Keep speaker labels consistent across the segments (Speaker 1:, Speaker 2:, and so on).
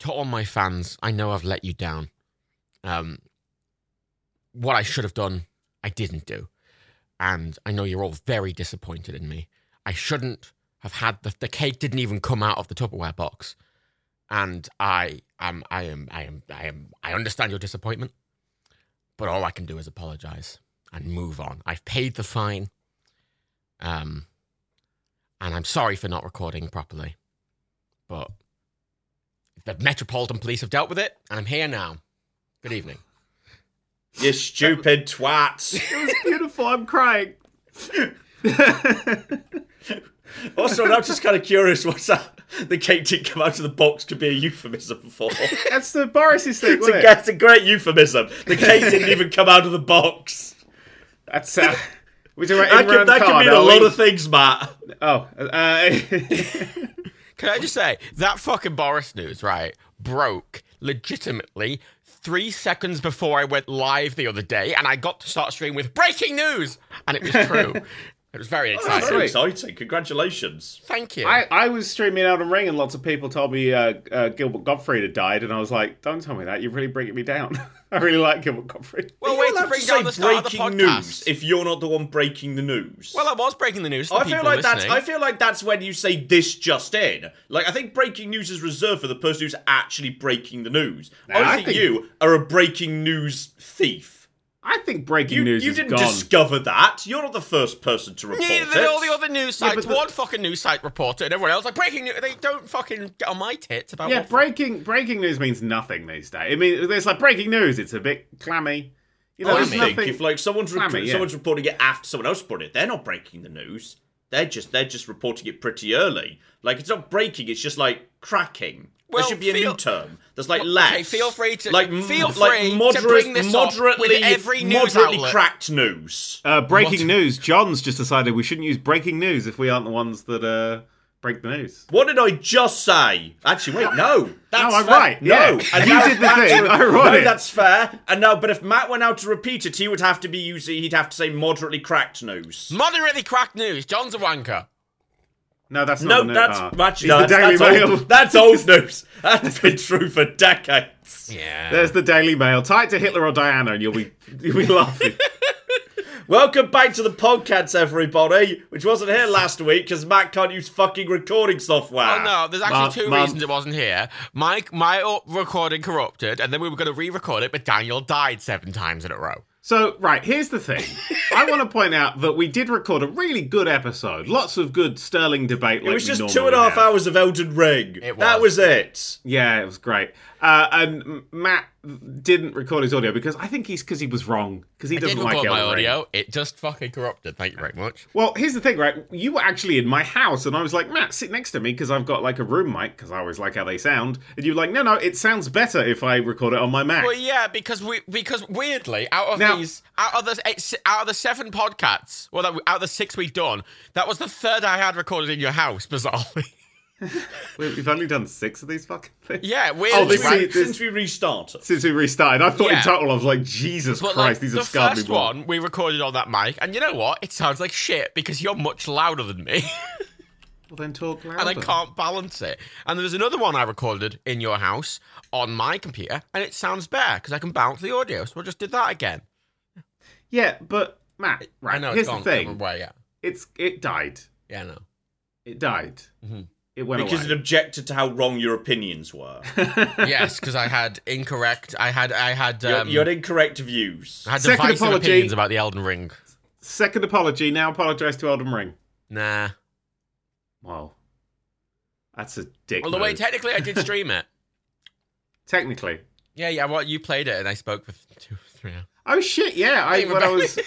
Speaker 1: to all my fans, I know I've let you down. Um, what I should have done, I didn't do. And I know you're all very disappointed in me. I shouldn't have had the, the cake didn't even come out of the Tupperware box. And I am, I am, I am, I am, I understand your disappointment, but all I can do is apologize and move on. I've paid the fine. Um, and I'm sorry for not recording properly, but the Metropolitan Police have dealt with it, and I'm here now. Good evening.
Speaker 2: You stupid twats.
Speaker 3: It was beautiful. I'm crying.
Speaker 2: Also, now just kind of curious what's that? The cake didn't come out of the box could be a euphemism for.
Speaker 3: That's the Boris's thing,
Speaker 2: It's a,
Speaker 3: wasn't it?
Speaker 2: that's a great euphemism. The cake didn't even come out of the box.
Speaker 3: That's uh, we're doing
Speaker 2: That could, that could mean a lot of oh, things, Matt.
Speaker 3: Oh, uh,
Speaker 1: Can I just say that fucking Boris news, right? Broke legitimately three seconds before I went live the other day, and I got to start stream with breaking news, and it was true. it was very
Speaker 2: That's
Speaker 1: exciting.
Speaker 2: very exciting. Congratulations.
Speaker 1: Thank you.
Speaker 3: I, I was streaming out on Ring, and lots of people told me uh, uh, Gilbert Gottfried had died, and I was like, "Don't tell me that. You're really bringing me down. I really like Gilbert Gottfried."
Speaker 1: well,
Speaker 2: You're
Speaker 1: wait
Speaker 2: allowed
Speaker 1: to bring
Speaker 2: say
Speaker 1: down the start of the
Speaker 2: breaking
Speaker 1: podcast.
Speaker 2: news if you're not the one breaking the news.
Speaker 1: well, I was breaking the news. To
Speaker 2: I
Speaker 1: people
Speaker 2: feel like that's
Speaker 1: listening.
Speaker 2: I feel like that's when you say this just in. Like I think breaking news is reserved for the person who's actually breaking the news. I,
Speaker 3: I
Speaker 2: think,
Speaker 3: think-
Speaker 2: you are a breaking news thief.
Speaker 3: I think breaking
Speaker 2: You,
Speaker 3: news
Speaker 2: you
Speaker 3: is
Speaker 2: didn't
Speaker 3: gone.
Speaker 2: discover that. You're not the first person to report
Speaker 1: Neither
Speaker 2: it.
Speaker 1: did all the other news
Speaker 3: Yeah,
Speaker 1: sites.
Speaker 3: but the-
Speaker 1: One fucking news site reported, and everyone else like breaking news. They don't fucking get on my tits about
Speaker 3: yeah,
Speaker 1: what
Speaker 3: breaking breaking news means nothing these days. I mean, it's like breaking news. It's a bit clammy. You know,
Speaker 2: I
Speaker 3: there's
Speaker 2: think
Speaker 3: nothing-
Speaker 2: if like someone's re-
Speaker 3: Clammy, yeah.
Speaker 2: someone's reporting it after someone else reported it, they're not breaking the news. They're just they're just reporting it pretty early. Like it's not breaking. It's just like cracking.
Speaker 1: Well,
Speaker 2: there should be a
Speaker 1: feel-
Speaker 2: new term. There's like
Speaker 1: Well,
Speaker 2: less.
Speaker 1: okay, feel free to-
Speaker 2: like m-
Speaker 1: feel free
Speaker 2: like
Speaker 1: to
Speaker 2: moderate,
Speaker 1: bring this up with
Speaker 2: moderately
Speaker 1: every news
Speaker 2: moderately
Speaker 1: outlet.
Speaker 2: cracked news.
Speaker 3: uh, breaking
Speaker 1: What?
Speaker 3: news, John's just decided we shouldn't use breaking news if we aren't the ones that uh, break the news.
Speaker 2: What did I just say? Actually, wait, no. That's
Speaker 3: I'm
Speaker 2: fair.
Speaker 3: right,
Speaker 2: No.
Speaker 3: yeah. You
Speaker 2: now-
Speaker 3: did the thing, I wrote
Speaker 2: No,
Speaker 3: it.
Speaker 2: that's fair. And now, but if Matt went out to repeat it, he would have to be using. He'd have to say moderately cracked
Speaker 3: Mm.
Speaker 2: news.
Speaker 1: Moderately cracked news. John's a wanker.
Speaker 3: No, that's not
Speaker 2: No,
Speaker 3: the news.
Speaker 2: that's
Speaker 3: Ah.
Speaker 2: actually
Speaker 3: It's
Speaker 2: that's,
Speaker 3: the Daily
Speaker 2: that's
Speaker 3: Mail.
Speaker 2: old, that's old news. That's been true for decades.
Speaker 1: Yeah.
Speaker 3: There's the Daily Mail. Tie it to Hitler or Diana, and you'll be you'll be laughing.
Speaker 2: Welcome back to the podcast, everybody, which wasn't here last week because Matt can't use fucking recording software.
Speaker 1: Oh no, there's actually
Speaker 3: Mum,
Speaker 1: two
Speaker 3: Mum.
Speaker 1: reasons it wasn't here. My my o- recording corrupted, and then we were going to re-record it, but Daniel died seven times in a row.
Speaker 3: so, right, here's the thing. I want to point out that we did record a really good episode. Lots of good sterling debate.
Speaker 2: It was just two and a half hours of Elden Ring.
Speaker 1: It
Speaker 2: That
Speaker 1: was.
Speaker 2: was it.
Speaker 3: Yeah, it was great. Uh, and M- Matt didn't record his audio because I think he's because he was wrong because he
Speaker 1: Did
Speaker 3: doesn't like
Speaker 1: record my
Speaker 3: Elden Ring.
Speaker 1: audio? It just fucking corrupted. Thank you very much.
Speaker 3: Well, here's the thing, right? You were actually in my house, and I was like, Matt, sit next to me because I've got like a room mic because I always like how they sound. And you were like, no, no, it sounds better if I record it on my Mac.
Speaker 1: Well, yeah, because we because weirdly out of
Speaker 3: Now-
Speaker 1: these out of the eight, out of the seven podcasts, well, that, out of the six we've done, that was the third I had recorded in your house, bizarrely.
Speaker 3: We- We've only done six of these fucking things.
Speaker 1: yeah,
Speaker 3: Oh,
Speaker 1: weirdly,
Speaker 3: this
Speaker 1: right?
Speaker 3: is-
Speaker 2: Since we restarted.
Speaker 3: Since we restarted, I thought
Speaker 1: Yeah.
Speaker 3: in total I was like, Jesus
Speaker 1: But
Speaker 3: Christ,
Speaker 1: like
Speaker 3: these
Speaker 1: the
Speaker 3: have scarred
Speaker 1: first
Speaker 3: me. more.
Speaker 1: one, we recorded on that mic, and you know what? It sounds like shit because you're much louder than me,
Speaker 3: Well, then talk louder.
Speaker 1: and I can't balance it. And there's another one I recorded in your house on my computer, and it sounds better because I can balance the audio. So I just did that again.
Speaker 3: Yeah, but Matt, right?
Speaker 1: I know
Speaker 3: here's
Speaker 1: it's gone
Speaker 3: the thing:
Speaker 1: Away, yeah,
Speaker 3: it's it died.
Speaker 1: yeah, no.
Speaker 3: It died.
Speaker 1: Mhm.
Speaker 3: It went
Speaker 2: Because it
Speaker 3: away.
Speaker 2: objected to how wrong your opinions were.
Speaker 1: yes, because I had incorrect. I had I had
Speaker 2: Your-
Speaker 1: um,
Speaker 2: your incorrect views.
Speaker 1: I had
Speaker 3: Second
Speaker 1: divisive
Speaker 3: apology.
Speaker 1: opinions about the Elden Ring.
Speaker 3: Second apology. Now apologize to Elden Ring.
Speaker 1: Nah.
Speaker 3: Wow, that's a dick.
Speaker 1: Well, the way
Speaker 3: move.
Speaker 1: technically I did stream it.
Speaker 3: technically.
Speaker 1: Yeah, yeah. Well, you played it, and I spoke for two, three hours.
Speaker 3: Oh shit! Yeah, I
Speaker 1: Hey,
Speaker 3: when I
Speaker 1: Rebecca-
Speaker 3: was.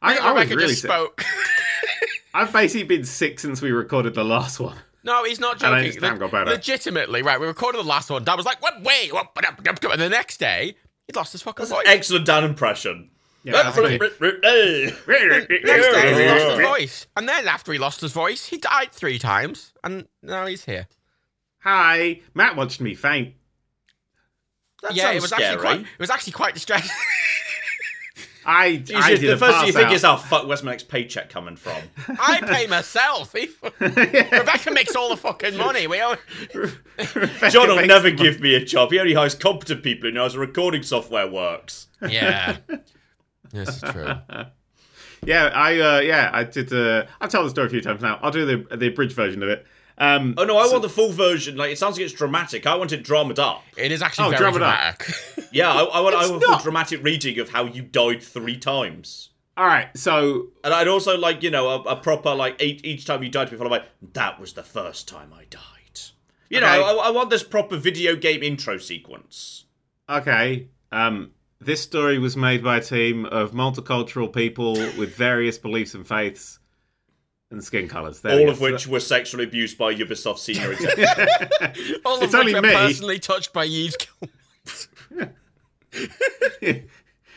Speaker 3: I, I was
Speaker 1: Rebecca
Speaker 3: really
Speaker 1: just
Speaker 3: sick.
Speaker 1: spoke.
Speaker 3: I've basically been sick since we recorded the last one.
Speaker 1: No, he's not
Speaker 3: And I
Speaker 1: joking.
Speaker 3: just haven't got better.
Speaker 1: Legitimately, right? We recorded the last one. Dan was like, "What? Wait, what?" And the next day, he lost his fucking voice.
Speaker 2: Excellent Dan impression.
Speaker 3: Yeah, that's me.
Speaker 1: Next day, he
Speaker 2: Yeah.
Speaker 1: lost his voice, and then after he lost his voice, he died three times, and now he's here.
Speaker 3: Hi, Matt watched me faint.
Speaker 2: That
Speaker 1: yeah, it
Speaker 2: sounds
Speaker 1: was
Speaker 2: scary.
Speaker 1: actually quite. It was actually quite distressing.
Speaker 3: I,
Speaker 2: You
Speaker 3: I
Speaker 2: should-
Speaker 3: did
Speaker 2: the
Speaker 3: a
Speaker 2: first
Speaker 3: pass
Speaker 2: thing you think
Speaker 3: out.
Speaker 2: is, oh, fuck, where's my next paycheck coming from?
Speaker 1: I pay myself. Rebecca makes all the fucking money. We all...
Speaker 2: John will
Speaker 3: Makes
Speaker 2: never give me a job. He only hires competent people who knows how recording software works.
Speaker 1: Yeah. This is true.
Speaker 3: Yeah, I uh, yeah, I did. Uh, I've told the story a few times now. I'll do the the abridged version of it. Um,
Speaker 2: Oh no, I want the full version. Like it sounds like it's dramatic. I want it dramaed up.
Speaker 1: It is actually
Speaker 3: Oh,
Speaker 1: very
Speaker 3: drum it up.
Speaker 1: dramatic.
Speaker 2: Yeah, I, I want, I
Speaker 3: It's
Speaker 2: want a full
Speaker 3: not.
Speaker 2: dramatic reading of how you died three times.
Speaker 3: all right, so
Speaker 2: And I'd also like, you know, a, a proper like eight, each time you died to be followed by that was the first time I died. You know,
Speaker 3: Okay.
Speaker 2: I, I want this proper video game intro sequence.
Speaker 3: okay, um, this story was made by a team of multicultural people with various beliefs and faiths and skin colors. There we
Speaker 2: all
Speaker 3: go.
Speaker 2: of which were sexually abused by Ubisoft senior executives.
Speaker 1: All of
Speaker 3: It's
Speaker 1: which
Speaker 3: only
Speaker 1: are
Speaker 3: me.
Speaker 1: personally touched by Yves. Gil-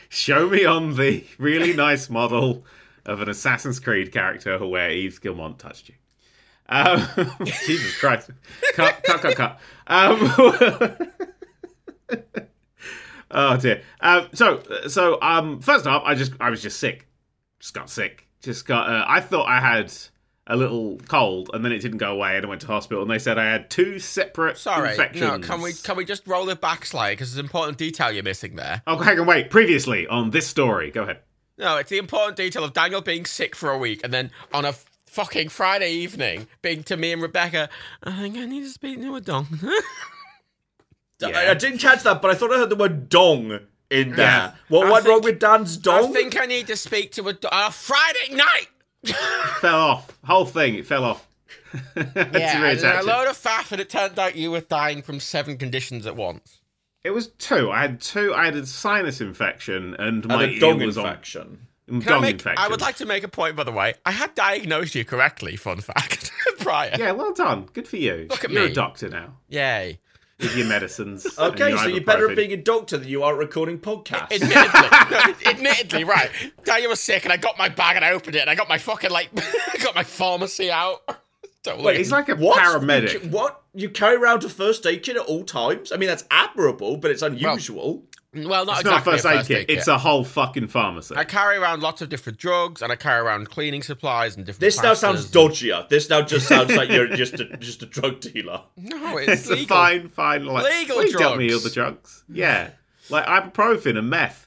Speaker 3: Show me on the really nice model of an Assassin's Creed character where Yves Gilmont touched you. Um, Jesus Christ. Cut, cut, cut, cut. Um, oh, dear. Um, so, so um, first up, I just I was just sick. Just got sick. Just got. Uh, I thought I had a little cold, and then it didn't go away, and I went to hospital, and they said I had two separate
Speaker 1: Sorry.
Speaker 3: infections.
Speaker 1: No, can we can we just roll it back slightly? Because there's an important detail you're missing there.
Speaker 3: Oh, hang on, wait. Previously on this story, go ahead.
Speaker 1: No, it's the important detail of Daniel being sick for a week and then on a f- fucking Friday evening being to me and Rebecca, I think I need to speak to a dong.
Speaker 2: I, I didn't catch that, but I thought I heard the word dong in there.
Speaker 3: Yeah.
Speaker 2: What
Speaker 1: I
Speaker 2: went wrong
Speaker 1: think-
Speaker 2: with Dan's
Speaker 1: I
Speaker 2: dong?
Speaker 1: think I need to speak to a do- uh, Friday night.
Speaker 3: fell off. Whole thing, it fell off.
Speaker 1: yeah,
Speaker 3: really
Speaker 1: and then a
Speaker 3: touching.
Speaker 1: load of faff, and it turned out you were dying from seven conditions at once.
Speaker 3: It was two. I had two. I had a sinus infection and my
Speaker 2: and
Speaker 3: ear
Speaker 2: a dong
Speaker 3: was
Speaker 2: infection.
Speaker 3: on
Speaker 1: Can I
Speaker 3: dung
Speaker 1: make-
Speaker 3: infection.
Speaker 1: I would like to make a point, by the way. I had diagnosed you correctly. Fun fact, prior.
Speaker 3: Yeah, well done. Good for you.
Speaker 1: Look at
Speaker 3: You're
Speaker 1: me.
Speaker 3: a doctor now.
Speaker 1: Yay.
Speaker 3: With your medicines. and
Speaker 2: Okay,
Speaker 3: your
Speaker 2: so you're better
Speaker 3: ibuprofen.
Speaker 2: at being a doctor than you are at recording podcasts.
Speaker 1: Admittedly, no, admittedly, right. Daniel was sick, and I got my bag and I opened it, and I got my fucking like, I got my pharmacy out. totally.
Speaker 3: He's like a
Speaker 2: What? You ca-
Speaker 3: paramedic.
Speaker 2: what? You carry around a first aid kit at all times? I mean, that's admirable, but it's unusual.
Speaker 1: well, not
Speaker 3: It's not a
Speaker 1: exactly
Speaker 3: first aid kit. It's a whole fucking pharmacy.
Speaker 1: I carry around lots of different drugs, and I carry around cleaning supplies and different.
Speaker 2: this now
Speaker 1: pastas
Speaker 2: sounds
Speaker 1: and-
Speaker 2: dodgier. This now just sounds like you're just a, just a drug dealer.
Speaker 1: No, it's,
Speaker 3: It's a
Speaker 1: legal.
Speaker 3: fine, fine. Like,
Speaker 1: Legal
Speaker 3: Please tell me
Speaker 1: drugs.
Speaker 3: other drugs. Yeah, like ibuprofen and meth.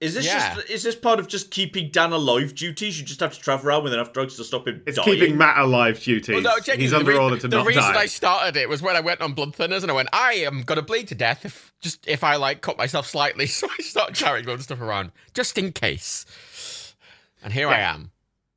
Speaker 2: Is this
Speaker 1: Yeah.
Speaker 2: just is this part of just keeping Dan alive duties? You just have to travel around with enough drugs to stop him
Speaker 3: It's
Speaker 2: dying.
Speaker 3: keeping Matt alive duties.
Speaker 1: Well, no, genuinely,
Speaker 3: He's
Speaker 1: the
Speaker 3: under
Speaker 1: rea-
Speaker 3: order to
Speaker 1: The
Speaker 3: not
Speaker 1: reason
Speaker 3: die.
Speaker 1: I started it was when I went on blood thinners, and I went, I am gonna bleed to death if just if I like cut myself slightly. So I started carrying loads of stuff around just in case. And here I am.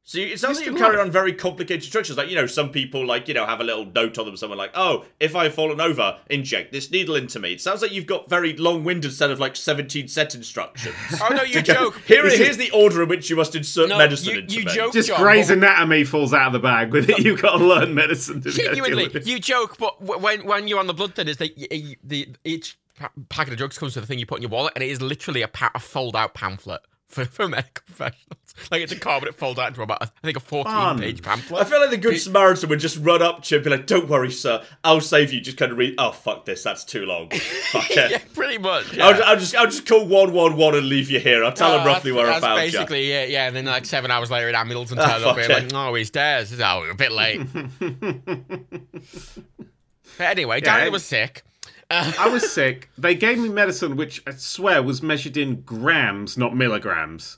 Speaker 2: so you, it sounds like
Speaker 3: He's
Speaker 2: you
Speaker 3: still
Speaker 2: carry on very complicated instructions. Like you know, some people like you know have a little note on them somewhere like, "Oh, if I've fallen over, inject this needle into me." It sounds like you've got very long-winded set of like seventeen set instructions.
Speaker 1: Oh no, you joke.
Speaker 2: Here
Speaker 3: This is-
Speaker 2: here's the order in which you must insert
Speaker 1: No,
Speaker 2: medicine
Speaker 1: you-
Speaker 2: into
Speaker 1: you
Speaker 2: me.
Speaker 1: joke.
Speaker 3: Just
Speaker 1: John,
Speaker 3: Grey's
Speaker 1: but-
Speaker 3: Anatomy falls out of the bag with it. You've got to learn medicine. To be able to deal
Speaker 1: Genuinely,
Speaker 3: with it.
Speaker 1: you joke, but w- when when you're on the blood thinners, they, y- y- the each pa- packet of drugs comes with a thing you put in your wallet, and it is literally a, pa- a fold out pamphlet for, for medical professionals. Like it's a carbonate fold out into about I think a 14
Speaker 3: Fun.
Speaker 1: page
Speaker 2: I
Speaker 1: pamphlet.
Speaker 2: feel like the good Samaritan would just run up to him and be like, "Don't worry, sir, I'll save you." Just kind of read, "Oh fuck this, that's too long." Fuck it.
Speaker 1: yeah, pretty much. yeah.
Speaker 2: I'll, ju- I'll just I'll just call one one one and leave you here. I'll tell
Speaker 1: Oh,
Speaker 2: him roughly
Speaker 1: that's-
Speaker 2: where I
Speaker 1: that's
Speaker 2: found you.
Speaker 1: basically it, yeah. And then like seven hours later, in Hamilton turned up
Speaker 2: fuck
Speaker 1: here
Speaker 2: yeah.
Speaker 1: like, "Oh, he's dead. Oh, we're a bit late." but anyway,
Speaker 3: Yeah.
Speaker 1: Daniel was sick.
Speaker 3: I was sick. They gave me medicine, which I swear was measured in grams, not milligrams.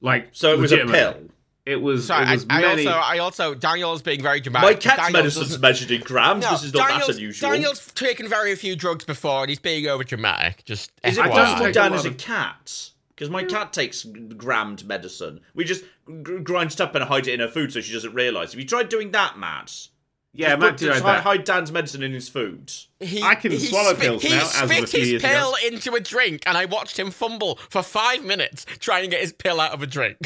Speaker 3: Like
Speaker 2: So it was a
Speaker 3: legitimately.
Speaker 2: pill.
Speaker 3: It was.
Speaker 1: Sorry,
Speaker 3: it was
Speaker 1: I, I
Speaker 3: many.
Speaker 1: also, I also, Daniel's being very dramatic.
Speaker 2: My
Speaker 1: but
Speaker 2: cat's
Speaker 1: Daniel
Speaker 2: medicine's
Speaker 1: doesn't-
Speaker 2: measured in grams.
Speaker 1: No,
Speaker 2: this is not
Speaker 1: Daniel's,
Speaker 2: that unusual.
Speaker 1: Daniel's taken very few drugs before, and he's being over dramatic. Just
Speaker 2: is it
Speaker 1: FYI.
Speaker 3: I don't
Speaker 2: possible
Speaker 3: take
Speaker 2: Dan
Speaker 3: a
Speaker 2: is a
Speaker 3: lot of-
Speaker 2: cat? Because my cat takes grammed medicine. We just gr- grind it up and hide it in her food so she doesn't realise. Have you tried doing that, Matt?
Speaker 3: yeah,
Speaker 2: Just
Speaker 3: Matt
Speaker 2: put-
Speaker 3: did
Speaker 2: just hi-
Speaker 3: that.
Speaker 2: hide Dan's medicine in his food.
Speaker 1: He-
Speaker 3: I can
Speaker 1: he
Speaker 3: swallow
Speaker 1: spit,
Speaker 3: pills
Speaker 1: he
Speaker 3: now, as of a
Speaker 1: spit
Speaker 3: few
Speaker 1: his
Speaker 3: years ago.
Speaker 1: pill into a drink, and I watched him fumble for five minutes trying to get his pill out of a drink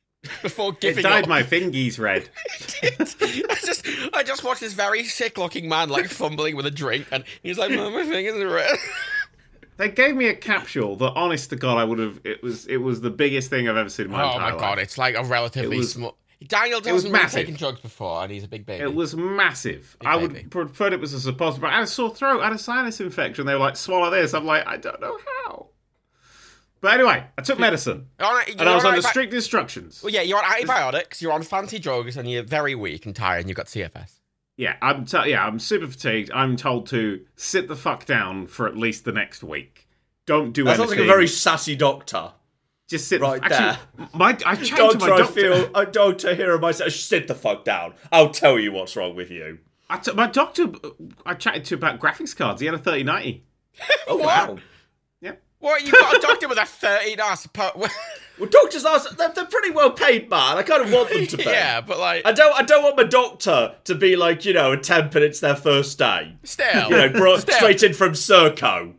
Speaker 1: before
Speaker 3: It
Speaker 1: giving
Speaker 3: dyed
Speaker 1: up.
Speaker 3: my fingies red.
Speaker 1: I just, I just watched this very sick-looking man like fumbling with a drink, and he's like, "Oh, "My fingers are red."
Speaker 3: They gave me a capsule that, honest to God, I would have. It was. It was the biggest thing I've ever seen in my
Speaker 1: oh
Speaker 3: entire
Speaker 1: my god,
Speaker 3: life.
Speaker 1: it's like a relatively
Speaker 3: It was-
Speaker 1: small. Daniel
Speaker 3: was
Speaker 1: doesn't really
Speaker 3: massive.
Speaker 1: taken drugs before, and he's a big baby.
Speaker 3: It was massive. I would
Speaker 1: baby.
Speaker 3: preferred it was a suppository. But I had a sore throat. I had a sinus infection. They were like, swallow this. I'm like, I don't know how. But anyway, I took medicine
Speaker 1: You're on- you're
Speaker 3: and I was
Speaker 1: on
Speaker 3: under
Speaker 1: antibi-
Speaker 3: strict instructions.
Speaker 1: Well, yeah, you're on antibiotics, you're on fancy drugs, and you're very weak and tired, and you've got CFS.
Speaker 3: Yeah, I'm t- yeah, I'm super fatigued. I'm told to sit the fuck down for at least the next week. Don't do
Speaker 2: That sounds
Speaker 3: anything.
Speaker 2: like a very sassy doctor.
Speaker 3: just sit
Speaker 2: right
Speaker 3: the, actually, My I changed
Speaker 2: Doctor,
Speaker 3: my
Speaker 2: I
Speaker 3: doctor.
Speaker 2: feel uh, a doctor here in myself. Sit the fuck down. I'll tell you what's wrong with you.
Speaker 3: I t- my doctor. I chatted to about graphics cards. He had a thirty ninety.
Speaker 2: Oh
Speaker 1: What?
Speaker 2: wow.
Speaker 1: What? You've got a doctor with a 13 ass. Per-
Speaker 2: Well, doctors are they're, they're pretty well paid, man. I kind of want them to be.
Speaker 1: yeah, but like,
Speaker 2: I don't. I don't want my doctor to be like you know a temp and it's their first day.
Speaker 1: still.
Speaker 2: You know, brought
Speaker 1: Still.
Speaker 2: straight in from Serco.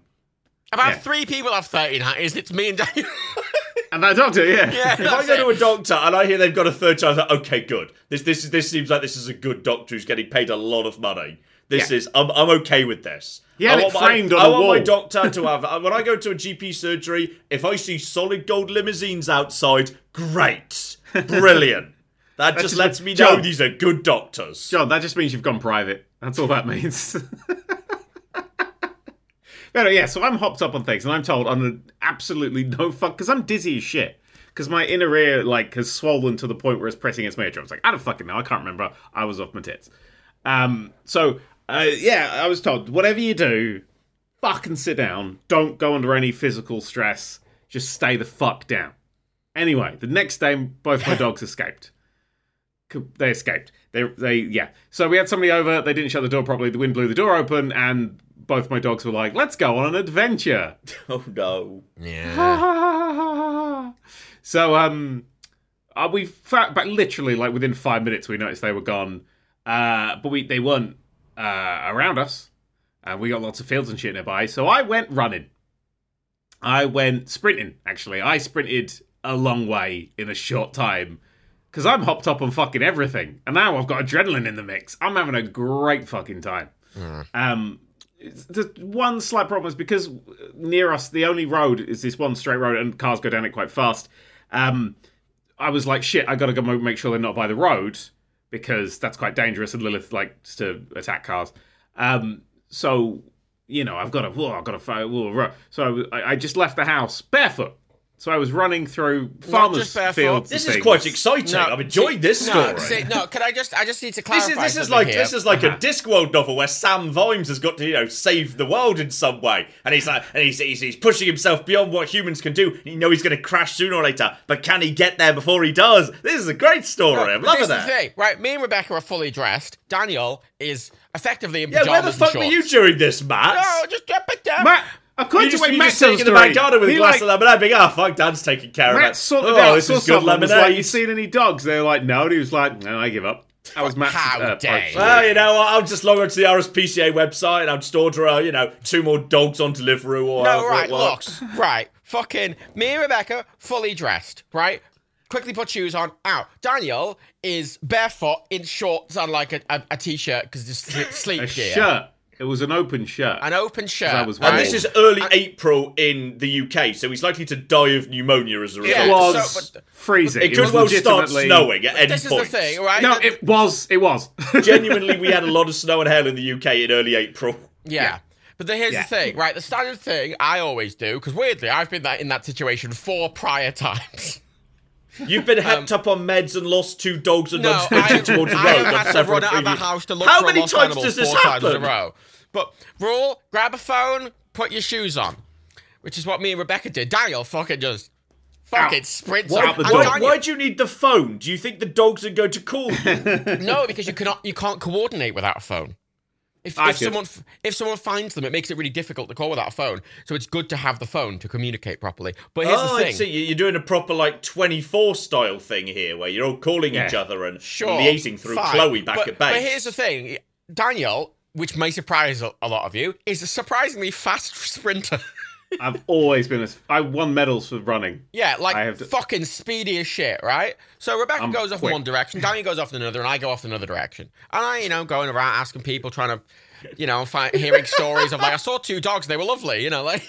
Speaker 1: About
Speaker 3: Yeah.
Speaker 1: three people have 13 hatties. It's me and Daniel.
Speaker 3: And that doctor, yeah,
Speaker 1: yeah,
Speaker 2: If I
Speaker 1: that's
Speaker 2: go
Speaker 1: it.
Speaker 2: to a doctor and I hear they've got a third child, I'm like, okay, good. This this is this seems like this is a good doctor who's getting paid a lot of money. This
Speaker 3: Yeah.
Speaker 2: is I'm I'm okay with this.
Speaker 3: Yeah,
Speaker 2: I
Speaker 3: and
Speaker 2: want,
Speaker 3: it
Speaker 2: my,
Speaker 3: framed on
Speaker 2: I
Speaker 3: a
Speaker 2: want my
Speaker 3: wall.
Speaker 2: doctor to have uh, when I go to a GP surgery. If I see solid gold limousines outside, great, brilliant. That just
Speaker 3: just
Speaker 2: lets
Speaker 3: means-
Speaker 2: me know
Speaker 3: John.
Speaker 2: these are good doctors.
Speaker 3: John, that just means you've gone private. That's all that means. no, no, yeah, so I'm hopped up on things and I'm told I'm absolutely no fuck because I'm dizzy as shit. Because my inner ear like has swollen to the point where it's pressing against my eardrum. It's like I don't fucking know. I can't remember. I was off my tits. Um, so uh, yeah, I was told whatever you do, fucking sit down. Don't go under any physical stress. Just stay the fuck down. Anyway, the next day, both my dogs escaped. Co- They escaped. They, they, yeah. So we had somebody over. They didn't shut the door properly. The wind blew the door open, and both my dogs were like, "Let's go on an adventure."
Speaker 2: Oh no.
Speaker 1: Yeah.
Speaker 3: so um, uh, we found, but literally like within five minutes, we noticed they were gone. Uh, but we they weren't uh, around us, and we got lots of fields and shit nearby. So I went running. I went sprinting. Actually, I sprinted a long way in a short time because I'm hopped up on fucking everything, and now I've got adrenaline in the mix. I'm having a great fucking time. Um, it's- the one slight problem is because near us the only road is this one straight road, and cars go down it quite fast. Um, I was like, shit, I gotta go mo- make sure they're not by the road because that's quite dangerous, and Lilith likes to attack cars. Um, so you know, I've got to, whoa, I've got to, fi- whoa, ro- so I w- I, I just left the house barefoot. So I was running through farmers'
Speaker 1: just barefoot.
Speaker 3: fields.
Speaker 2: This
Speaker 3: and
Speaker 2: is
Speaker 3: things.
Speaker 2: quite exciting.
Speaker 1: No,
Speaker 2: I'm enjoying this
Speaker 1: no,
Speaker 2: story.
Speaker 1: see, no, can I just, I just need to clarify.
Speaker 2: This is this is
Speaker 1: something
Speaker 2: like
Speaker 1: here. Uh-huh.
Speaker 2: this is like a Discworld novel where Sam Vimes has got to you know save the world in some way, and he's like and he's he's, he's pushing himself beyond what humans can do. And you know he's going to crash sooner or later, but can he get there before he does? This is a great story. I'm
Speaker 1: But this
Speaker 2: loving
Speaker 1: is the
Speaker 2: that.
Speaker 1: thing, right? Me and Rebecca are fully dressed. Daniel is effectively in
Speaker 2: Yeah,
Speaker 1: pajamas
Speaker 2: where the fuck
Speaker 1: and
Speaker 2: were
Speaker 1: shorts.
Speaker 2: you during this, Matt?
Speaker 1: No, just drop it down.
Speaker 3: Matt, according
Speaker 2: You
Speaker 3: to
Speaker 2: just,
Speaker 3: the way
Speaker 2: you
Speaker 3: Matt
Speaker 2: just sitting in
Speaker 3: tells
Speaker 2: the
Speaker 3: story,
Speaker 2: back garden with a
Speaker 3: he,
Speaker 2: glass
Speaker 3: like,
Speaker 2: of lemonade, being, ah, fuck, Dan's taking care of
Speaker 3: Matt
Speaker 2: it.
Speaker 3: sorted
Speaker 2: oh,
Speaker 3: out.
Speaker 2: this
Speaker 3: saw
Speaker 2: is good
Speaker 3: someone was
Speaker 2: lemonade.
Speaker 3: like, "You seen any dogs?" They're like, "No." And he was like, "No, I give up." That was Matt's
Speaker 1: How
Speaker 3: uh,
Speaker 1: dare
Speaker 3: approach.
Speaker 1: you.
Speaker 2: Well, you know, what, I'll just log on to the RSPCA website and I'll just order, uh, you know, two more dogs on Deliveroo or
Speaker 1: No,
Speaker 2: however it
Speaker 1: right, look,
Speaker 2: works.
Speaker 1: right, fucking me and Rebecca fully dressed, right? Quickly put shoes on, out. Daniel is barefoot in shorts and like a, a, a t-shirt because just sli- sleep
Speaker 3: A
Speaker 1: gear,
Speaker 3: shirt. It was an open shirt.
Speaker 1: an open shirt.
Speaker 3: I was
Speaker 1: right?
Speaker 2: And
Speaker 3: Right.
Speaker 2: this is early April in the UK, so he's likely to die of pneumonia as a result.
Speaker 1: Yeah,
Speaker 3: It was
Speaker 1: so- but-
Speaker 3: freezing.
Speaker 2: it could
Speaker 3: was
Speaker 2: well start
Speaker 3: legitimately-
Speaker 2: snowing at any
Speaker 1: This is
Speaker 2: point.
Speaker 1: the thing, right?
Speaker 3: No,
Speaker 1: That-
Speaker 3: it was. It was.
Speaker 2: Genuinely, we had a lot of snow and hail in the UK in early April.
Speaker 1: Yeah. But then here's
Speaker 3: Yeah.
Speaker 1: the thing, right? The standard thing I always do, because weirdly, I've been that in that situation four prior times.
Speaker 2: You've been hepped up on meds and lost two dogs and
Speaker 1: Um, No,
Speaker 2: run
Speaker 1: I,
Speaker 2: straight towards the
Speaker 1: I
Speaker 2: road
Speaker 1: have
Speaker 2: on
Speaker 1: had to
Speaker 2: several
Speaker 1: run out of the
Speaker 2: previous-
Speaker 1: house to look
Speaker 2: How
Speaker 1: for a
Speaker 2: many
Speaker 1: lost
Speaker 2: times
Speaker 1: animal
Speaker 2: does this
Speaker 1: four times in
Speaker 2: happen?
Speaker 1: a row. But rule: grab a phone, put your shoes on, which is what me and Rebecca did. Daniel fucking just fucking
Speaker 3: Ow.
Speaker 1: sprints
Speaker 3: What
Speaker 1: up.
Speaker 3: the
Speaker 1: And
Speaker 3: dog?
Speaker 2: Why,
Speaker 1: Daniel-
Speaker 2: why do you need the phone? Do you think the dogs are going to call you?
Speaker 1: No, because you cannot you can't coordinate without a phone. If,
Speaker 3: I
Speaker 1: if
Speaker 3: could.
Speaker 1: someone f- if someone finds them, it makes it really difficult to call without a phone. So it's good to have the phone to communicate properly. But here's
Speaker 2: oh,
Speaker 1: the
Speaker 2: I
Speaker 1: thing:
Speaker 2: see. You- You're doing a proper like 24 style thing here, where you're all calling each
Speaker 3: Yeah.
Speaker 2: other and
Speaker 1: sure,
Speaker 2: liaising through
Speaker 1: fine.
Speaker 2: Chloe back
Speaker 1: but,
Speaker 2: at base.
Speaker 1: But here's the thing, Daniel, which may surprise a a lot of you, is a surprisingly fast sprinter.
Speaker 3: I've always been. A, I won medals for running.
Speaker 1: yeah, like
Speaker 3: I have to-
Speaker 1: fucking speedy as shit, right? So Rebecca
Speaker 3: I'm
Speaker 1: goes off
Speaker 3: quick.
Speaker 1: in one direction, Daniel goes off in another, and I go off in another direction. And I, you know, going around asking people, trying to, you know, find, hearing stories of like I saw two dogs, they were lovely, you know, like.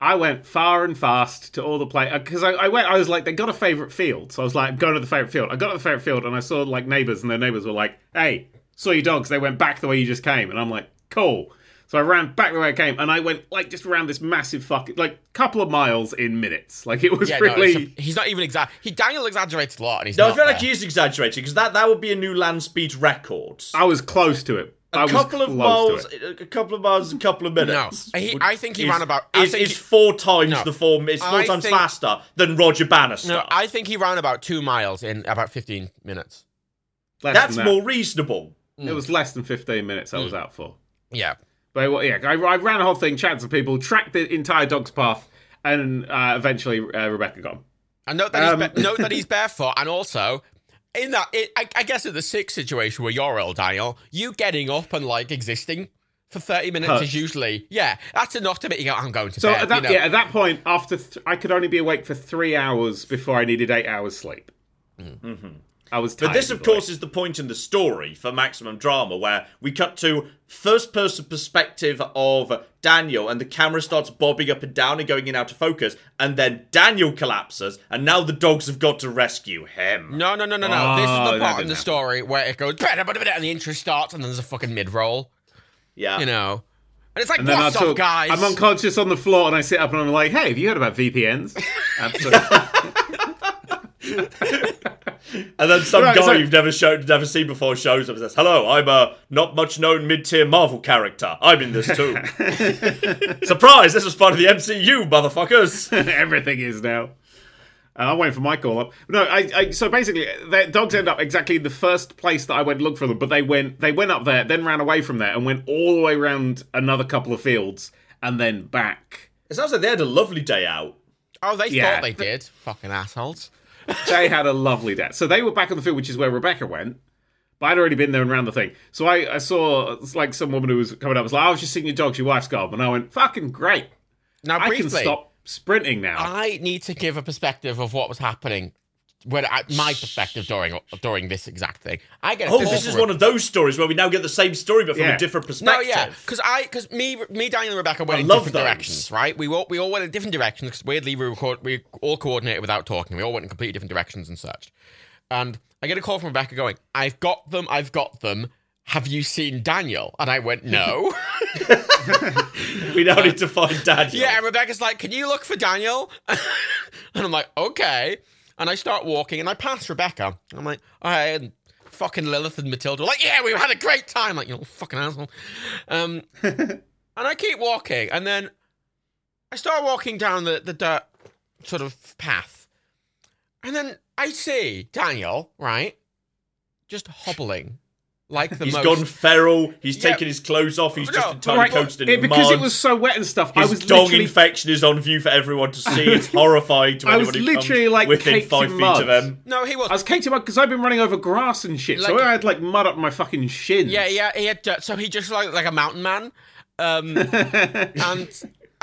Speaker 3: I went far and fast to all the play because I, I went. I was like, they got a favorite field, so I was like, I'm going to the favorite field. I got to the favorite field, and I saw like neighbors, and their neighbors were like, "Hey, saw your dogs. They went back the way you just came," and I'm like, "Cool." So I ran back the way I came, and I went like just around this massive fucking like couple of miles in minutes. Like it was
Speaker 1: Yeah, no,
Speaker 3: really.
Speaker 1: it's a- he's not even exact. He Daniel exaggerates a lot, and he's
Speaker 2: No,
Speaker 1: not
Speaker 2: I feel like
Speaker 1: there.
Speaker 2: he is exaggerating because that, that would be a new land speed record.
Speaker 3: I was close to it. I
Speaker 2: A
Speaker 3: was
Speaker 2: couple of
Speaker 3: close
Speaker 2: miles,
Speaker 3: To it.
Speaker 2: a a couple of miles, a couple of
Speaker 1: No,
Speaker 2: minutes.
Speaker 1: he,
Speaker 2: would-
Speaker 1: I think he
Speaker 2: is-
Speaker 1: ran about. I
Speaker 2: is,
Speaker 1: think
Speaker 2: is
Speaker 1: he-
Speaker 2: four times
Speaker 1: No.
Speaker 2: the form. It's four
Speaker 1: I
Speaker 2: times
Speaker 1: think-
Speaker 2: faster than Roger Bannister.
Speaker 1: no, I think he ran about two miles in about fifteen minutes.
Speaker 3: Less
Speaker 2: That's
Speaker 3: than that.
Speaker 2: more Hmm. reasonable.
Speaker 3: It was less than fifteen minutes. I was out for.
Speaker 1: Yeah,
Speaker 3: But well, yeah, I, I ran the whole thing, chatted to people, tracked the entire dog's path, and uh, eventually uh, Rebecca got him.
Speaker 1: and note that
Speaker 3: Um,
Speaker 1: he's ba- note that he's barefoot, and also. In that, it, I, I guess in the sick situation where you're ill, Daniel, you getting up and like existing for thirty minutes
Speaker 3: Huh.
Speaker 1: is usually yeah, that's enough to make you go. I'm going to
Speaker 3: So
Speaker 2: Uh,
Speaker 1: bed.
Speaker 3: at
Speaker 1: you
Speaker 3: that,
Speaker 1: know?
Speaker 3: yeah, at that point, after th- I could only be awake for three hours before I needed eight hours sleep. I was tired.
Speaker 2: Mm-hmm. But this, of
Speaker 3: boy.
Speaker 2: course, is the point in the story for maximum drama where we cut to first person perspective of Daniel and the camera starts bobbing up and down and going in out of focus, and then Daniel collapses, and now the dogs have got to rescue him.
Speaker 1: No, no, no, no, no. this
Speaker 3: Oh,
Speaker 1: is
Speaker 3: that
Speaker 1: the part in
Speaker 3: didn't
Speaker 1: the
Speaker 3: happen.
Speaker 1: story where it goes and the intro starts, and then there's a fucking mid roll,
Speaker 2: Yeah.
Speaker 1: you know, and it's like,
Speaker 3: And then
Speaker 1: what's
Speaker 3: I
Speaker 1: up,
Speaker 3: took-
Speaker 1: guys?
Speaker 3: I'm unconscious on the floor, and I sit up and I'm like, "Hey, have you heard about VPNs?" Absolutely.
Speaker 2: And then some
Speaker 3: Right,
Speaker 2: guy
Speaker 3: so-
Speaker 2: you've never showed, never seen before shows up and says, "Hello, I'm a not much known mid tier Marvel character. I'm in this too." Surprise! This was part of the MCU, motherfuckers.
Speaker 3: Everything is now. Uh, I'm waiting for my call up. No, I, I so basically, their dogs end up exactly the first place that I went look for them, but they went they went up there, then ran away from there, and went all the way around another couple of fields, and then back.
Speaker 2: It sounds like they had a lovely day out.
Speaker 1: oh, they
Speaker 3: Yeah.
Speaker 1: thought they did, fucking assholes.
Speaker 3: they had a lovely day. So they were back on the field, which is where Rebecca went. But I'd already been there and ran the thing. So I, I saw it's like some woman who was coming up was like, I was just seeing your dogs, your wife's gone. And I went, fucking great.
Speaker 1: Now,
Speaker 3: I can
Speaker 1: briefly,
Speaker 3: stop sprinting
Speaker 2: Ah.
Speaker 3: now.
Speaker 1: I need to give a perspective of what was happening. When I, my perspective during during this exact thing, I get. a
Speaker 2: Oh,
Speaker 1: call
Speaker 2: this is
Speaker 1: for it.
Speaker 2: one of those stories where we now get the same story but from
Speaker 3: Yeah.
Speaker 2: a different
Speaker 1: No,
Speaker 2: perspective.
Speaker 1: yeah, because I, because me, me, Daniel, and Rebecca went
Speaker 2: I
Speaker 1: in
Speaker 2: love
Speaker 1: different
Speaker 2: those.
Speaker 1: directions, right? We all we all went in different directions because weirdly we record, we all coordinated without talking. We all went in completely different directions and searched. And I get a call from Rebecca going, "I've got them, I've got them. Have you seen Daniel?" And I went, "No."
Speaker 2: We now need to find Daniel.
Speaker 1: yeah, and Rebecca's like, "Can you look for Daniel?" and I'm like, "Okay." And I start walking, and I pass Rebecca. I'm like, "All right." And fucking Lilith and Matilda were like, "Yeah, we had a great time." Like, you little fucking asshole. Um, And I keep walking, and then I start walking down the, the dirt sort of path. And then I see Daniel, right? Just hobbling. Like the
Speaker 2: He's
Speaker 1: most.
Speaker 2: gone feral. He's
Speaker 1: Yeah.
Speaker 2: taken his clothes off. He's
Speaker 1: No,
Speaker 2: just
Speaker 1: but
Speaker 2: entirely
Speaker 3: Right,
Speaker 2: coated in
Speaker 3: it- because
Speaker 2: mud.
Speaker 3: it was so wet and stuff,
Speaker 2: his
Speaker 3: I was
Speaker 2: dog
Speaker 3: literally
Speaker 2: infection is on view for everyone to see. It's horrifying to
Speaker 3: I was
Speaker 2: anyone who comes
Speaker 3: literally, like,
Speaker 2: within
Speaker 3: caked
Speaker 2: five
Speaker 3: in
Speaker 2: feet
Speaker 3: mud.
Speaker 2: of him.
Speaker 1: No, he was.
Speaker 3: I was caked up because I've been running over grass and shit, so
Speaker 1: Like-
Speaker 3: I had like mud up my fucking shins.
Speaker 1: Yeah, yeah, he had dirt. So he just like like a mountain man. Um, and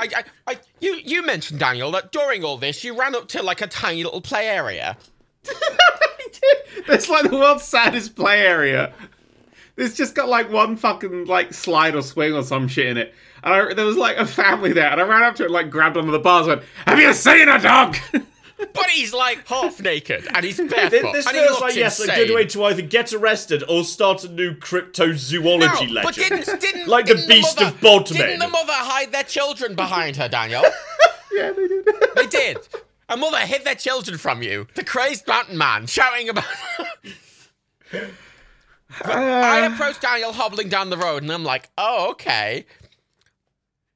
Speaker 1: I, I, I, you, you mentioned Daniel that during all this you ran up to like a tiny little play area.
Speaker 3: It's like the world's saddest play area. It's just got like one fucking like slide or swing or some shit in it. And I, there was like a family there, and I ran up to it, like grabbed onto the bars, and went, "Have you seen a dog?"
Speaker 1: But he's like half naked and he's
Speaker 2: Thi-
Speaker 1: barefoot.
Speaker 2: This
Speaker 1: and he
Speaker 2: feels
Speaker 1: looks
Speaker 2: like, yes, a
Speaker 1: insane.
Speaker 2: good way to either get arrested or start a new cryptozoology
Speaker 1: No,
Speaker 2: legend.
Speaker 1: But didn't, didn't,
Speaker 2: Like the
Speaker 1: didn't
Speaker 2: Beast
Speaker 1: mother-
Speaker 2: of Bodmin.
Speaker 1: Didn't the mother hide their children behind her, Daniel?
Speaker 3: yeah, they did.
Speaker 1: they did. A mother hid their children from you. The crazed mountain man shouting about. I
Speaker 2: Uh.
Speaker 1: approached Daniel hobbling down the road, and I'm like, "Oh, okay."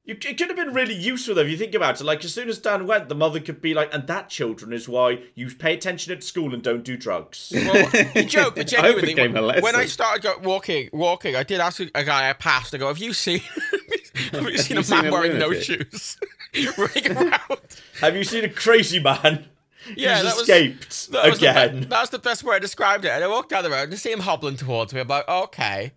Speaker 2: You, it could have been really useful though, if you think about it. Like, as soon as Dan went, the mother could be like, and that, children, is why you pay attention at school and don't do drugs.
Speaker 1: Well, you joke, but
Speaker 3: I hope it
Speaker 1: genuinely,
Speaker 3: gave her a lesson.
Speaker 1: when I started go- walking, walking, I did ask a guy I passed. I go, "Have you seen? have you seen
Speaker 3: you
Speaker 1: a
Speaker 3: seen
Speaker 1: man
Speaker 3: a
Speaker 1: wearing no
Speaker 3: lunatic?"
Speaker 1: shoes running around?"
Speaker 2: Have you seen a crazy man?
Speaker 1: Yeah,
Speaker 2: He's
Speaker 1: that was-
Speaker 2: escaped
Speaker 1: That was the be-
Speaker 2: again.
Speaker 1: that was the best way I described it. And I walked down the road and I see him hobbling towards me. I'm like, okay.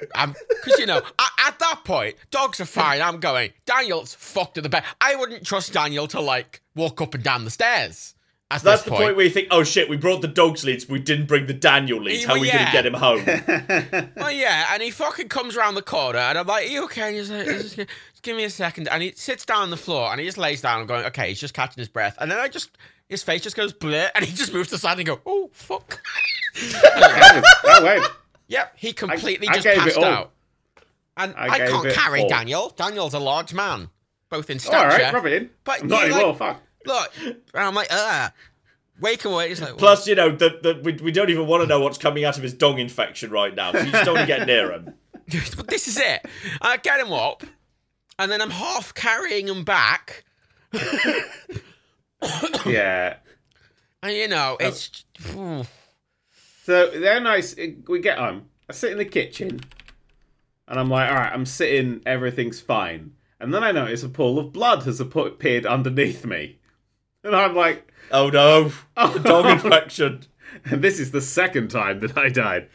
Speaker 1: Because, you know, a- at that point, dogs are fine. I'm going, Daniel's fucked at the back. I wouldn't trust Daniel to, like, walk up and down the stairs. At
Speaker 2: That's
Speaker 1: this
Speaker 2: the point. where you think, oh shit, we brought the dogs leads, we didn't bring the Daniel leads.
Speaker 1: Yeah,
Speaker 2: How are we going to
Speaker 1: yeah.
Speaker 2: get him home?
Speaker 1: Oh, yeah. And he fucking comes around the corner and I'm like, are you okay? And he's like, just, gi- just give me a second. And he sits down on the floor and he just lays down. I'm going, okay, he's just catching his breath. And then I just, his face just goes bleh. And he just moves to the side and go, oh, fuck.
Speaker 3: I went.
Speaker 1: Yep, he completely
Speaker 3: I
Speaker 1: just
Speaker 3: gave it
Speaker 1: passed
Speaker 3: all.
Speaker 1: out. And
Speaker 3: I
Speaker 1: I,
Speaker 3: gave
Speaker 1: can't
Speaker 3: it
Speaker 1: carry
Speaker 3: all.
Speaker 1: Daniel. Daniel's a large man, both in stature.
Speaker 3: All right, rub it in.
Speaker 1: But
Speaker 3: I'm not
Speaker 1: you
Speaker 3: anymore.
Speaker 1: like-
Speaker 3: Fuck.
Speaker 1: Look, and I'm like, ah, wake away. It's like,
Speaker 2: Plus, you know, the, the, we, we don't even want to know what's coming out of his dong infection right now. So you just don't want to get near him.
Speaker 1: But this is it. I get him up, and then I'm half carrying him back.
Speaker 3: Yeah.
Speaker 1: And you know,
Speaker 3: Oh.
Speaker 1: it's Ooh.
Speaker 3: So they're nice. We get home. I sit in the kitchen, and I'm like, all right, I'm sitting. Everything's fine. And then I notice a pool of blood has apo- appeared underneath me, and I'm like,
Speaker 2: Oh no, the dong infection.
Speaker 3: and this is the second time that I died.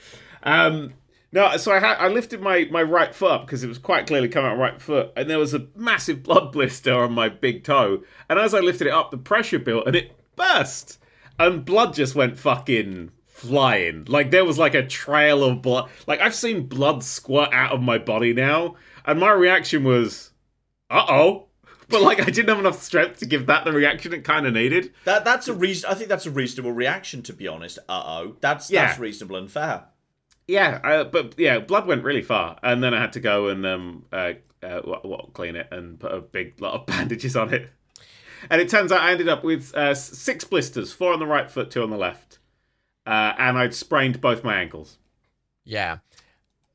Speaker 3: Um, no, so I had I lifted my, my right foot up because it was quite clearly coming out right foot, and there was a massive blood blister on my big toe. And as I lifted it up, the pressure built and it burst, and blood just went fucking flying. Like there was like a trail of blood. Like I've seen blood squirt out of my body now, and my reaction was, "Uh oh." But like I didn't have enough strength to give that the reaction it kind of needed.
Speaker 2: That that's a reason. I think that's a reasonable reaction, to be honest. Uh oh, that's that's
Speaker 3: Yeah.
Speaker 2: reasonable and fair.
Speaker 3: Yeah, uh, but yeah, blood went really far, and then I had to go and um, uh, uh, what, what, clean it and put a big lot of bandages on it. And it turns out I ended up with uh, s- six blisters: four on the right foot, two on the left, uh, and I'd sprained both my ankles.
Speaker 1: yeah.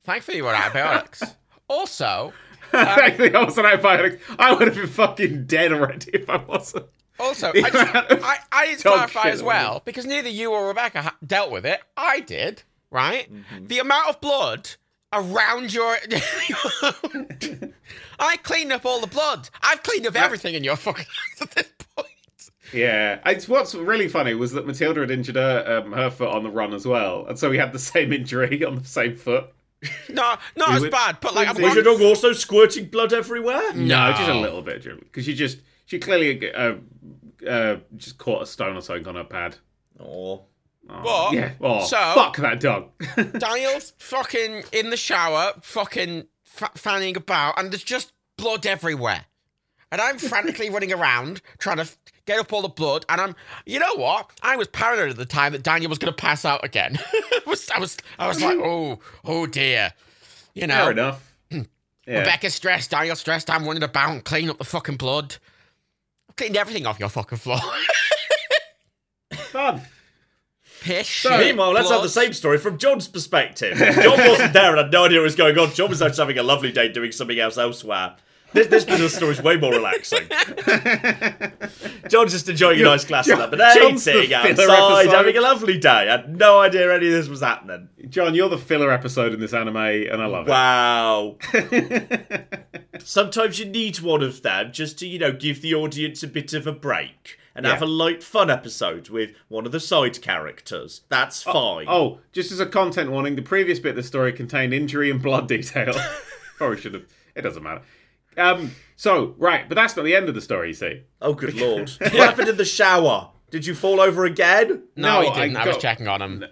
Speaker 1: Thankfully, you were antibiotics. also,
Speaker 3: Thankfully, I was an antibiotic. I would have been fucking dead already if I wasn't.
Speaker 1: also, I, just, I, I need to
Speaker 3: Dog
Speaker 1: clarify
Speaker 3: shit
Speaker 1: as
Speaker 3: on
Speaker 1: well because neither you or Rebecca ha- dealt with it. I did, right? The amount of blood around your, I cleaned up all the blood. I've cleaned up everything in your fucking house at this point.
Speaker 3: Yeah, it's what's really funny was that Matilda had injured her um, her foot on the run as well, and so we had the same injury on the same foot.
Speaker 1: No, not as
Speaker 3: would-
Speaker 1: bad, but like I'm
Speaker 3: would-
Speaker 2: Was
Speaker 1: glad-
Speaker 2: your dog also squirting blood everywhere?
Speaker 3: No,
Speaker 1: No.
Speaker 3: just a little bit, because she just she clearly uh, uh, just caught a stone or something on her pad.
Speaker 2: Oh,
Speaker 3: Oh,
Speaker 1: What?
Speaker 3: Yeah. Oh,
Speaker 1: So-
Speaker 3: fuck that dog.
Speaker 1: Daniel's fucking in the shower, fucking fa- fanning about, and there's just blood everywhere. And I'm frantically running around trying to f- get up all the blood. And I'm, you know what? I was paranoid at the time that Daniel was going to pass out again. I, was, I was, I was like, oh, oh dear. You know,
Speaker 3: Fair enough.
Speaker 1: Hmm.
Speaker 3: Yeah.
Speaker 1: Rebecca's stressed, Daniel's stressed. I'm running about and cleaning up the fucking blood. I cleaned everything off your fucking floor.
Speaker 3: Fun.
Speaker 1: Piss. shit,
Speaker 2: Meanwhile, let's have the
Speaker 1: blood.
Speaker 2: same story from John's perspective. John wasn't there and had no idea what was going on. John was out having a lovely day doing something else elsewhere. This, this bit of the story is way more relaxing. John's just enjoying a nice glass of
Speaker 3: John-
Speaker 2: lemonade,
Speaker 3: John's the
Speaker 2: sitting
Speaker 3: filler
Speaker 2: outside,
Speaker 3: episode.
Speaker 2: having a lovely day. I had no idea any of this was happening.
Speaker 3: John, you're the filler episode in this anime, and I love
Speaker 2: Wow. Sometimes you need one of them just to, you know, give the audience a bit of a break and
Speaker 3: Yeah.
Speaker 2: have a light, fun episode with one of the side characters. That's fine.
Speaker 3: it. Oh, just as a content warning, the previous bit of the story contained injury and blood detail. Probably should have. It doesn't matter. Um. So right, but that's not the end of the story. You see.
Speaker 2: Oh, good lord. What happened in the shower? Did you fall over again?
Speaker 1: No,
Speaker 3: No,
Speaker 1: he didn't.
Speaker 3: I
Speaker 1: I, was
Speaker 3: got-
Speaker 1: checking on him.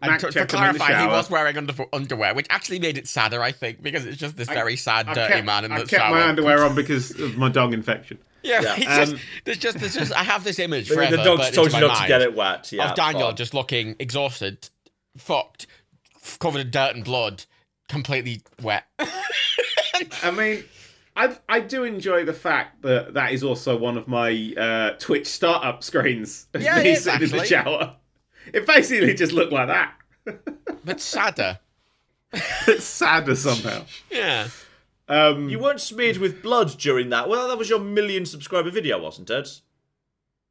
Speaker 3: Mac
Speaker 1: And to, to
Speaker 3: checked him in the
Speaker 1: clarify, he
Speaker 3: shower.
Speaker 1: was wearing under- underwear, which actually made it sadder, I think, because it's just this very sad,
Speaker 3: I
Speaker 1: dirty
Speaker 3: kept-
Speaker 1: man in
Speaker 3: I
Speaker 1: the
Speaker 3: kept
Speaker 1: shower.
Speaker 3: my underwear on because of my dong infection.
Speaker 1: Yeah,
Speaker 2: Yeah.
Speaker 1: It's
Speaker 3: Um,
Speaker 1: just, there's just, there's just, I have this image
Speaker 2: The-
Speaker 1: forever.
Speaker 2: the dog's
Speaker 1: but
Speaker 2: told
Speaker 1: it's
Speaker 2: you
Speaker 1: in my
Speaker 2: not to
Speaker 1: mind
Speaker 2: get it wet. Yeah,
Speaker 1: Of Daniel
Speaker 2: fine.
Speaker 1: just looking exhausted, fucked, f- covered in dirt and blood, completely wet.
Speaker 3: I mean, I I do enjoy the fact that that is also one of my uh, Twitch startup screens. of
Speaker 1: Yeah, it
Speaker 3: me
Speaker 1: is,
Speaker 3: sitting in the
Speaker 1: actually.
Speaker 3: shower. It basically just looked like that.
Speaker 1: but sadder.
Speaker 3: It's sadder somehow.
Speaker 1: Yeah.
Speaker 3: Um,
Speaker 2: You weren't smeared with blood during that. Well, that was your million subscriber video, wasn't it?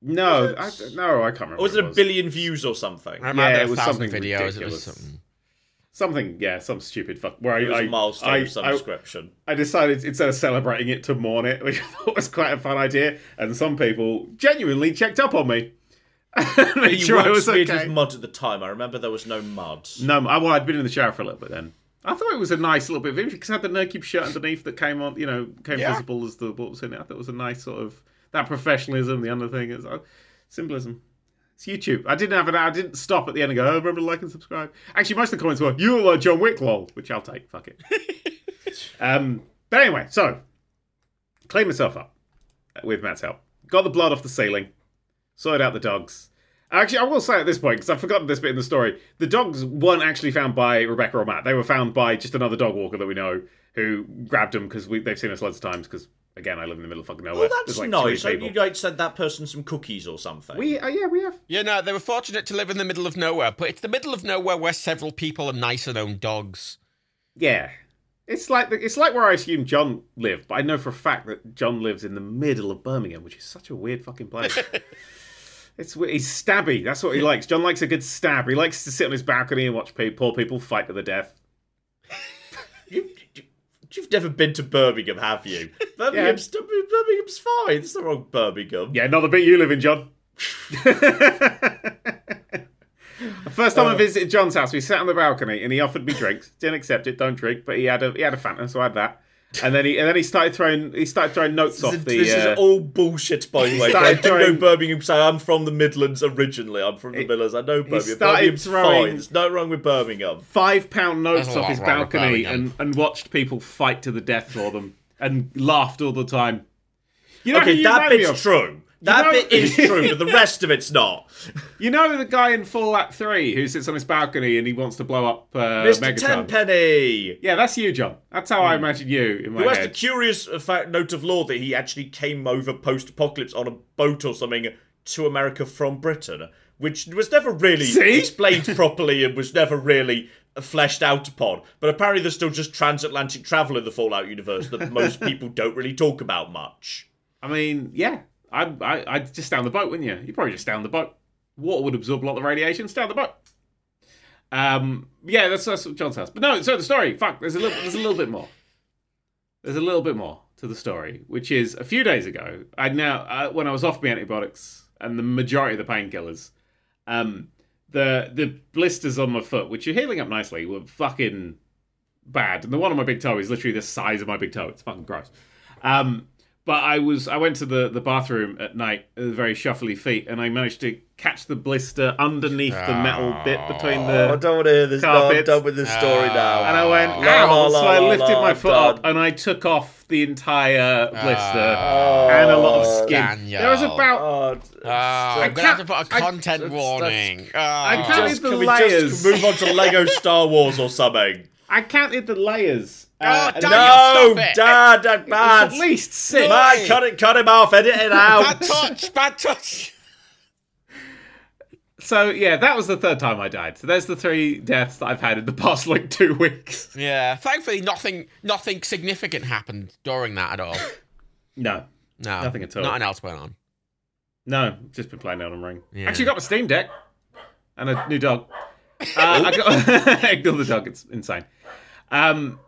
Speaker 3: no, I, no, I can't remember.
Speaker 2: Or was it
Speaker 3: what
Speaker 2: a billion views or something?
Speaker 1: I remember
Speaker 3: it
Speaker 1: a
Speaker 3: was
Speaker 1: thousand
Speaker 3: something
Speaker 1: videos. It
Speaker 3: ridiculous.
Speaker 1: was something.
Speaker 3: Something, yeah, some stupid fuck. Where
Speaker 2: It was
Speaker 3: I,
Speaker 2: a milestone
Speaker 3: I,
Speaker 2: of some
Speaker 3: I,
Speaker 2: description.
Speaker 3: I decided instead of celebrating it to mourn it, which I thought was quite a fun idea, and some people genuinely checked up on me. Made
Speaker 2: You
Speaker 3: sure I
Speaker 2: weren't
Speaker 3: was
Speaker 2: smeared
Speaker 3: okay.
Speaker 2: with mud at the time. I remember there was no mud.
Speaker 3: No, I, well, I'd been in the shower for a little bit then. I thought it was a nice little bit of imagery because I had the Nerdcube shirt underneath that came on, you know, came
Speaker 1: Yeah.
Speaker 3: visible as the what was in it. I thought it was a nice sort of that professionalism. The other thing is uh, symbolism. It's YouTube. I didn't have an. I didn't stop at the end and go. Oh, remember to like and subscribe. Actually, most of the comments were you were like John Wick, lol, which I'll take. Fuck it. um, but anyway, so clean myself up with Matt's help. Got the blood off the ceiling. Sorted out the dogs. Actually, I will say at this point because I've forgotten this bit in the story. The dogs weren't actually found by Rebecca or Matt. They were found by just another dog walker that we know who grabbed them because they've seen us loads of times. Because again, I live in the middle of fucking nowhere.
Speaker 2: Well, that's
Speaker 3: There's like
Speaker 2: nice.
Speaker 3: three
Speaker 2: Hope
Speaker 3: people.
Speaker 2: you guys sent that person some cookies or something.
Speaker 3: we uh, yeah we have
Speaker 1: Yeah, no, they were fortunate to live in the middle of nowhere, but it's the middle of nowhere where several people are nice and own dogs.
Speaker 3: yeah. It's like the, it's like where I assume John lived, but I know for a fact that John lives in the middle of Birmingham, which is such a weird fucking place. It's we- he's stabby. That's what he likes. John likes a good stab. He likes to sit on his balcony and watch pe- poor people fight to the death.
Speaker 2: You, you, you've never been to Birmingham, have you? Birmingham's, Birmingham's fine. It's the wrong Birmingham.
Speaker 3: Yeah, not the bit you live in, John. The First time I visited John's house, we sat on the balcony and he offered me drinks. Didn't accept it, don't drink. But he had a he had a Fanta, so I had that. And then he and then he started throwing he started throwing notes
Speaker 2: This,
Speaker 3: off
Speaker 2: is,
Speaker 3: the.
Speaker 2: this
Speaker 3: uh,
Speaker 2: is all bullshit, by the way. I
Speaker 3: started
Speaker 2: do know
Speaker 3: throwing-
Speaker 2: Birmingham, so I'm from the Midlands originally. I'm from the
Speaker 3: He-
Speaker 2: Midlands. I know Birmingham.
Speaker 3: started
Speaker 2: Birmingham's
Speaker 3: throwing-
Speaker 2: fine. There's no wrong with Birmingham.
Speaker 3: five pound notes
Speaker 1: There's a
Speaker 3: off
Speaker 1: lot
Speaker 3: his
Speaker 1: wrong with
Speaker 3: balcony
Speaker 1: Birmingham.
Speaker 3: and, and watched people fight to the death for them and laughed all the time. You know who
Speaker 2: Okay,
Speaker 3: you
Speaker 2: that
Speaker 3: remind me
Speaker 2: bit's
Speaker 3: of?
Speaker 2: true. That
Speaker 3: know-
Speaker 2: bit is true, but the rest of it's not.
Speaker 3: You know the guy in Fallout 3 who sits on his balcony and he wants to blow up uh,
Speaker 2: Mr.
Speaker 3: Megaton?
Speaker 2: Tenpenny!
Speaker 3: Yeah, that's you, John. That's how I imagine you in my
Speaker 2: Who has the
Speaker 3: head.
Speaker 2: curious uh, fact, note of law that he actually came over post apocalypse on a boat or something to America from Britain, which was never really
Speaker 3: See?
Speaker 2: explained properly and was never really uh, fleshed out upon. But apparently, there's still just transatlantic travel in the Fallout universe that most people don't really talk about much.
Speaker 3: I mean, yeah, I, I, I'd just down the boat, wouldn't you? You'd probably just down the boat. Water would absorb a lot of the radiation. Stay on the boat. Um, yeah, that's, that's what John's house. But no, so the story. Fuck, there's a little, there's a little bit more. There's a little bit more to the story, which is a few days ago. I now uh, when I was off my antibiotics and the majority of the painkillers, um, the the blisters on my foot, which are healing up nicely, were fucking bad. And the one on my big toe is literally the size of my big toe. It's fucking gross. Um, but I was I went to the, the bathroom at night with very shuffly feet, and I managed to catch the blister underneath the metal bit between the.
Speaker 2: don't want to hear this.
Speaker 3: No, I'm Carpets. done with
Speaker 2: this
Speaker 1: story now.
Speaker 3: And I went,
Speaker 2: La, la,
Speaker 3: ow!
Speaker 2: la,
Speaker 3: so I
Speaker 2: la,
Speaker 3: lifted
Speaker 2: la,
Speaker 3: my foot
Speaker 2: done.
Speaker 3: up and I took off the entire blister
Speaker 1: Oh,
Speaker 3: and a lot of skin.
Speaker 1: Ah.
Speaker 3: Ah.
Speaker 1: Daniel.
Speaker 3: There was about
Speaker 1: Oh, I'm gonna have to put a
Speaker 3: I-
Speaker 1: content
Speaker 3: that's-
Speaker 1: warning.
Speaker 3: I can't
Speaker 1: Oh.
Speaker 3: even- the
Speaker 2: can we
Speaker 3: layers.
Speaker 2: just move on to Lego Star Wars or something?
Speaker 3: I counted the layers. uh,
Speaker 1: Oh,
Speaker 3: and
Speaker 1: Daniel,
Speaker 3: there
Speaker 1: stop
Speaker 2: No,
Speaker 1: it.
Speaker 2: Dad, that
Speaker 3: was
Speaker 2: bad.
Speaker 3: at least six.
Speaker 2: Man, cut it, cut him off, edit it
Speaker 1: Bad
Speaker 2: out.
Speaker 1: touch, bad touch.
Speaker 3: So yeah, that was the third time I died. So there's the three deaths that I've had in the past like two weeks.
Speaker 1: Yeah, thankfully nothing, nothing significant happened during that at all.
Speaker 3: No,
Speaker 1: No,
Speaker 3: Nothing at all.
Speaker 1: Nothing else went on.
Speaker 3: no, just been playing Elden Ring.
Speaker 1: Yeah.
Speaker 3: Actually, got a Steam Deck and a new dog. Uh,
Speaker 1: Oh.
Speaker 3: I got ignore the dog. It's insane. Um,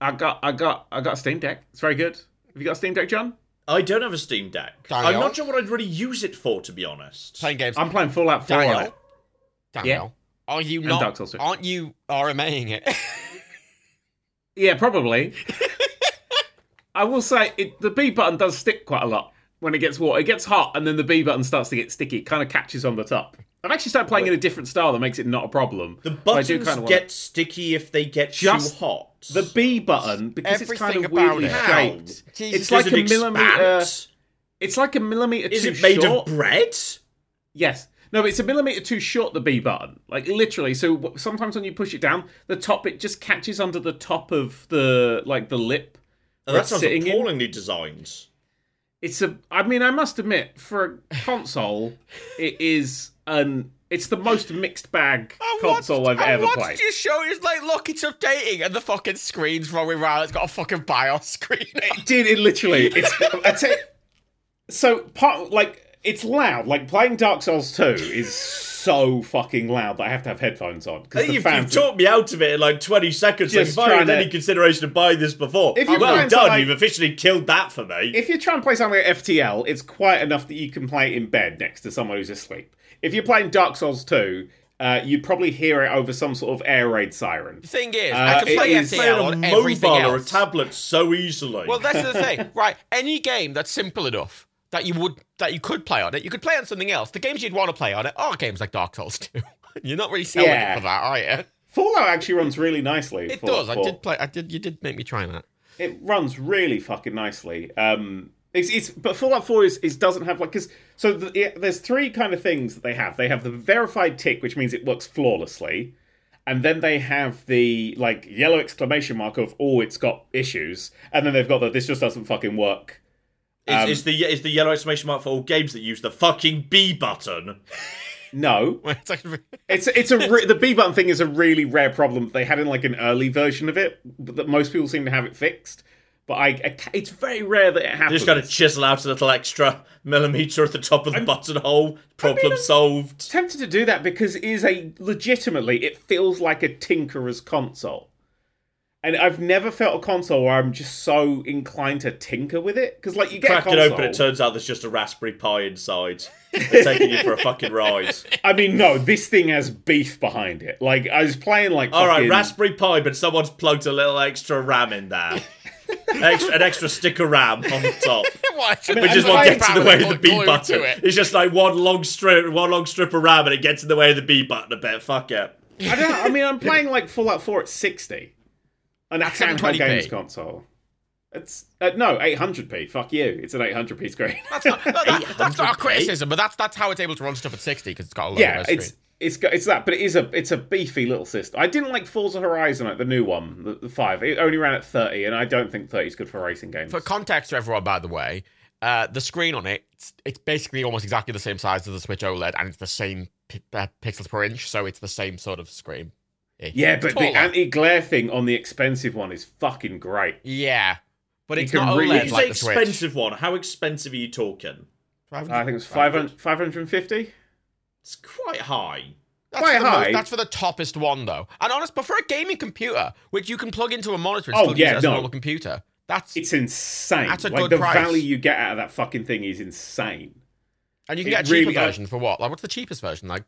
Speaker 3: I got, I got, I got a Steam Deck. It's very good. Have you got a Steam Deck, John?
Speaker 2: I don't have a Steam Deck.
Speaker 1: Daniel?
Speaker 2: I'm not sure what I'd really use it for, to be honest.
Speaker 1: Playing games.
Speaker 3: I'm playing Fallout 4 on
Speaker 1: Daniel,
Speaker 3: it.
Speaker 1: Daniel, are you not?
Speaker 3: Dark Souls too.
Speaker 1: Aren't you RMAing it?
Speaker 3: Yeah, probably. I will say it, the B button does stick quite a lot when it gets water. It gets hot, and then the B button starts to get sticky. It kind of catches on the top. I've actually started playing in a different style that makes it not a problem.
Speaker 2: the
Speaker 3: But I do
Speaker 2: buttons
Speaker 3: kinda wanna-
Speaker 2: get sticky if they get
Speaker 3: Just
Speaker 2: too hot.
Speaker 3: the B button because it's kind
Speaker 1: Everything
Speaker 3: of
Speaker 1: about
Speaker 3: weirdly
Speaker 1: it.
Speaker 3: shaped.
Speaker 1: Jesus,
Speaker 3: it's like
Speaker 2: Does
Speaker 3: a
Speaker 2: it expand?
Speaker 3: millimeter. It's like a millimeter
Speaker 2: Is
Speaker 3: too
Speaker 2: it made
Speaker 3: short.
Speaker 2: of bread? Oh,
Speaker 3: Yes. No, but it's a millimeter too short, the B button. Like, literally. So w- sometimes when you push it down, the top, it just catches under the top of the, like, the lip.
Speaker 2: Oh,
Speaker 3: where
Speaker 2: that
Speaker 3: it's
Speaker 2: sounds
Speaker 3: sitting in.
Speaker 2: appallingly designed.
Speaker 3: It's a. I mean, I must admit, for a console, it is an. It's the most mixed bag
Speaker 1: I
Speaker 3: console
Speaker 1: watched,
Speaker 3: I've
Speaker 1: I
Speaker 3: ever
Speaker 1: watched
Speaker 3: played.
Speaker 1: your show. It's like, look, it's updating, and the fucking screen's rolling around. It's got a fucking BIOS screen.
Speaker 3: Dude, it literally. It's. I tell you- so part like it's loud. Like playing Dark Souls Two is so fucking loud that I have to have headphones on because
Speaker 2: Hey,
Speaker 3: the
Speaker 2: You've, you've
Speaker 3: fans.
Speaker 2: talked me out of it in like 20 seconds. Like,
Speaker 3: Just
Speaker 2: if I had
Speaker 3: trying to-
Speaker 2: any consideration of buying this before,
Speaker 3: If you
Speaker 2: well
Speaker 3: plan
Speaker 2: done.
Speaker 3: to, like-
Speaker 2: You've officially killed that for me.
Speaker 3: if you try and play something like FTL, it's quiet enough that you can play it in bed next to someone who's asleep. If you're playing Dark Souls Two, uh, you'd probably hear it over some sort of air raid siren.
Speaker 1: The thing is,
Speaker 3: Uh,
Speaker 1: I can
Speaker 3: it
Speaker 1: play
Speaker 3: is-
Speaker 2: Play it
Speaker 1: FTL
Speaker 2: on a
Speaker 1: on everything
Speaker 2: mobile or a
Speaker 1: else.
Speaker 2: tablet so easily.
Speaker 1: Well, that's the thing, right? Any game that's simple enough that you would that you could play on it, you could play on something else. The games you'd want to play on it are games like Dark Souls 2. You're not really selling
Speaker 3: Yeah.
Speaker 1: it for that, are you?
Speaker 3: Fallout actually runs really nicely.
Speaker 1: It
Speaker 3: Fallout
Speaker 1: does. I
Speaker 3: 4.
Speaker 1: did play. I did. You did make me try that.
Speaker 3: It runs really fucking nicely. Um, It's, it's but Fallout Four is, is doesn't have like because so the, it, there's three kind of things that they have. They have the verified tick, which means it works flawlessly, and then they have the like yellow exclamation mark of oh it's got issues, and then they've got the this just doesn't fucking work.
Speaker 2: Is,
Speaker 3: Um,
Speaker 2: is the is the yellow exclamation mark for all games that use the fucking B button?
Speaker 3: No,
Speaker 1: Well, it's actually-
Speaker 3: It's it's a re- the B button thing is a really rare problem that they had in like an early version of it but that most people seem to have it fixed. But I, I ca- it's very rare that it happens.
Speaker 2: Just got to chisel out a little extra millimeter at the top of the buttonhole. Problem solved.
Speaker 3: tempted to do that because it is a legitimately it feels like a tinkerer's console. And I've never felt a console where I'm just so inclined to tinker with it because like you get
Speaker 2: Cracked
Speaker 3: a
Speaker 2: it
Speaker 3: console.
Speaker 2: open. It turns out there's just a Raspberry Pi inside. They're taking you for a fucking ride.
Speaker 3: I mean, no, this thing has beef behind it. Like I was playing like
Speaker 2: All right,
Speaker 3: fucking-
Speaker 2: Raspberry Pi, but someone's plugged a little extra RAM in there. extra, an extra stick of RAM on the top.
Speaker 1: What?
Speaker 2: Which is
Speaker 3: I'm
Speaker 2: what
Speaker 3: trying
Speaker 2: gets in the way of the B button. It's just like one long strip, one long strip of RAM, and it gets in the way of the B button a bit. Fuck it.
Speaker 3: I don't. know, I mean, I'm playing like Fallout 4 at 60 on a handheld
Speaker 1: 720p.
Speaker 3: games console. It's uh, no 800p. Fuck you. It's an 800p screen.
Speaker 1: That's not, that- that- that's not a criticism, but that's that's how it's able to run stuff at 60 because it's got a lot
Speaker 3: yeah,
Speaker 1: of
Speaker 3: it's it's got- it's that, but it is a it's a beefy little system. I didn't like Forza Horizon, like the new one, the, the five. It only ran at 30, and I don't think 30 is good for racing games.
Speaker 1: For context to everyone, by the way, uh, the screen on it, it's, it's basically almost exactly the same size as the Switch OLED, and it's the same pi- uh, pixels per inch, so it's the same sort of screen.
Speaker 3: yeah, but the
Speaker 1: Taller.
Speaker 3: anti-glare thing on the expensive one is fucking great.
Speaker 1: yeah, but
Speaker 3: You
Speaker 1: it's
Speaker 3: can
Speaker 1: not
Speaker 3: really-
Speaker 1: OLED
Speaker 2: It's
Speaker 1: like
Speaker 2: an
Speaker 1: the
Speaker 2: expensive
Speaker 1: Switch.
Speaker 2: one. How expensive are you talking?
Speaker 3: I think it's 500, 550.
Speaker 2: It's quite high.
Speaker 1: That's
Speaker 3: Quite
Speaker 1: for the mo-
Speaker 3: high.
Speaker 1: that's for the toppest one, though. And honest, but for a gaming computer, which you can plug into a monitor and
Speaker 3: Oh,
Speaker 1: still
Speaker 3: yeah,
Speaker 1: use it as
Speaker 3: no.
Speaker 1: a normal computer, that's
Speaker 3: It's insane.
Speaker 1: That's a
Speaker 3: like
Speaker 1: good
Speaker 3: the
Speaker 1: price.
Speaker 3: value you get out of that fucking thing is insane.
Speaker 1: and you can
Speaker 3: it
Speaker 1: get a cheaper
Speaker 3: really- I-
Speaker 1: version for what? Like, what's the cheapest version? Like,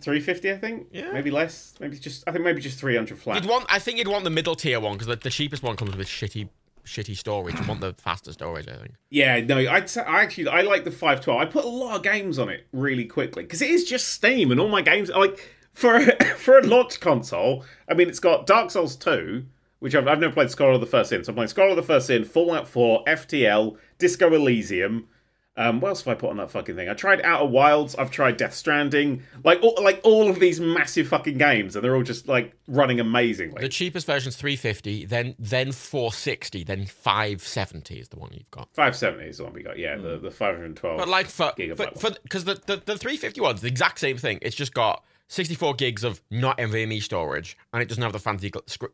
Speaker 3: three fifty, I think.
Speaker 1: Yeah.
Speaker 3: Maybe less. Maybe just I think maybe just three hundred flat.
Speaker 1: you'd want. I think you'd want the middle tier one because the, the cheapest one comes with shitty, shitty storage. You want the faster storage, I think.
Speaker 3: yeah, no, I'd say, I actually I like the five twelve. I put a lot of games on it really quickly because it is just Steam and all my games are like for a, for a launch console. I mean, it's got Dark Souls two, which I've, I've never played. Scholar of the First Sin, so I'm playing Scholar of the First Sin, Fallout four, FTL, Disco Elysium. Um, what else have I put on that fucking thing? I tried Outer Wilds. I've tried Death Stranding. Like all, like all of these massive fucking games, and they're all just like running amazingly.
Speaker 1: The cheapest version's three fifty, then then four sixty, then five seventy is the one you've got.
Speaker 3: Five seventy is the one we got. Yeah,
Speaker 1: Hmm.
Speaker 3: the, the five hundred twelve.
Speaker 1: But like for
Speaker 3: Gigabyte
Speaker 1: for
Speaker 3: one.
Speaker 1: because the, the the three fifty one's the exact same thing. It's just got sixty four gigs of not NVMe E storage, and it doesn't have the fancy gl- scr-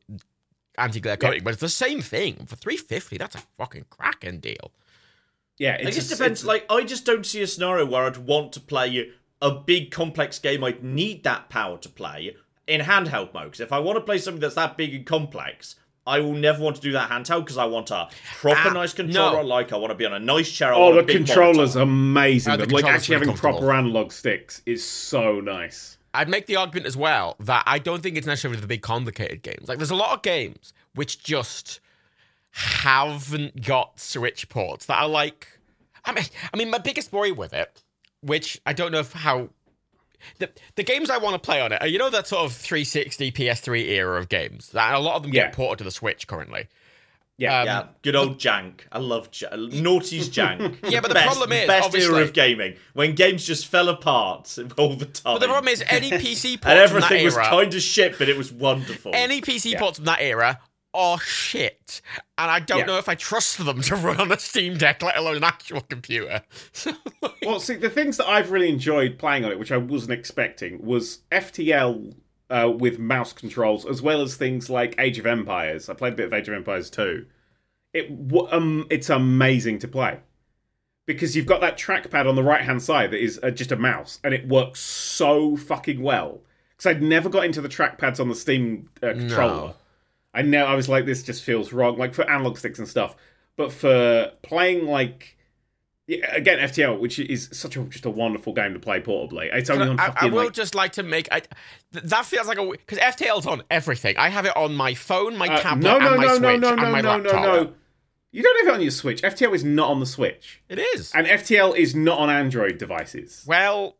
Speaker 1: anti glare coating. But it's the same thing for three fifty. That's a fucking cracking deal.
Speaker 3: yeah,
Speaker 2: It
Speaker 3: it's
Speaker 2: just
Speaker 3: it's-
Speaker 2: depends. Like, I just don't see a scenario where I'd want to play a big, complex game. I'd need that power to play in handheld mode. 'Cause if I want to play something that's that big and complex, I will never want to do that handheld because I want a proper
Speaker 1: Ah,
Speaker 2: nice controller.
Speaker 1: no.
Speaker 2: I Like, I want to be on a nice chair. I
Speaker 3: oh,
Speaker 2: want a
Speaker 3: the
Speaker 2: big
Speaker 3: controller's
Speaker 2: monitor.
Speaker 3: amazing.
Speaker 1: Uh, the
Speaker 3: but, like
Speaker 1: controller's
Speaker 3: actually
Speaker 1: really
Speaker 3: having proper
Speaker 1: comfortable.
Speaker 3: analog sticks is so nice.
Speaker 1: I'd make the argument as well that I don't think it's necessarily the big complicated games. Like there's a lot of games which just haven't got Switch ports that are like. I mean, I mean, my biggest worry with it, which I don't know if how the the games I want to play on it, are, you know, that sort of 360 PS3 era of games. That a lot of them
Speaker 3: Yeah.
Speaker 1: get ported to the Switch currently.
Speaker 3: Yeah.
Speaker 1: Um,
Speaker 2: Yeah, good old jank. I love j- naughty's jank.
Speaker 1: Yeah, but the
Speaker 2: best,
Speaker 1: problem is,
Speaker 2: best
Speaker 1: obviously-
Speaker 2: era of gaming when games just fell apart all the time.
Speaker 1: But the problem is, any PC port
Speaker 2: and everything
Speaker 1: from that
Speaker 2: was
Speaker 1: era,
Speaker 2: kind of shit, but it was wonderful.
Speaker 1: any PC ports from that era are shit, and I don't
Speaker 3: Yeah.
Speaker 1: know if I trust them to run on a Steam Deck, let alone an actual computer. So, like,
Speaker 3: Well, see, the things that I've really enjoyed playing on it, which I wasn't expecting, was FTL uh, with mouse controls, as well as things like Age of Empires. I played a bit of Age of Empires 2. It wa- um, it's amazing to play because you've got that trackpad on the right hand side that is uh, just a mouse, and it works so fucking well. Because I'd never got into the trackpads on the Steam uh, controller. I know I was like, this just feels wrong, like for analog sticks and stuff. But for playing like yeah, again FTL, which is such a just a wonderful game to play portably. It's only on
Speaker 1: I, I
Speaker 3: fucking
Speaker 1: will
Speaker 3: like,
Speaker 1: just like to make I, th- that feels like a because FTL's on everything. I have it on my phone, my
Speaker 3: uh,
Speaker 1: tablet,
Speaker 3: no no
Speaker 1: and my
Speaker 3: no no
Speaker 1: Switch,
Speaker 3: no
Speaker 1: and
Speaker 3: no
Speaker 1: my
Speaker 3: no no
Speaker 1: laptop.
Speaker 3: no. You don't have it on your Switch. FTL is not on the Switch,
Speaker 1: It is
Speaker 3: and FTL is not on Android devices.
Speaker 1: well.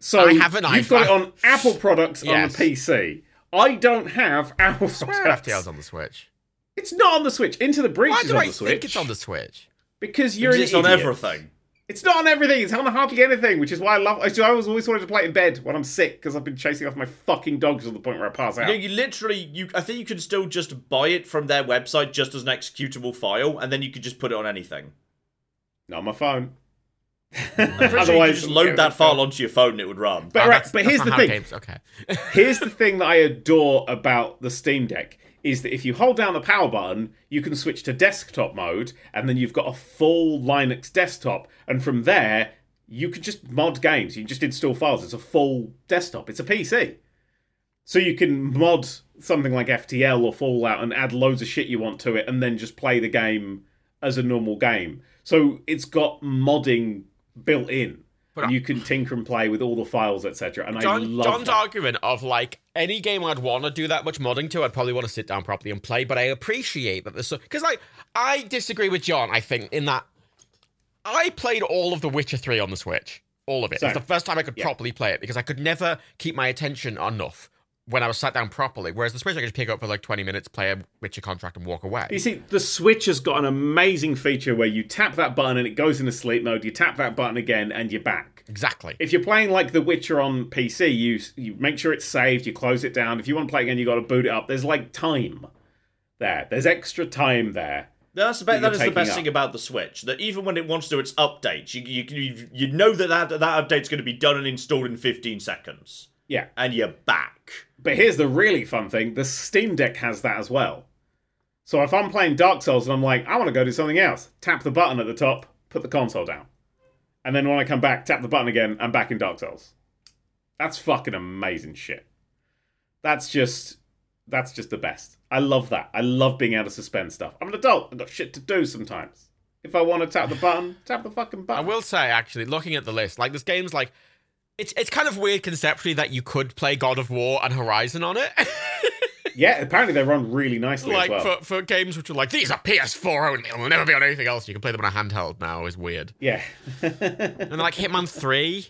Speaker 3: So
Speaker 1: I have an
Speaker 3: you've got it
Speaker 1: iPhone.
Speaker 3: on Apple products
Speaker 1: Yes.
Speaker 3: on the PC. I don't have Apple
Speaker 1: FTL's
Speaker 3: products.
Speaker 1: on the Switch.
Speaker 3: It's not on the Switch. Into the Breach
Speaker 1: Why
Speaker 3: is
Speaker 1: do
Speaker 3: on
Speaker 1: I
Speaker 3: the Switch.
Speaker 1: think it's on the Switch?
Speaker 3: because you're
Speaker 2: Because
Speaker 3: an
Speaker 2: it's on
Speaker 3: idiot.
Speaker 2: everything.
Speaker 3: It's not on everything. It's on hardly anything, which is why I love. Which is why I was always wanted to play it in bed when I'm sick because I've been chasing off my fucking dogs to the point where I pass out.
Speaker 2: No, you literally you I think you can still just buy it from their website just as an executable file and then you could just put it on anything.
Speaker 3: Not on my phone.
Speaker 2: I'm pretty sure you could just
Speaker 3: yeah,
Speaker 2: load that file onto your phone and it would run.
Speaker 1: Oh,
Speaker 3: But right,
Speaker 1: that's-
Speaker 3: but
Speaker 1: that's
Speaker 3: here's
Speaker 1: not
Speaker 3: the
Speaker 1: how
Speaker 3: thing.
Speaker 1: Games. Okay.
Speaker 3: Here's the thing that I adore about the Steam Deck is that if you hold down the power button, you can switch to desktop mode, and then you've got a full Linux desktop, and from there you can just mod games. You can just install files. It's a full desktop. It's a PC, so you can mod something like FTL or Fallout and add loads of shit you want to it, and then just play the game as a normal game. So it's got modding built in.
Speaker 1: But
Speaker 3: and
Speaker 1: I-
Speaker 3: you can tinker and play with all the files, etc. And I
Speaker 1: John,
Speaker 3: love
Speaker 1: John's
Speaker 3: that.
Speaker 1: argument of like any game I'd want to do that much modding to, I'd probably want to sit down properly and play. But I appreciate that there's because like I disagree with John. I think in that I played all of The Witcher Three on the Switch, all of it.
Speaker 3: Same.
Speaker 1: It's the first time I could
Speaker 3: Yeah.
Speaker 1: properly play it because I could never keep my attention enough when I was sat down properly. Whereas the Switch, I could just pick up for like 20 minutes, play a Witcher contract, and walk away.
Speaker 3: You see, the Switch has got an amazing feature where you tap that button and it goes into sleep mode. You tap that button again and you're back.
Speaker 1: exactly.
Speaker 3: If you're playing like The Witcher on PC, you you make sure it's saved. You close it down. If you want to play again, you got to boot it up. There's like time there. There's extra time there.
Speaker 2: That's the be- that
Speaker 3: you're
Speaker 2: is the
Speaker 3: taking
Speaker 2: best
Speaker 3: up.
Speaker 2: thing about the Switch. That even when it wants to do its updates, you you you, you know that, that that update's going to be done and installed in 15 seconds,
Speaker 3: Yeah.
Speaker 2: and you're back.
Speaker 3: But here's the really fun thing: the Steam Deck has that as well. So if I'm playing Dark Souls and I'm like, I want to go do something else, tap the button at the top, put the console down, and then when I come back, tap the button again, I'm back in Dark Souls. That's fucking amazing shit. That's just that's just the best. I love that. I love being able to suspend stuff. I'm an adult. I've got shit to do sometimes. If I want to tap the button, tap the fucking
Speaker 1: I
Speaker 3: button.
Speaker 1: will say, actually, looking at the list, like this game's like it's it's kind of weird conceptually that you could play God of War and Horizon on it.
Speaker 3: Yeah, apparently they run really nicely
Speaker 1: like
Speaker 3: as well.
Speaker 1: for, for games which are like these are PS4 only, it'll never be on anything else. You can play them on a handheld now. Is weird.
Speaker 3: Yeah.
Speaker 1: And like Hitman Three,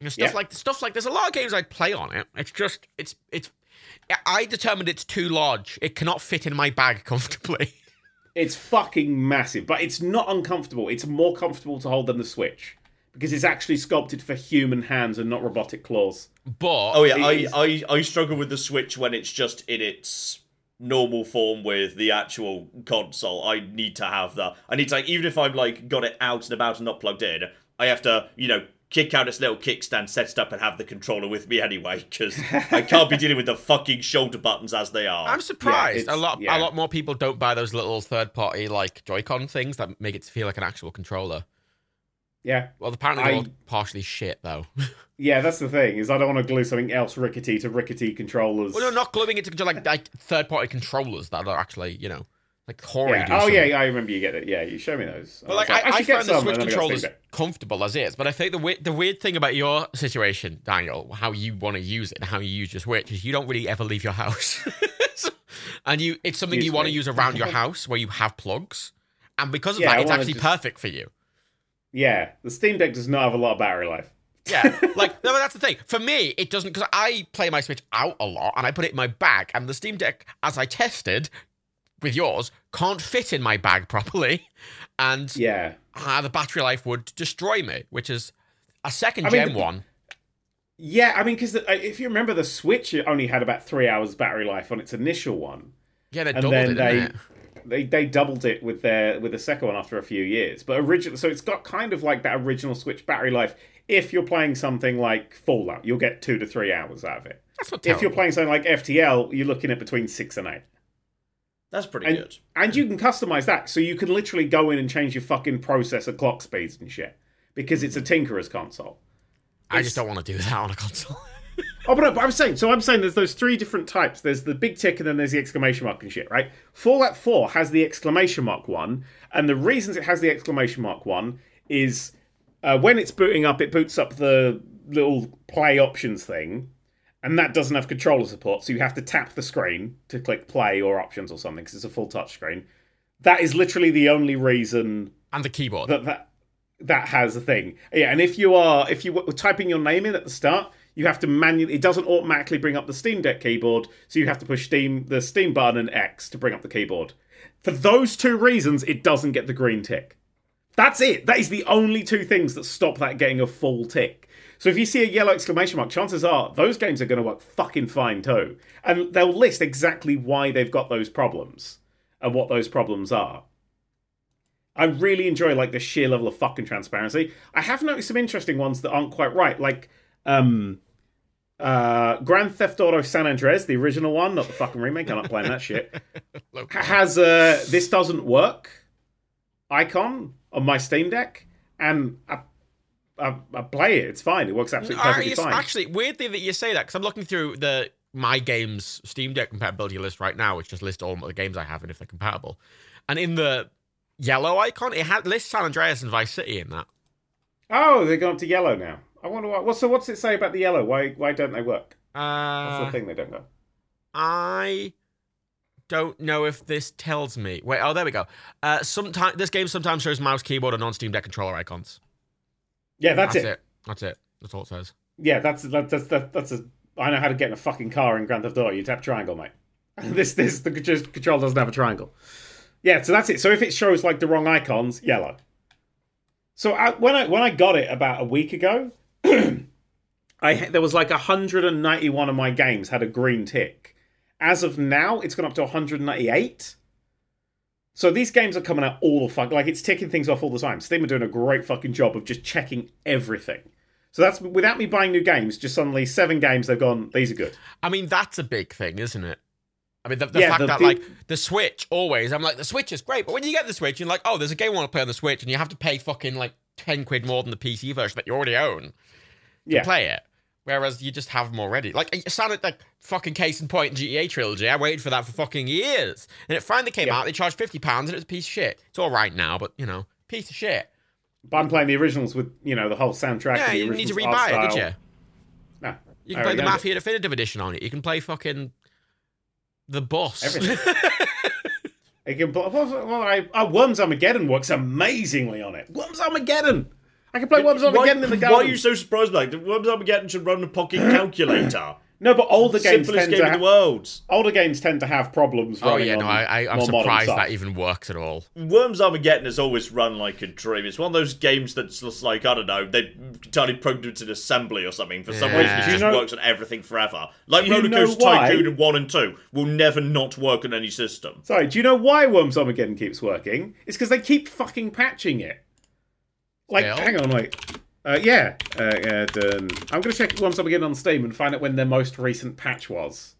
Speaker 1: and stuff
Speaker 3: Yeah.
Speaker 1: like stuff like there's a lot of games I'd play on it. It's just it's it's. I determined it's too large. It cannot fit in my bag comfortably.
Speaker 3: It's fucking massive, but it's not uncomfortable. It's more comfortable to hold than the Switch because it's actually sculpted for human hands and not robotic claws.
Speaker 1: But
Speaker 2: Oh yeah,
Speaker 3: It
Speaker 2: I,
Speaker 3: is-
Speaker 2: I I struggle with the Switch when it's just in its normal form with the actual console. I need to have that. I need to like even if I've like got it out and about and not plugged in, I have to you know kick out its little kickstand, set it up, and have the controller with me anyway because I can't be dealing with the fucking shoulder buttons as they are.
Speaker 1: I'm surprised
Speaker 3: it's-
Speaker 1: a lot a
Speaker 3: yeah.
Speaker 1: lot more people don't buy those little third party like Joy-Con things that make it feel like an actual controller.
Speaker 3: Yeah,
Speaker 1: Well, apparently they're
Speaker 3: I-
Speaker 1: all partially shit though.
Speaker 3: yeah, that's the thing is I don't want to glue something else rickety to rickety controllers.
Speaker 1: well, no, not gluing it to control like like third party controllers that are actually you know like Corey.
Speaker 3: yeah.
Speaker 1: do
Speaker 3: Oh
Speaker 1: some-
Speaker 3: yeah, yeah, I remember you get it. Yeah, you show me those.
Speaker 1: But like,
Speaker 3: was
Speaker 1: I, I,
Speaker 3: should get
Speaker 1: find the
Speaker 3: some,
Speaker 1: Switch
Speaker 3: and then I got Steam
Speaker 1: controllers
Speaker 3: Deck.
Speaker 1: comfortable as is, but I think the we- the weird thing about your situation, Daniel, how you want to use it and how you use your Switch is you don't really ever leave your house, So- and you it's something you want to
Speaker 3: Usually.
Speaker 1: use around your house where you have plugs, and because of
Speaker 3: Yeah,
Speaker 1: that,
Speaker 3: I
Speaker 1: it's
Speaker 3: wanna
Speaker 1: actually
Speaker 3: just-
Speaker 1: perfect for you.
Speaker 3: Yeah, the Steam Deck does not have a lot of battery life.
Speaker 1: Yeah, like no, but that's the thing. For me, it doesn't because I play my Switch out a lot, and I put it in my bag. And the Steam Deck, as I tested with yours, can't fit in my bag properly, and
Speaker 3: Yeah,
Speaker 1: ah, the battery life would destroy me. Which is a second
Speaker 3: I mean,
Speaker 1: gen
Speaker 3: the-
Speaker 1: one.
Speaker 3: yeah. I mean, because if you remember, the Switch only had about three hours battery life on its initial one.
Speaker 1: Yeah, they
Speaker 3: and
Speaker 1: doubled
Speaker 3: then
Speaker 1: it,
Speaker 3: they-
Speaker 1: didn't it?
Speaker 3: they they doubled it with their with the second one after a few years. But original, so it's got kind of like that original Switch battery life. If you're playing something like Fallout, you'll get two to three hours out of it.
Speaker 1: That's not
Speaker 3: If you're
Speaker 1: terrible.
Speaker 3: playing something like FTL, you're looking at between six and eight.
Speaker 2: That's pretty
Speaker 3: And
Speaker 2: good.
Speaker 3: and you can customize that, so you can literally go in and change your fucking processor clock speeds and shit because it's a tinkerer's console.
Speaker 1: Hmm. I just don't want to do that on a console.
Speaker 3: Oh, but, no, but I'm saying, so I'm saying there's those three different types. There's the big tick and then there's the exclamation mark and shit, right? Fallout 4 has the exclamation mark one, and the reasons it has the exclamation mark one is uh, when it's booting up, it boots up the little play options thing, and that doesn't have controller support, so you have to tap the screen to click play or options or something because it's a full touch screen. That is literally the only reason
Speaker 1: and the keyboard.
Speaker 3: that that that has a thing. Yeah, and if you are if you were typing your name in at the start, you have to manually. It doesn't automatically bring up the Steam Deck keyboard, so you have to push Steam the Steam button and X to bring up the keyboard. For those two reasons, it doesn't get the green tick. That's it. That is the only two things that stop that getting a full tick. So if you see a yellow exclamation mark, chances are those games are going to work fucking fine too. And they'll list exactly why they've got those problems and what those problems are. I really enjoy like the sheer level of fucking transparency. I have noticed some interesting ones that aren't quite right, like um uh Grand Theft Auto San Andreas, the original one, not the fucking remake. I'm not playing that shit.
Speaker 1: Local.
Speaker 3: Has a this doesn't work icon on my Steam Deck, and I, I, I play it. It's fine. It works absolutely
Speaker 1: Ah,
Speaker 3: perfectly
Speaker 1: it's
Speaker 3: fine.
Speaker 1: Actually, weird thing that you say that because I'm looking through the my games Steam Deck compatibility list right now, which just lists all the games I have and if they're compatible. And in the yellow icon, it had lists San Andreas and Vice City in that.
Speaker 3: oh, they're going up to yellow now. I wonder why. Well, so what's it say about the yellow? Why why don't they work? That's
Speaker 1: Uh,
Speaker 3: the thing they don't work.
Speaker 1: I don't know if this tells me. Wait, oh, there we go. Uh, sometimes this game sometimes shows mouse, keyboard, and non-Steam Deck controller icons.
Speaker 3: Yeah, that's, it.
Speaker 1: That's it. That's all it says.
Speaker 3: Yeah, that's that, that's that, that's a. I know how to get in a fucking car in Grand Theft Auto. You tap triangle, mate. this this the just, control doesn't have a triangle. Yeah, so that's it. So if it shows like the wrong icons, yellow. So I, when I when I got it about a week ago, I there was like 191 of my games had a green tick. As of now, it's gone up to 198. So these games are coming out all the fuck like it's ticking things off all the time. Steam are doing a great fucking job of just checking everything. So that's without me buying new games. Just suddenly seven games they've gone. These are good.
Speaker 1: I mean, that's a big thing, isn't it? I mean, the, the
Speaker 3: Yeah,
Speaker 1: fact
Speaker 3: the
Speaker 1: that,
Speaker 3: big-
Speaker 1: like, the Switch always, I'm like, the Switch is great, but when you get the Switch, you're like, oh, there's a game I want to play on the Switch, and you have to pay fucking, like, 10 quid more than the PC version that you already own to
Speaker 3: Yeah.
Speaker 1: play it. Whereas you just have them already. Like, it sounded like fucking case in point GTA trilogy. I waited for that for fucking years. And it finally came
Speaker 3: Yeah.
Speaker 1: out, they charged £50 and it was a piece of shit. It's all right now, but, you know, piece of shit.
Speaker 3: But I'm playing the originals with you know the whole soundtrack.
Speaker 1: Yeah,
Speaker 3: and the
Speaker 1: you didn't need to
Speaker 3: originals art
Speaker 1: rebuy it, did
Speaker 3: style.
Speaker 1: you? You
Speaker 3: No, I
Speaker 1: can play the
Speaker 3: already owned
Speaker 1: Mafia Definitive Edition on it. You can play fucking The Boss.
Speaker 3: Everything. It. It can, pl- well, well, I, oh, Worms Armageddon works amazingly on it. Worms Armageddon. I can play Worms Armageddon in the
Speaker 2: why are
Speaker 3: garden.
Speaker 2: you so surprised? Like the Worms Armageddon should run a pocket calculator.
Speaker 3: no, but older games
Speaker 2: Simplest
Speaker 3: tend
Speaker 2: game
Speaker 3: to
Speaker 2: in the
Speaker 3: ha-
Speaker 2: world.
Speaker 3: older games tend to have problems.
Speaker 1: Oh
Speaker 3: running
Speaker 1: yeah, no,
Speaker 3: on
Speaker 1: I, I, I'm
Speaker 3: more modern
Speaker 1: surprised
Speaker 3: stuff.
Speaker 1: that even works at all.
Speaker 2: Worms Armageddon has always run like a dream. It's one of those games that's just like, I don't know, they entirely programmed it in assembly or something. For some
Speaker 1: Yeah.
Speaker 2: reason, it
Speaker 1: Do
Speaker 2: just
Speaker 3: you know-
Speaker 2: works on everything forever. Like
Speaker 3: Do you
Speaker 2: Roller
Speaker 3: know
Speaker 2: Coaster
Speaker 3: why?
Speaker 2: Tycoon and 1 and 2 will never not work on any system.
Speaker 3: Sorry, do you know why Worms Armageddon keeps working? It's because they keep fucking patching it. Like,
Speaker 1: Still?
Speaker 3: hang on, wait. Uh, yeah, uh, uh, dun. I'm going to check Worms Armageddon on Steam and find out when their most recent patch was.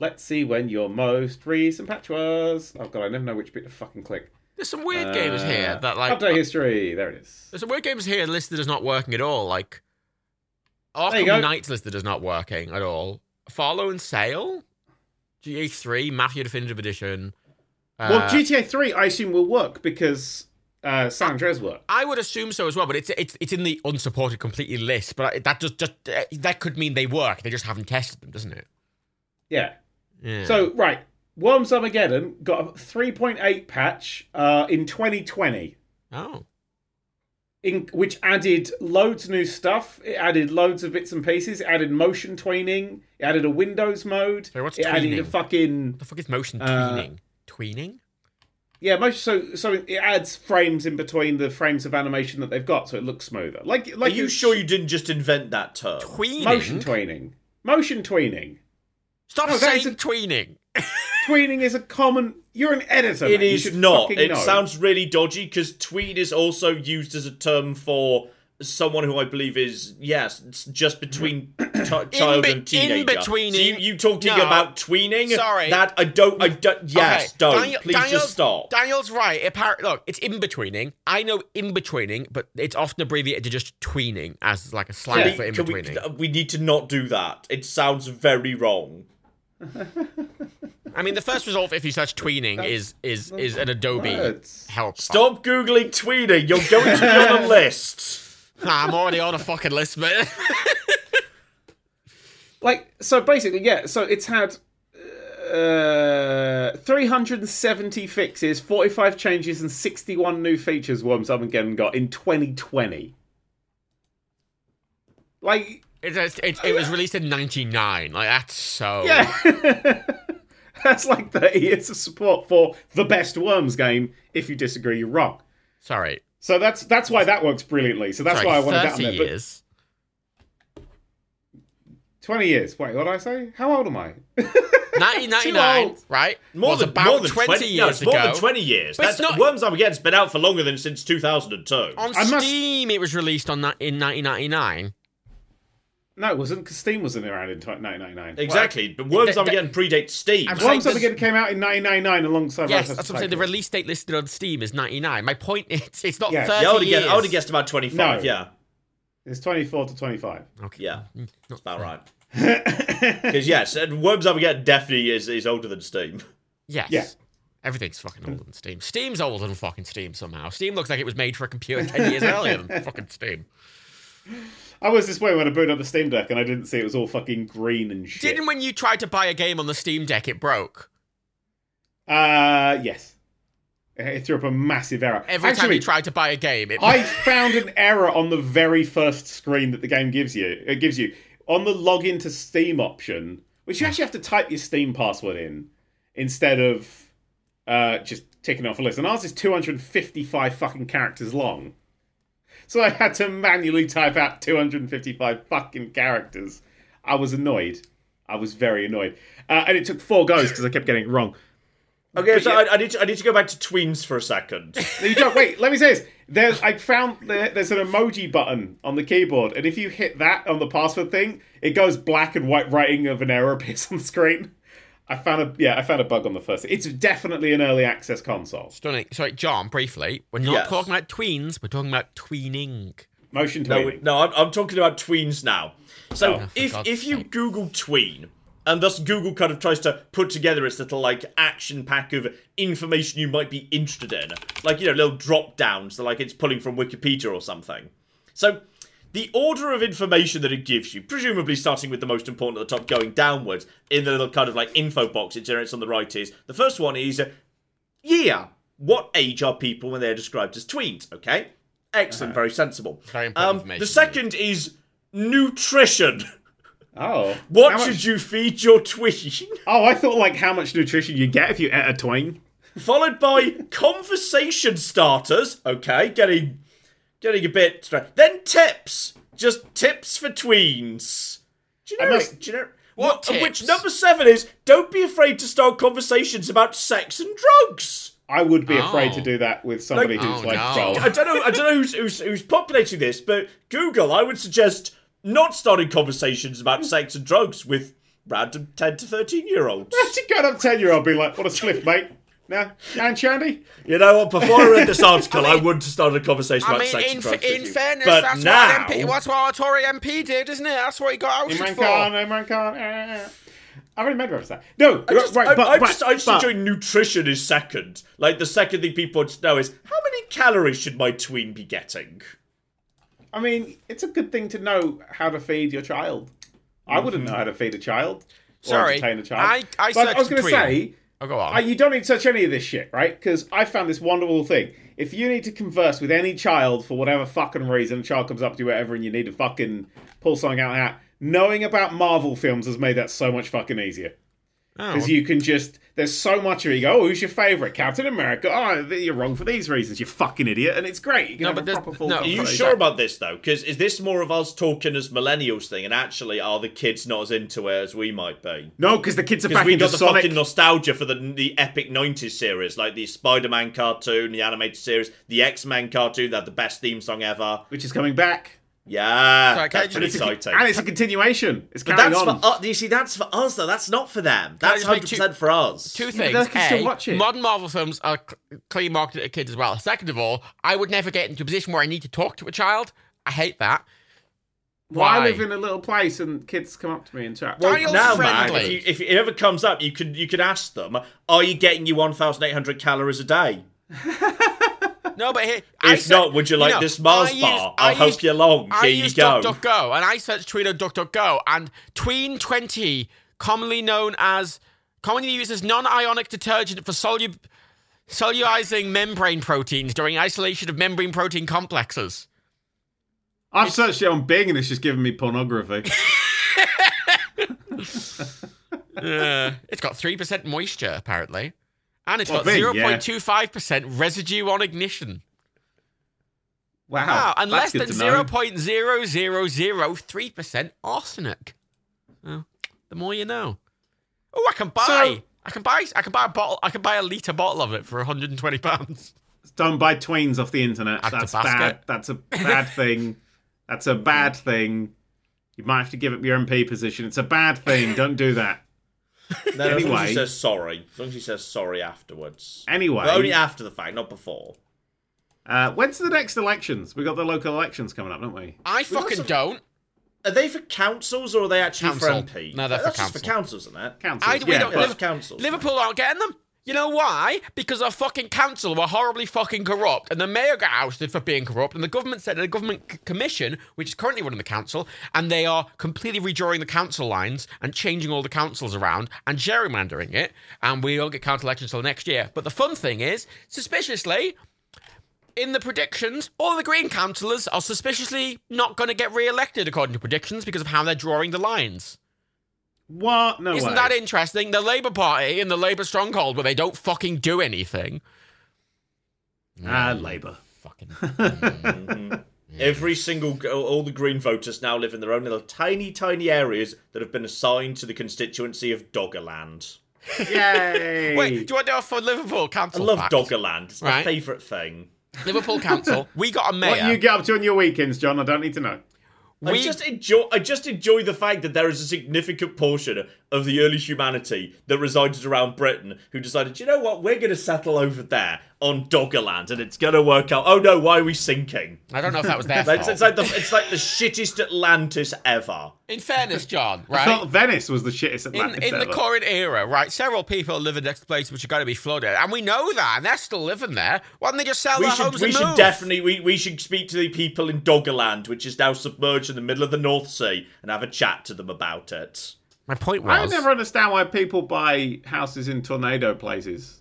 Speaker 3: Let's see when your most recent patch was. Oh god, I never know which bit to fucking click.
Speaker 1: There's some weird games here
Speaker 3: Uh,
Speaker 1: that like
Speaker 3: update history. There it is.
Speaker 1: there's some weird games here listed as not working at all. Like
Speaker 3: There you
Speaker 1: Arkham
Speaker 3: go.
Speaker 1: Knight's listed as not working at all. Follow and Sail, GA3, Mafia Definitive Edition. Uh,
Speaker 3: well, GTA 3, I assume will work because uh, San Andreas worked.
Speaker 1: I would assume so as well, but it's it's it's in the unsupported completely list. But I- that just just uh, that could mean they work. They just haven't tested them, doesn't it?
Speaker 3: Yeah.
Speaker 1: Yeah.
Speaker 3: So right, Worms Armageddon got a 3.8 patch uh, in 2020.
Speaker 1: oh
Speaker 3: in, which added loads of new stuff. It added loads of bits and pieces. It added motion tweening. It added a Windows mode.
Speaker 1: Sorry, what's
Speaker 3: it added a
Speaker 1: tweening?
Speaker 3: fucking
Speaker 1: the fuck is motion
Speaker 3: Uh,
Speaker 1: tweening? tweening?
Speaker 3: yeah. Most so so it adds frames in between the frames of animation that they've got, so it looks smoother. Like
Speaker 2: Are
Speaker 3: like
Speaker 2: you
Speaker 3: it's
Speaker 2: sure you didn't just invent that term?
Speaker 1: Tweening.
Speaker 3: motion tweening? Motion tweening.
Speaker 1: Stop
Speaker 3: No, that is
Speaker 1: saying
Speaker 3: a-
Speaker 1: tweening.
Speaker 3: Tweening is a common. You're an editor.
Speaker 2: It
Speaker 3: man. You
Speaker 2: is
Speaker 3: should
Speaker 2: not.
Speaker 3: fucking
Speaker 2: It
Speaker 3: know.
Speaker 2: sounds really dodgy because tween is also used as a term for someone who I believe is yes, it's just between t- child
Speaker 1: be-
Speaker 2: and teenager.
Speaker 1: in betweening-
Speaker 2: So you, you talking
Speaker 1: No.
Speaker 2: about tweening?
Speaker 1: Sorry.
Speaker 2: that I don't. I don't. Yes,
Speaker 1: Okay,
Speaker 2: don't.
Speaker 1: Daniel-
Speaker 2: Please
Speaker 1: Daniel's-
Speaker 2: just stop.
Speaker 1: Daniel's right. Appar- look, it's in betweening. I know in betweening, but it's often abbreviated to just tweening as like a slang
Speaker 3: Yeah,
Speaker 1: for in
Speaker 2: Can we,
Speaker 1: betweening.
Speaker 2: we need to not do that. It sounds very wrong.
Speaker 1: I mean, the first result if you search tweening is is is an Adobe
Speaker 3: words.
Speaker 1: help.
Speaker 2: Stop googling tweening. You're going to be on a list.
Speaker 1: Nah, I'm already on a fucking list, man.
Speaker 3: like so basically yeah so it's had uh 370 fixes 45 changes and 61 new features worms up again got in 2020 like
Speaker 1: it's, it's, it's, it was released in '99. Like that's so.
Speaker 3: yeah That's like 30 years of support for the best Worms game. If you disagree, you're wrong.
Speaker 1: Sorry.
Speaker 3: So that's that's why that works brilliantly. So that's
Speaker 1: Sorry,
Speaker 3: why I wanted that on
Speaker 1: 30
Speaker 3: there. But
Speaker 1: years.
Speaker 3: 20 years. Wait, what did I say? How old am I?
Speaker 1: 1999,
Speaker 3: old.
Speaker 1: right?
Speaker 2: More
Speaker 1: was
Speaker 2: than,
Speaker 1: about
Speaker 2: more than
Speaker 1: 20, years
Speaker 2: no, it's
Speaker 1: ago.
Speaker 2: more than 20 years.
Speaker 1: But it's
Speaker 2: That's,
Speaker 1: not-
Speaker 2: Worms Armageddon's been out for longer than since 2002.
Speaker 1: On
Speaker 3: I must-
Speaker 1: Steam, it was released on that in 1999.
Speaker 3: No, it wasn't because Steam wasn't around in 1999.
Speaker 2: exactly, but
Speaker 1: Th-
Speaker 2: Worms
Speaker 1: th-
Speaker 2: Armageddon predates Steam.
Speaker 1: I'm
Speaker 3: Worms
Speaker 1: saying
Speaker 3: Up Again came out in 1999 alongside
Speaker 1: Yes,
Speaker 3: Rise of
Speaker 1: that's what I'm saying. The
Speaker 3: Titans.
Speaker 1: release date listed on Steam is 99. My point is, it's not
Speaker 3: Yeah.
Speaker 1: 30
Speaker 2: Yeah, I would have
Speaker 1: years.
Speaker 2: guessed, I would've guessed about 25,
Speaker 3: No.
Speaker 2: yeah.
Speaker 3: It's 24 to 25.
Speaker 1: Okay.
Speaker 2: Yeah, that's about right. Because, yes, and Worms Armageddon definitely is, is older than Steam.
Speaker 1: Yes.
Speaker 3: Yeah. Mm.
Speaker 1: Everything's fucking older than Steam. Steam's older than fucking Steam somehow. Steam looks like it was made for a computer 10 years earlier than fucking Steam.
Speaker 3: I was this way when I booted up the Steam Deck and I didn't see it was all fucking green and shit.
Speaker 1: Didn't when you tried to buy a game on the Steam Deck, it broke.
Speaker 3: Uh, yes. It threw up a massive error.
Speaker 1: Every time
Speaker 3: Actually,
Speaker 1: you tried to buy a game, it
Speaker 3: I found an error on the very first screen that the game gives you. It gives you on the login to Steam option, which you actually have to type your Steam password in instead of uh, just ticking off a list. And ours is 255 fucking characters long. So I had to manually type out 255 fucking characters. I was annoyed. I was very annoyed. Uh, and it took four goes because I kept getting it wrong.
Speaker 2: Okay, so I, I, need to, I need to go back to tweens for a second.
Speaker 3: No, you don't. Wait, let me say this. There's, I found there, there's an emoji button on the keyboard, and if you hit that on the password thing, it goes black and white writing of an error appears on the screen. I found a yeah, I found a bug on the first. It's definitely an early access console.
Speaker 1: Stunning. Sorry, John, briefly, we're not
Speaker 2: Yes.
Speaker 1: talking about tweens, we're talking about tweening.
Speaker 3: Motion
Speaker 2: No,
Speaker 3: tweening.
Speaker 2: we- no, I'm, I'm talking about tweens now. So
Speaker 1: Oh, for
Speaker 2: if
Speaker 1: God's
Speaker 2: if you
Speaker 1: sake.
Speaker 2: Google tween, and thus Google kind of tries to put together its little like action pack of information you might be interested in, like you know little drop downs that like it's pulling from Wikipedia or something. So the order of information that it gives you, presumably starting with the most important at the top, going downwards in the little kind of like info box it generates on the right is the first one is uh, year. What age are people when they're described as tweens? Okay, excellent, very sensible.
Speaker 1: Uh-huh.
Speaker 2: Um,
Speaker 1: Very important
Speaker 2: the
Speaker 1: information.
Speaker 2: second is nutrition.
Speaker 3: Oh,
Speaker 2: What
Speaker 3: How
Speaker 2: should
Speaker 3: much-
Speaker 2: you feed your tween?
Speaker 3: Oh, I thought like how much nutrition you get if you eat a tween.
Speaker 2: Followed by conversation starters. Okay, getting getting a bit stra- Then tips. Just tips for tweens. Generic.
Speaker 3: must-
Speaker 2: generic.
Speaker 1: What
Speaker 2: of Which
Speaker 1: tips?
Speaker 2: number seven is don't be afraid to start conversations about sex and drugs.
Speaker 3: I would be afraid
Speaker 1: Oh.
Speaker 3: to do that with somebody
Speaker 2: Like-
Speaker 3: who's
Speaker 1: Oh,
Speaker 3: like
Speaker 1: no.
Speaker 3: twelve.
Speaker 2: I don't know. I don't know who's, who's who's populating this, but Google, I would suggest not starting conversations about sex and drugs with random ten to thirteen year olds.
Speaker 3: She got up ten year old, be like, "What a spliff, mate." Now, and Shandy.
Speaker 2: You know what? Before I read this article, I, would start a conversation
Speaker 1: I
Speaker 2: about
Speaker 1: mean,
Speaker 2: sex
Speaker 1: in,
Speaker 2: and drugs. with
Speaker 1: in
Speaker 2: you.
Speaker 1: fairness,
Speaker 2: but
Speaker 1: that's,
Speaker 2: now,
Speaker 1: what an MP, that's what a Tory MP did, isn't it? That's what he got out
Speaker 3: Imran
Speaker 1: for.
Speaker 3: Khan, Imran Khan. eh. I already made reference to that. No,
Speaker 2: I just,
Speaker 3: right,
Speaker 2: I,
Speaker 3: but,
Speaker 2: I
Speaker 3: but-
Speaker 2: just, I just
Speaker 3: but-
Speaker 2: enjoy nutrition is second. Like the second thing people want to know is how many calories should my tween be getting?
Speaker 3: I mean, it's a good thing to know how to feed your child.
Speaker 2: Mm-hmm.
Speaker 3: I wouldn't know how to feed a child. or
Speaker 1: Sorry,
Speaker 3: entertain a
Speaker 1: I-
Speaker 3: child.
Speaker 1: I
Speaker 3: but I was
Speaker 1: searched
Speaker 3: going to
Speaker 1: between.
Speaker 3: say,
Speaker 1: Oh, go on.
Speaker 3: I, you don't need to search any of this shit, right? Because I found this wonderful thing. If you need to converse with any child for whatever fucking reason, a child comes up to you, whatever, and you need to fucking pull something out of the hat, knowing about Marvel films has made that so much fucking easier.
Speaker 1: Oh,
Speaker 3: Because you can just, there's so much of it. You go, oh, who's your favourite? Captain America. Oh, th- you're wrong for these reasons. You fucking idiot. And it's great. You can
Speaker 1: No,
Speaker 3: have
Speaker 1: but
Speaker 3: a
Speaker 1: there's-
Speaker 3: proper full
Speaker 1: no,
Speaker 2: Are you
Speaker 3: conversation.
Speaker 2: sure about this though? Because is this more of us talking as millennials thing, and actually are the kids not as into it as we might be?
Speaker 3: No, because the kids are
Speaker 2: Because
Speaker 3: back
Speaker 2: we
Speaker 3: into
Speaker 2: got the
Speaker 3: Sonic.
Speaker 2: fucking nostalgia for the the epic '90s series, like the Spider-Man cartoon, the animated series, the X-Men cartoon. They had the best theme song ever.
Speaker 3: which is coming back.
Speaker 2: Yeah,
Speaker 1: Sorry, can I
Speaker 2: that's
Speaker 1: just-
Speaker 2: pretty
Speaker 1: It's
Speaker 3: It's a-
Speaker 2: exciting.
Speaker 3: and it's a continuation. It's
Speaker 2: But
Speaker 3: carrying
Speaker 2: that's
Speaker 3: on.
Speaker 2: for us. You see, that's for us though. That's not for them. That's
Speaker 1: just make
Speaker 2: hundred
Speaker 1: two-
Speaker 2: percent for us.
Speaker 1: Two
Speaker 3: Yeah,
Speaker 1: things.
Speaker 3: but they can still
Speaker 1: A,
Speaker 3: watch it.
Speaker 1: Modern Marvel films are cl- clearly marketed at kids as well. Second of all, I would never get into a position where I need to talk to a child. I hate that.
Speaker 3: Why?
Speaker 1: Why?
Speaker 3: I live in a little place and kids come up to me and chat.
Speaker 1: Well,
Speaker 3: Well,
Speaker 1: Child
Speaker 2: now, man, if,
Speaker 1: friendly.
Speaker 2: you, if it ever comes up, you could you could ask them: Are you getting your one thousand eight hundred calories a day?
Speaker 1: No, but here,
Speaker 2: If not, would you like
Speaker 1: know,
Speaker 2: this Mars
Speaker 1: I used-
Speaker 2: bar?
Speaker 1: I
Speaker 2: I'll help
Speaker 1: used-
Speaker 2: you along.
Speaker 1: I
Speaker 2: Here you
Speaker 1: used
Speaker 2: go.
Speaker 1: DuckDuckGo, and I searched Tweet on DuckDuckGo, and Tween 20, commonly known as, commonly used as non-ionic detergent for solu- solubilizing membrane proteins during isolation of membrane protein complexes.
Speaker 3: I've searched it on Bing and it's just giving me pornography.
Speaker 1: Uh, it's got 3% moisture, apparently. And it's
Speaker 3: Well,
Speaker 1: got
Speaker 3: me, yeah.
Speaker 1: 0.25% residue on ignition.
Speaker 3: Wow.
Speaker 1: Wow, and
Speaker 3: Ah, that's
Speaker 1: less
Speaker 3: good
Speaker 1: than
Speaker 3: to know.
Speaker 1: 0.0003% arsenic. Well, the more you know. Oh, I can buy. I can buy. I can buy a bottle. I can buy a liter bottle of it for 120 pounds.
Speaker 3: It's done by tweens off the internet.
Speaker 1: Act
Speaker 3: That's
Speaker 1: of basket.
Speaker 3: bad. That's a bad thing. That's a bad thing. You might have to give up your MP position. It's a bad thing. Don't do that.
Speaker 2: No, as long as
Speaker 3: Anyway.
Speaker 2: he says sorry. As long as he says sorry afterwards. But only
Speaker 3: Anyway,
Speaker 2: after the fact, not before.
Speaker 3: uh, when's the next elections? We got the local elections coming up, don't we?
Speaker 1: I
Speaker 2: got
Speaker 1: fucking
Speaker 2: some-
Speaker 1: don't.
Speaker 2: Are they for councils or are they actually
Speaker 1: Council.
Speaker 2: for MP?
Speaker 1: No, they're for
Speaker 2: That's just for
Speaker 1: council.
Speaker 2: councils, isn't it?
Speaker 3: Councils.
Speaker 1: I- we
Speaker 3: yeah,
Speaker 1: don't
Speaker 2: Yeah,
Speaker 3: but-
Speaker 2: that's councils.
Speaker 1: Liverpool aren't getting them. You know why? Because our fucking council were horribly fucking corrupt, and the mayor got ousted for being corrupt, and the government said, and the government c- commission, which is currently running the council, and they are completely redrawing the council lines and changing all the councils around and gerrymandering it, and we don't get council elections till next year. But the fun thing is, suspiciously, in the predictions, all the Green councillors are suspiciously not going to get re-elected according to predictions because of how they're drawing the lines.
Speaker 3: what? No
Speaker 1: Isn't
Speaker 3: way.
Speaker 1: that interesting? The Labour Party in the Labour stronghold where they don't fucking do anything.
Speaker 3: Ah, Labour.
Speaker 1: Fucking.
Speaker 2: Every single, all the Green voters now live in their own little tiny, tiny areas that have been assigned to the constituency of Doggerland.
Speaker 3: Yay!
Speaker 1: Wait, do you want to do a fun Liverpool
Speaker 2: I
Speaker 1: council?
Speaker 2: love
Speaker 1: fact?
Speaker 2: Doggerland. It's my
Speaker 1: Right.
Speaker 2: favourite thing.
Speaker 1: Liverpool council. We got a mayor.
Speaker 3: what you get up to on your weekends, John? I don't need to know.
Speaker 2: I
Speaker 1: We-
Speaker 2: just enjoy. I just enjoy the fact that there is a significant portion of the early humanity that resided around Britain who decided, "Do you know what, we're going to settle over there on Doggerland, and it's going to work out. Oh no, why are we sinking?
Speaker 1: I don't know if that was their
Speaker 2: It's,
Speaker 1: fault.
Speaker 2: it's like the it's like the shittest Atlantis ever.
Speaker 1: In fairness, John,
Speaker 3: I
Speaker 1: right?
Speaker 3: thought Venice was the shittest
Speaker 1: In,
Speaker 3: Atlantis
Speaker 1: in the
Speaker 3: ever.
Speaker 1: current era, right, several people live in next place which are going to be flooded, and we know that, and they're still living there. Why don't they just sell
Speaker 2: We
Speaker 1: their
Speaker 2: should
Speaker 1: homes
Speaker 2: we
Speaker 1: and
Speaker 2: should
Speaker 1: move?
Speaker 2: definitely we, we should speak to the people in Doggerland, which is now submerged in the middle of the North Sea, and have a chat to them about it.
Speaker 1: My point was,
Speaker 3: I would never understand why people buy houses in tornado places.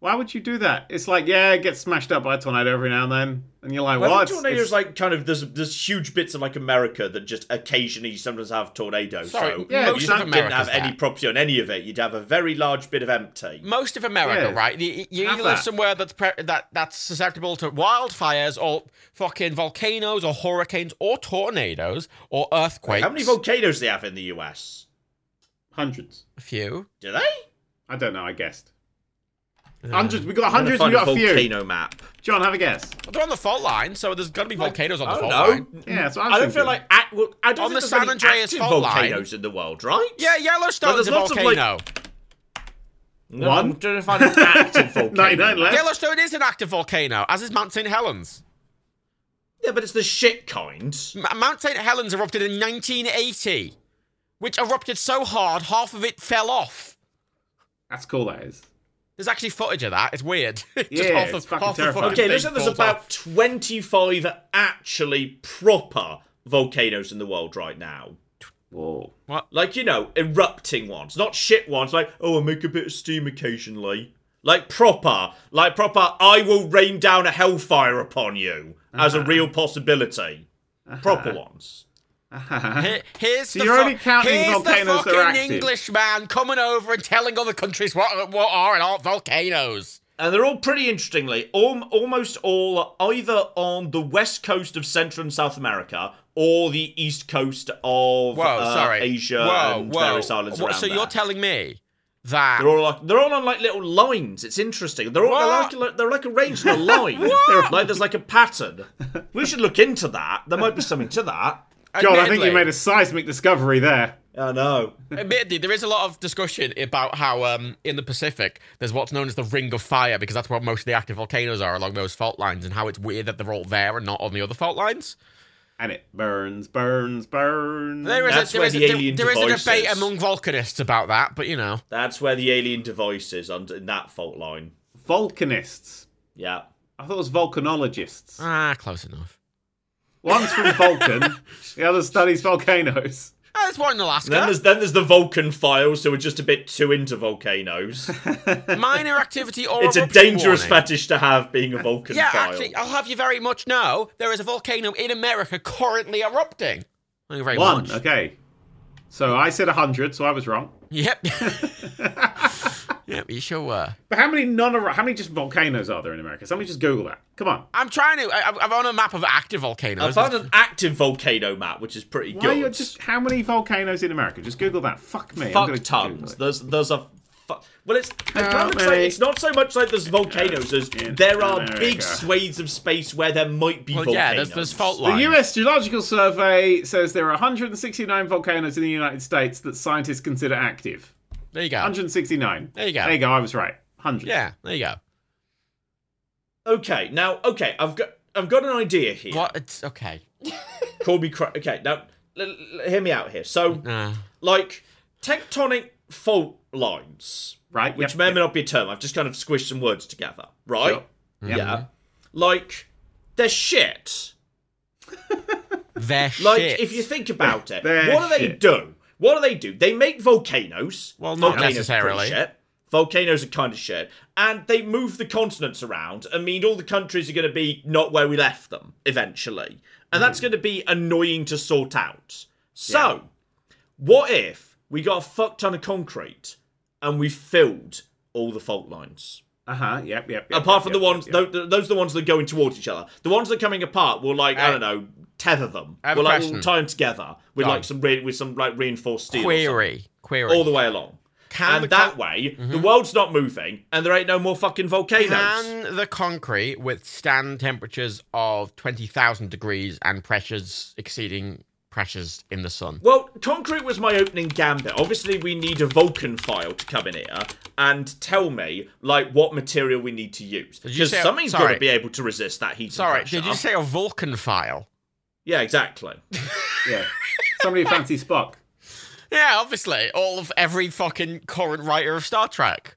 Speaker 3: Why would you do that? It's like, yeah, it gets smashed up by a tornado every now and then, and you're like,
Speaker 2: Well,
Speaker 3: well,
Speaker 2: I
Speaker 3: it's,
Speaker 2: think tornadoes
Speaker 3: it's-
Speaker 2: like kind of there's there's huge bits of like America that just occasionally sometimes have tornadoes.
Speaker 1: sorry,
Speaker 2: so
Speaker 3: Yeah,
Speaker 1: most
Speaker 3: you
Speaker 1: of
Speaker 3: didn't
Speaker 2: you didn't
Speaker 1: America's
Speaker 2: have any
Speaker 1: that.
Speaker 2: property on any of it. You'd have a very large bit of empty.
Speaker 1: most of America,
Speaker 3: Yeah.
Speaker 1: right? You, you
Speaker 3: Have
Speaker 1: either live
Speaker 3: that.
Speaker 1: somewhere that's pre- that that's susceptible to wildfires or fucking volcanoes or hurricanes or tornadoes or earthquakes.
Speaker 2: How many volcanoes do they have in the US?
Speaker 3: hundreds.
Speaker 1: A few.
Speaker 2: Do they?
Speaker 3: I don't know. I guessed hundreds. We got
Speaker 2: I'm gonna
Speaker 3: hundreds. We
Speaker 2: find
Speaker 3: got
Speaker 2: a
Speaker 3: a few.
Speaker 2: volcano map.
Speaker 3: John, have a guess.
Speaker 1: But they're on the fault line, so there's got to be volcanoes on the
Speaker 2: I
Speaker 1: fault
Speaker 2: don't
Speaker 1: line.
Speaker 2: know.
Speaker 3: Yeah, that's what I was
Speaker 2: Oh, I don't feel
Speaker 3: thinking.
Speaker 2: like act, well, I don't
Speaker 1: On
Speaker 2: think
Speaker 1: the
Speaker 2: there's
Speaker 1: San
Speaker 2: any
Speaker 1: Andreas
Speaker 2: active
Speaker 1: fault line.
Speaker 2: volcanoes in the world, right?
Speaker 1: Yeah,
Speaker 2: Well,
Speaker 1: Yellowstone's
Speaker 2: there's
Speaker 1: a
Speaker 2: lots of, like-
Speaker 1: volcano.
Speaker 2: No,
Speaker 3: One.
Speaker 2: I'm trying to find an active volcano.
Speaker 3: Ninety-nine left.
Speaker 1: Yellowstone is an active volcano, as is Mount St. Helens.
Speaker 2: Yeah, but it's the shit kind.
Speaker 1: M- Mount St. Helens erupted in 1980, which erupted so hard, half of it fell off.
Speaker 3: That's cool. That is.
Speaker 1: There's actually footage of that. It's weird. Just
Speaker 3: Yeah,
Speaker 1: half the-
Speaker 3: it's fucking
Speaker 1: half the
Speaker 3: terrifying.
Speaker 1: fucking
Speaker 2: Okay,
Speaker 1: thing
Speaker 2: listen, there's
Speaker 1: falls
Speaker 2: about
Speaker 1: off.
Speaker 2: 25 actually proper volcanoes in the world right now.
Speaker 3: Whoa.
Speaker 2: Like, you know, erupting ones, not shit ones, like, oh, I make a bit of steam occasionally. Like, proper, like, proper, I will rain down a hellfire upon you as a real possibility. Proper ones.
Speaker 1: Here- Here's the
Speaker 3: you're
Speaker 1: fu-
Speaker 3: only counting
Speaker 1: here's
Speaker 3: volcanoes that
Speaker 1: the
Speaker 3: are
Speaker 1: fucking
Speaker 3: active.
Speaker 1: Englishman coming over and telling other countries what, what are and aren't volcanoes.
Speaker 2: And they're all pretty interestingly, al- almost all are either on the west coast of Central and South America or the east coast of
Speaker 1: Whoa,
Speaker 2: uh,
Speaker 1: sorry.
Speaker 2: Asia
Speaker 1: whoa,
Speaker 2: and
Speaker 1: whoa.
Speaker 2: various islands
Speaker 1: What-
Speaker 2: around
Speaker 1: So you're
Speaker 2: there.
Speaker 1: telling me that
Speaker 2: They're all like they're all on like little lines. It's interesting. They're all
Speaker 1: What?
Speaker 2: they're like, they're like arranged in a line. like there's like a pattern. We should look into that. There might be something to that.
Speaker 3: John, I think you made a seismic discovery there.
Speaker 2: I know.
Speaker 1: Admittedly, there is a lot of discussion about how um, in the Pacific there's what's known as the Ring of Fire because that's where most of the active volcanoes are along those fault lines, and how it's weird that they're all there and not on the other fault lines.
Speaker 3: And it burns, burns, burns.
Speaker 1: There is
Speaker 2: That's
Speaker 1: a, there
Speaker 2: where
Speaker 1: is
Speaker 2: the
Speaker 1: a, there-
Speaker 2: alien
Speaker 1: there is a
Speaker 2: device
Speaker 1: debate
Speaker 2: is.
Speaker 1: among volcanists about that, but you know,
Speaker 2: That's where the alien device is under in that fault line.
Speaker 3: Vulcanists.
Speaker 2: Yeah.
Speaker 3: I thought it was volcanologists.
Speaker 1: ah, close enough.
Speaker 3: One's from Vulcan, the other studies volcanoes.
Speaker 1: Ah, there's one in Alaska.
Speaker 2: Then there's then there's the Vulcan files who are just a bit too into volcanoes.
Speaker 1: minor activity or
Speaker 2: It's a
Speaker 1: eruption
Speaker 2: dangerous
Speaker 1: warning.
Speaker 2: fetish to have being
Speaker 3: Uh,
Speaker 2: a Vulcan
Speaker 1: Yeah,
Speaker 2: file.
Speaker 1: actually, I'll have you very much know there is a volcano in America currently erupting. Thank you very
Speaker 3: One,
Speaker 1: much.
Speaker 3: okay. So I said 100, so I was wrong.
Speaker 1: Yep. yep, you sure were.
Speaker 3: But how many non how many just volcanoes are there in America? Somebody just Google that. Come on.
Speaker 1: I'm trying to. I, I'm on a map of active volcanoes.
Speaker 2: I found an active volcano map, which is pretty
Speaker 3: Why are
Speaker 2: good.
Speaker 3: you just how many volcanoes in America? Just Google that. Fuck me. I'm
Speaker 2: fuck
Speaker 3: gonna Google
Speaker 2: tons.
Speaker 3: it.
Speaker 2: There's there's a fu- well, it's it's
Speaker 3: Help
Speaker 2: kind of like-
Speaker 3: me.
Speaker 2: it's not so much like there's volcanoes as
Speaker 3: In
Speaker 2: there are big
Speaker 3: America.
Speaker 2: swathes of space where there might be
Speaker 1: well,
Speaker 2: volcanoes.
Speaker 1: yeah, there's, there's fault
Speaker 3: The
Speaker 1: lines.
Speaker 3: U.S. Geological Survey says there are 169 volcanoes in the United States that scientists consider active.
Speaker 1: there you go.
Speaker 3: 169.
Speaker 1: There you go.
Speaker 3: There you go. I was right. 100.
Speaker 1: Yeah, there you go.
Speaker 2: Okay, now okay, I've got I've got an idea here.
Speaker 1: What? It's okay.
Speaker 2: Corby, Cro- okay, now l- l- hear me out here. So
Speaker 1: Uh,
Speaker 2: like tectonic fault lines,
Speaker 3: Right.
Speaker 2: which
Speaker 3: Yep.
Speaker 2: may or may not be a term. I've just kind of squished some words together, right?
Speaker 3: Yep.
Speaker 2: Yeah, like they're shit.
Speaker 1: they're
Speaker 2: Like,
Speaker 1: shit.
Speaker 2: if you think about it,
Speaker 3: They're
Speaker 2: what do they
Speaker 3: shit.
Speaker 2: do? What do they do? They make volcanoes.
Speaker 1: Well, not
Speaker 2: volcanoes are pretty
Speaker 1: necessarily.
Speaker 2: Shit. Volcanoes are kind of shit, and they move the continents around. I mean, all the countries are going to be not where we left them eventually, and that's
Speaker 3: Mm-hmm.
Speaker 2: going to be annoying to sort out. So, what if we got a fuck ton of concrete and we filled all the fault lines?
Speaker 3: Uh huh. Yep. Yep. yep,
Speaker 2: apart
Speaker 3: yep,
Speaker 2: from
Speaker 3: yep,
Speaker 2: the ones,
Speaker 3: yep,
Speaker 2: tho- tho- those are the ones that are going towards each other. The ones that are coming apart will like I,
Speaker 1: Hey.
Speaker 2: don't know tether them.
Speaker 1: I have a
Speaker 2: We'll like
Speaker 1: question.
Speaker 2: tie them together with
Speaker 1: Go on.
Speaker 2: like some re- with some like reinforced steel or
Speaker 1: query, query.
Speaker 2: something, all the way along.
Speaker 1: Can the Mm-hmm.
Speaker 2: and that way, the world's not moving, and there ain't no more fucking volcanoes.
Speaker 1: Can the concrete withstand temperatures of 20,000 degrees and pressures exceeding pressures in the sun?
Speaker 2: Well, concrete was my opening gambit. Obviously, we need a Vulcan file to come in here and tell me like what material we need to use
Speaker 1: you
Speaker 2: because
Speaker 1: say-
Speaker 2: something's got
Speaker 1: sorry.
Speaker 2: to be able to resist that heat. and
Speaker 1: Sorry,
Speaker 2: pressure.
Speaker 1: did you say a Vulcan file?
Speaker 2: Yeah, exactly.
Speaker 3: Yeah. Somebody fancy Spock.
Speaker 1: Yeah, obviously. All of every fucking current writer of Star Trek.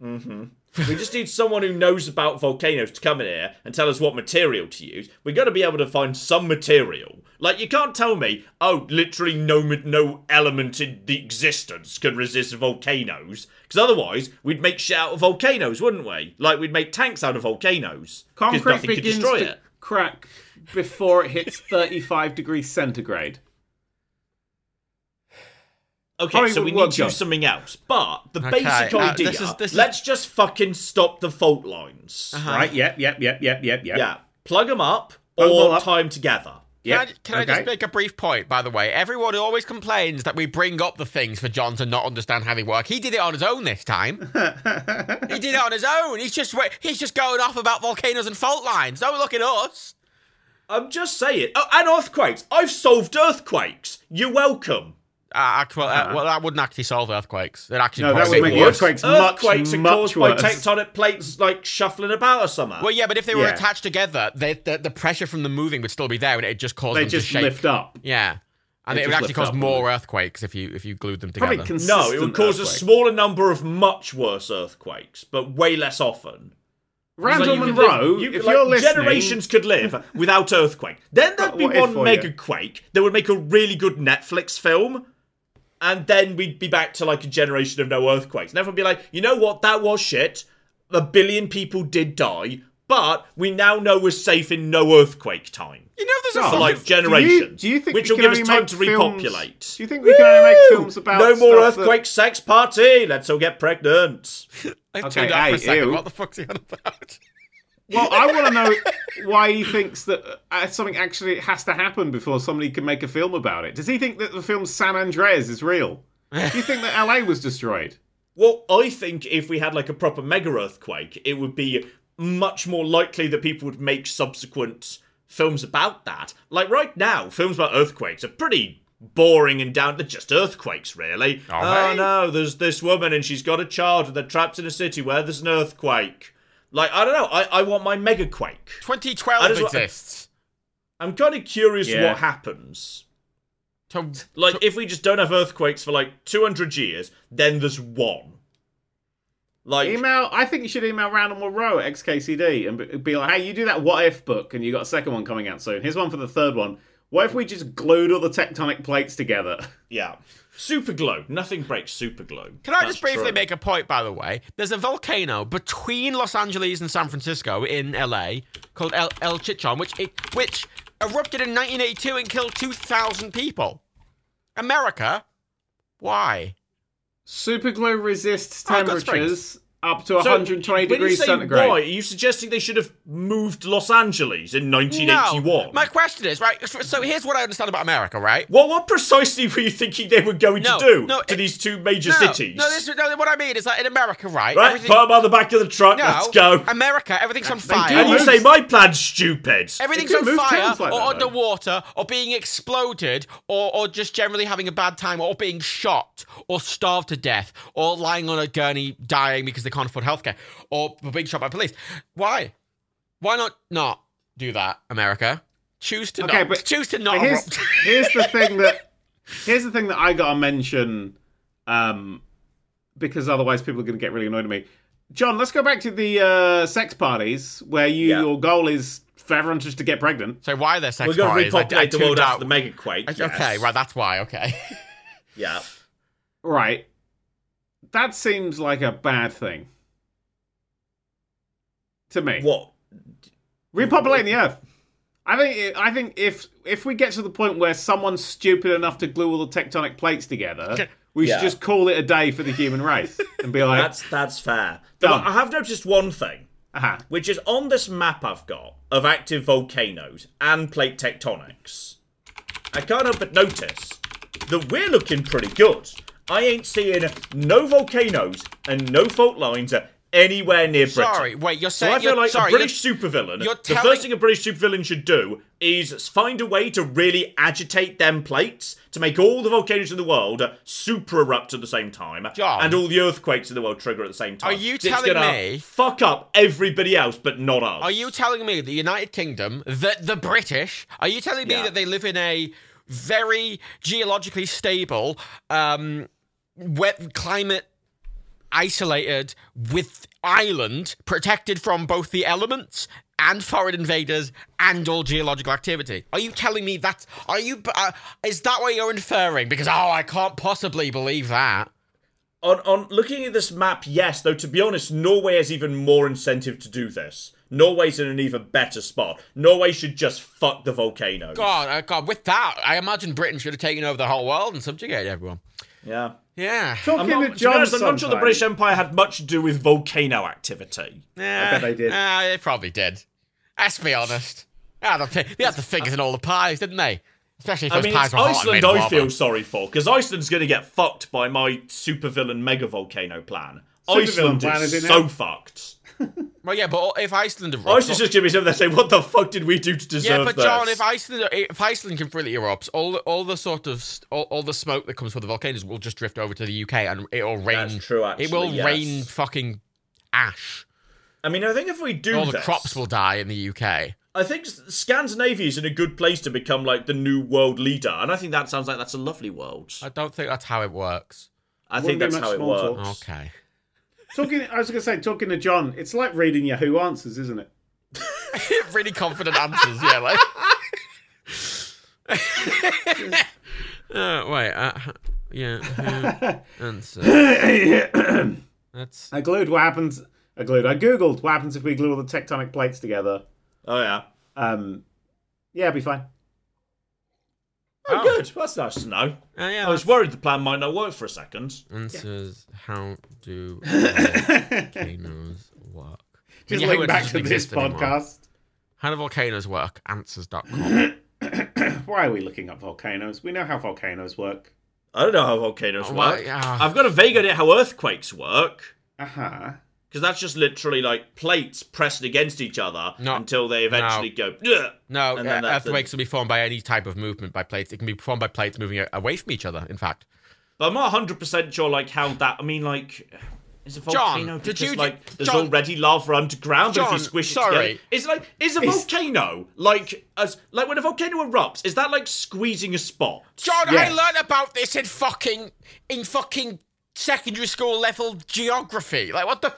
Speaker 2: We just need someone who knows about volcanoes to come in here and tell us what material to use. We've got to be able to find some material. Like you can't tell me, oh, literally no ma- no element in the existence can resist volcanoes, because otherwise we'd make shit out of volcanoes, wouldn't we? Like we'd make tanks out of volcanoes because
Speaker 3: Concrete
Speaker 2: nothing could
Speaker 3: begins
Speaker 2: destroy
Speaker 3: to
Speaker 2: it.
Speaker 3: crack before it hits 35 degrees centigrade.
Speaker 2: Okay, so
Speaker 3: Hollywood
Speaker 2: we need
Speaker 3: workshop.
Speaker 2: to use something else. But the
Speaker 1: Okay,
Speaker 2: basic
Speaker 1: now,
Speaker 2: idea,
Speaker 1: this is- this is- Uh-huh.
Speaker 2: let's just fucking stop the fault lines.
Speaker 3: Right. Yep. Yep. Yep. Yep. Yep. Yep.
Speaker 2: Uh-huh. Yeah, plug them up
Speaker 3: Plug 'em all
Speaker 2: or
Speaker 3: up.
Speaker 2: tie them together.
Speaker 1: Can,
Speaker 3: Yep.
Speaker 1: I, can I just
Speaker 3: Okay.
Speaker 1: make a brief point, by the way? Everyone always complains that we bring up the things for John to not understand how they work. He did it on his own this time. he did it on his own. He's just wa- he's just going off about volcanoes and fault lines. Don't look at us.
Speaker 2: I'm just saying. Oh, and earthquakes. I've solved earthquakes. You're welcome.
Speaker 1: Uh, act- well, uh, well, that wouldn't actually solve earthquakes. It actually
Speaker 3: Uh-huh. No, that
Speaker 1: probably
Speaker 3: would make
Speaker 1: would.
Speaker 3: earthquakes much,
Speaker 2: Earthquakes are
Speaker 3: much
Speaker 2: caused
Speaker 3: worse.
Speaker 2: by tectonic plates like shuffling about or something.
Speaker 1: Well, yeah, but if they were
Speaker 3: Yeah.
Speaker 1: attached together, they, the, the pressure from them moving would still be there, and it just cause
Speaker 3: They
Speaker 1: them to
Speaker 3: just
Speaker 1: shake.
Speaker 3: lift up.
Speaker 1: Yeah, and
Speaker 3: They
Speaker 1: it would
Speaker 3: just
Speaker 1: actually
Speaker 3: lift
Speaker 1: cause
Speaker 3: up,
Speaker 1: more earthquakes if you if you glued them together.
Speaker 3: Probably consistent.
Speaker 2: no, it would cause a
Speaker 3: earthquake.
Speaker 2: smaller number of much worse earthquakes, but way less often. you
Speaker 3: Randall
Speaker 2: could live-
Speaker 3: Monroe.
Speaker 2: you could,
Speaker 3: if
Speaker 2: like,
Speaker 3: you're listening,
Speaker 2: generations could live without earthquake. Then there'd be
Speaker 3: What if
Speaker 2: one
Speaker 3: for you?
Speaker 2: mega quake that would make a really good Netflix film, and then we'd be back to like a generation of no earthquakes. And everyone would be like, you know what, that was shit. A billion people did die, but we now know we're safe in no earthquake time.
Speaker 1: You know, there's a
Speaker 3: No,
Speaker 1: fucking-
Speaker 2: like
Speaker 3: Do you-
Speaker 2: generation,
Speaker 3: do you think
Speaker 2: which
Speaker 3: we
Speaker 2: will
Speaker 3: can
Speaker 2: give us
Speaker 3: only
Speaker 2: time
Speaker 3: make
Speaker 2: to
Speaker 3: films-
Speaker 2: repopulate.
Speaker 3: Do you think we can only make
Speaker 2: Woo!
Speaker 3: films about
Speaker 2: no more
Speaker 3: stuff that-
Speaker 2: earthquake sex party? Let's all get pregnant.
Speaker 1: I
Speaker 3: Okay,
Speaker 1: tuned out for a
Speaker 3: hey,
Speaker 1: second.
Speaker 3: ew.
Speaker 1: What the fuck's he on about?
Speaker 3: Well, I want to know why he thinks that uh, something actually has to happen before somebody can make a film about it. Does he think that the film San Andreas is real? Do you think that LA was destroyed?
Speaker 2: Well, I think if we had like a proper mega earthquake, it would be much more likely that people would make subsequent films about that. Like right now, films about earthquakes are pretty boring and down to just earthquakes, really.
Speaker 1: Are
Speaker 2: oh
Speaker 1: they?
Speaker 2: no, there's this woman and she's got a child and they're trapped in a city where there's an earthquake. Like, I don't know, I, I want my mega quake. I
Speaker 1: 2012
Speaker 2: just wa-
Speaker 1: exists.
Speaker 2: I'm kind of curious
Speaker 3: Yeah.
Speaker 2: what happens.
Speaker 1: To,
Speaker 2: Like, if we just don't have earthquakes for like 200 years, then there's one. Like,
Speaker 3: Email. I think you should email Randall Monroe at XKCD and b- be like, "Hey, you do that What If book, and you got a second one coming out soon. Here's one for the third one. What if we just glued all the tectonic plates together?"
Speaker 2: Yeah. Super glue. Nothing breaks super glue.
Speaker 1: can I just briefly make a point, by the way? There's a volcano between Los Angeles and San Francisco in LA called El, El Chichon, which it, which erupted in 1982 and killed 2,000 people. America, Why?
Speaker 3: Superglue resists
Speaker 1: Oh, I've got
Speaker 3: temperatures up to
Speaker 2: So,
Speaker 3: 120
Speaker 2: when
Speaker 3: degrees
Speaker 2: you say
Speaker 3: centigrade.
Speaker 2: Why, are you suggesting they should have moved to Los Angeles in 1981?
Speaker 1: No. My question is right. So here's what I understand about America, right?
Speaker 2: What, what precisely were you thinking they were going
Speaker 1: No,
Speaker 2: to do
Speaker 1: no,
Speaker 2: to
Speaker 1: it-
Speaker 2: these two major
Speaker 1: no,
Speaker 2: cities?
Speaker 1: No, this, no, what I mean is that in America, right?
Speaker 2: right,
Speaker 1: everything-
Speaker 2: put them on the back of the truck,
Speaker 1: no,
Speaker 2: let's go.
Speaker 1: America, everything's on
Speaker 3: do
Speaker 1: fire.
Speaker 2: And you
Speaker 3: Almost.
Speaker 2: say my plan's stupid.
Speaker 1: Everything's
Speaker 3: They do
Speaker 1: on
Speaker 3: move
Speaker 1: fire,
Speaker 3: towns like
Speaker 1: or
Speaker 3: that, though.
Speaker 1: underwater, or being exploded, or, or just generally having a bad time, or being shot, or starved to death, or lying on a gurney dying because they can't afford healthcare, or being shot by police. Why? Why not not do that, America? Choose to
Speaker 3: Okay,
Speaker 1: not.
Speaker 3: but-
Speaker 1: choose to not.
Speaker 3: here's,
Speaker 1: erupt.
Speaker 3: here's the thing that here's the thing that I gotta mention, um, because otherwise people are gonna get really annoyed at me. John, let's go back to the uh, sex parties where you
Speaker 2: Yeah.
Speaker 3: your goal is for everyone just to get pregnant.
Speaker 1: so why are there sex
Speaker 2: We're going to
Speaker 1: parties? I- I
Speaker 2: repopulate the world
Speaker 1: tuned
Speaker 2: after
Speaker 1: out.
Speaker 2: the mega quake.
Speaker 1: I- Okay, right. That's why. Okay.
Speaker 2: Yeah.
Speaker 3: Right. That seems like a bad thing. To me.
Speaker 2: What?
Speaker 3: Repopulating the Earth. I think I think if if we get to the point where someone's stupid enough to glue all the tectonic plates together, we
Speaker 2: Yeah.
Speaker 3: should just call it a day for the human race and be like,
Speaker 2: That's that's fair.
Speaker 3: Done.
Speaker 2: But I have noticed one thing,
Speaker 3: aha,
Speaker 2: which is on this map I've got of active volcanoes and plate tectonics. I can't help but notice that we're looking pretty good. I ain't seeing no volcanoes and no fault lines anywhere near Britain.
Speaker 1: sorry. Wait. You're
Speaker 2: So
Speaker 1: saying
Speaker 2: I feel
Speaker 1: you're,
Speaker 2: like
Speaker 1: sorry,
Speaker 2: a
Speaker 1: you're-
Speaker 2: British supervillain.
Speaker 1: you're
Speaker 2: The
Speaker 1: telling-
Speaker 2: first thing a British supervillain should do is find a way to really agitate them plates to make all the volcanoes in the world super erupt at the same time,
Speaker 1: John.
Speaker 2: and all the earthquakes in the world trigger at the same time.
Speaker 1: Are you
Speaker 2: It's
Speaker 1: telling
Speaker 2: gonna
Speaker 1: me-
Speaker 2: Fuck up everybody else, but not us.
Speaker 1: Are you telling me the United Kingdom, the the British, are you telling me
Speaker 2: Yeah.
Speaker 1: that they live in a very geologically stable, um, wet climate isolated with island protected from both the elements and foreign invaders and all geological activity. Are you telling me that? Are you? Uh, is that what you're inferring? Because oh, I can't possibly believe that.
Speaker 2: on on looking at this map? Yes, though to be honest, Norway has even more incentive to do this. Norway's in an even better spot. Norway should just fuck the volcanoes.
Speaker 1: God, oh God, with that, I imagine Britain should have taken over the whole world and subjugated everyone.
Speaker 2: Yeah.
Speaker 1: Yeah.
Speaker 2: I'm
Speaker 3: talking
Speaker 2: not,
Speaker 3: to
Speaker 2: to be
Speaker 3: John.
Speaker 2: honest, I'm not sure the
Speaker 3: sometime.
Speaker 2: British Empire had much to do with volcano activity.
Speaker 1: Yeah,
Speaker 3: bet they did.
Speaker 1: Yeah, Eh, they probably did. Let's be honest. They had the, fi- they had the fingers in all the pies, didn't they? Especially if
Speaker 2: I
Speaker 1: those
Speaker 2: mean,
Speaker 1: pies
Speaker 2: it's
Speaker 1: were hot and made
Speaker 2: Iceland
Speaker 1: of
Speaker 2: I
Speaker 1: lava.
Speaker 2: feel sorry for, because Iceland's going to get fucked by my supervillain mega volcano plan.
Speaker 3: Supervillain
Speaker 2: Iceland
Speaker 3: plan,
Speaker 2: is
Speaker 3: isn't it?
Speaker 2: so fucked.
Speaker 1: Well, yeah, but if Iceland erupts,
Speaker 2: Iceland's just going to be sitting there saying, what the fuck did we do to deserve
Speaker 1: yeah, but
Speaker 2: this?
Speaker 1: John, if Iceland if Iceland completely erupts, all the, all the sort of st- all, all the smoke that comes from the volcanoes will just drift over to the UK and it'll rain.
Speaker 2: That's true, actually,
Speaker 1: it will
Speaker 2: yes.
Speaker 1: rain fucking ash.
Speaker 2: I mean, I think if we do
Speaker 1: All the
Speaker 2: this,
Speaker 1: crops will die in the UK.
Speaker 2: I think S- Scandinavia is in a good place to become like the new world leader, and I think that sounds like that's a lovely world.
Speaker 1: I don't think that's how it works.
Speaker 2: I think
Speaker 3: Wouldn't be
Speaker 2: that's
Speaker 3: much
Speaker 2: how it
Speaker 3: small talk.
Speaker 2: works.
Speaker 1: Okay.
Speaker 3: Talking, I was gonna say, talking to John, it's like reading your Who answers, isn't it?
Speaker 1: really confident answers. Yeah, like. uh, wait. Uh, yeah. who answer. That's
Speaker 3: I glued what happens. I glued. I googled what happens if we glue all the tectonic plates together.
Speaker 2: Oh, yeah.
Speaker 3: Um, yeah, it'd be fine.
Speaker 2: Oh,
Speaker 1: Oh.
Speaker 2: good. That's nice to know.
Speaker 1: uh, yeah.
Speaker 2: I was
Speaker 1: that's-
Speaker 2: worried the plan might not work for a second.
Speaker 1: answers. How do volcanoes work?
Speaker 3: Just
Speaker 1: Yeah,
Speaker 3: link
Speaker 1: it
Speaker 3: back
Speaker 1: doesn't
Speaker 3: to this
Speaker 1: exist anymore.
Speaker 3: podcast.
Speaker 1: How do volcanoes work? Answers.com.
Speaker 3: Why are we looking up volcanoes? We know how volcanoes work.
Speaker 2: I don't know how volcanoes
Speaker 1: Oh, well,
Speaker 2: work.
Speaker 1: yeah.
Speaker 2: I've got a vague idea how earthquakes work.
Speaker 3: Aha. Uh-huh.
Speaker 2: Because that's just literally like plates pressing against each other
Speaker 1: No.
Speaker 2: until they eventually go. "Ugh."
Speaker 1: No,
Speaker 2: And then
Speaker 1: uh,
Speaker 2: that's the-
Speaker 1: earthquakes can be formed by any type of movement by plates. It can be formed by plates moving a- away from each other. In fact,
Speaker 2: But I'm not 100 percent sure like how that. I mean, like, is a volcano
Speaker 1: John, did
Speaker 2: because
Speaker 1: you-
Speaker 2: like there's
Speaker 1: John-
Speaker 2: already lava underground? but if
Speaker 1: John,
Speaker 2: you squish it
Speaker 1: sorry.
Speaker 2: together, is like is a volcano like as like when a volcano erupts? Is that like squeezing a spot?
Speaker 1: John,
Speaker 3: Yes.
Speaker 1: I learned about this in fucking in fucking secondary school level geography. Like what the.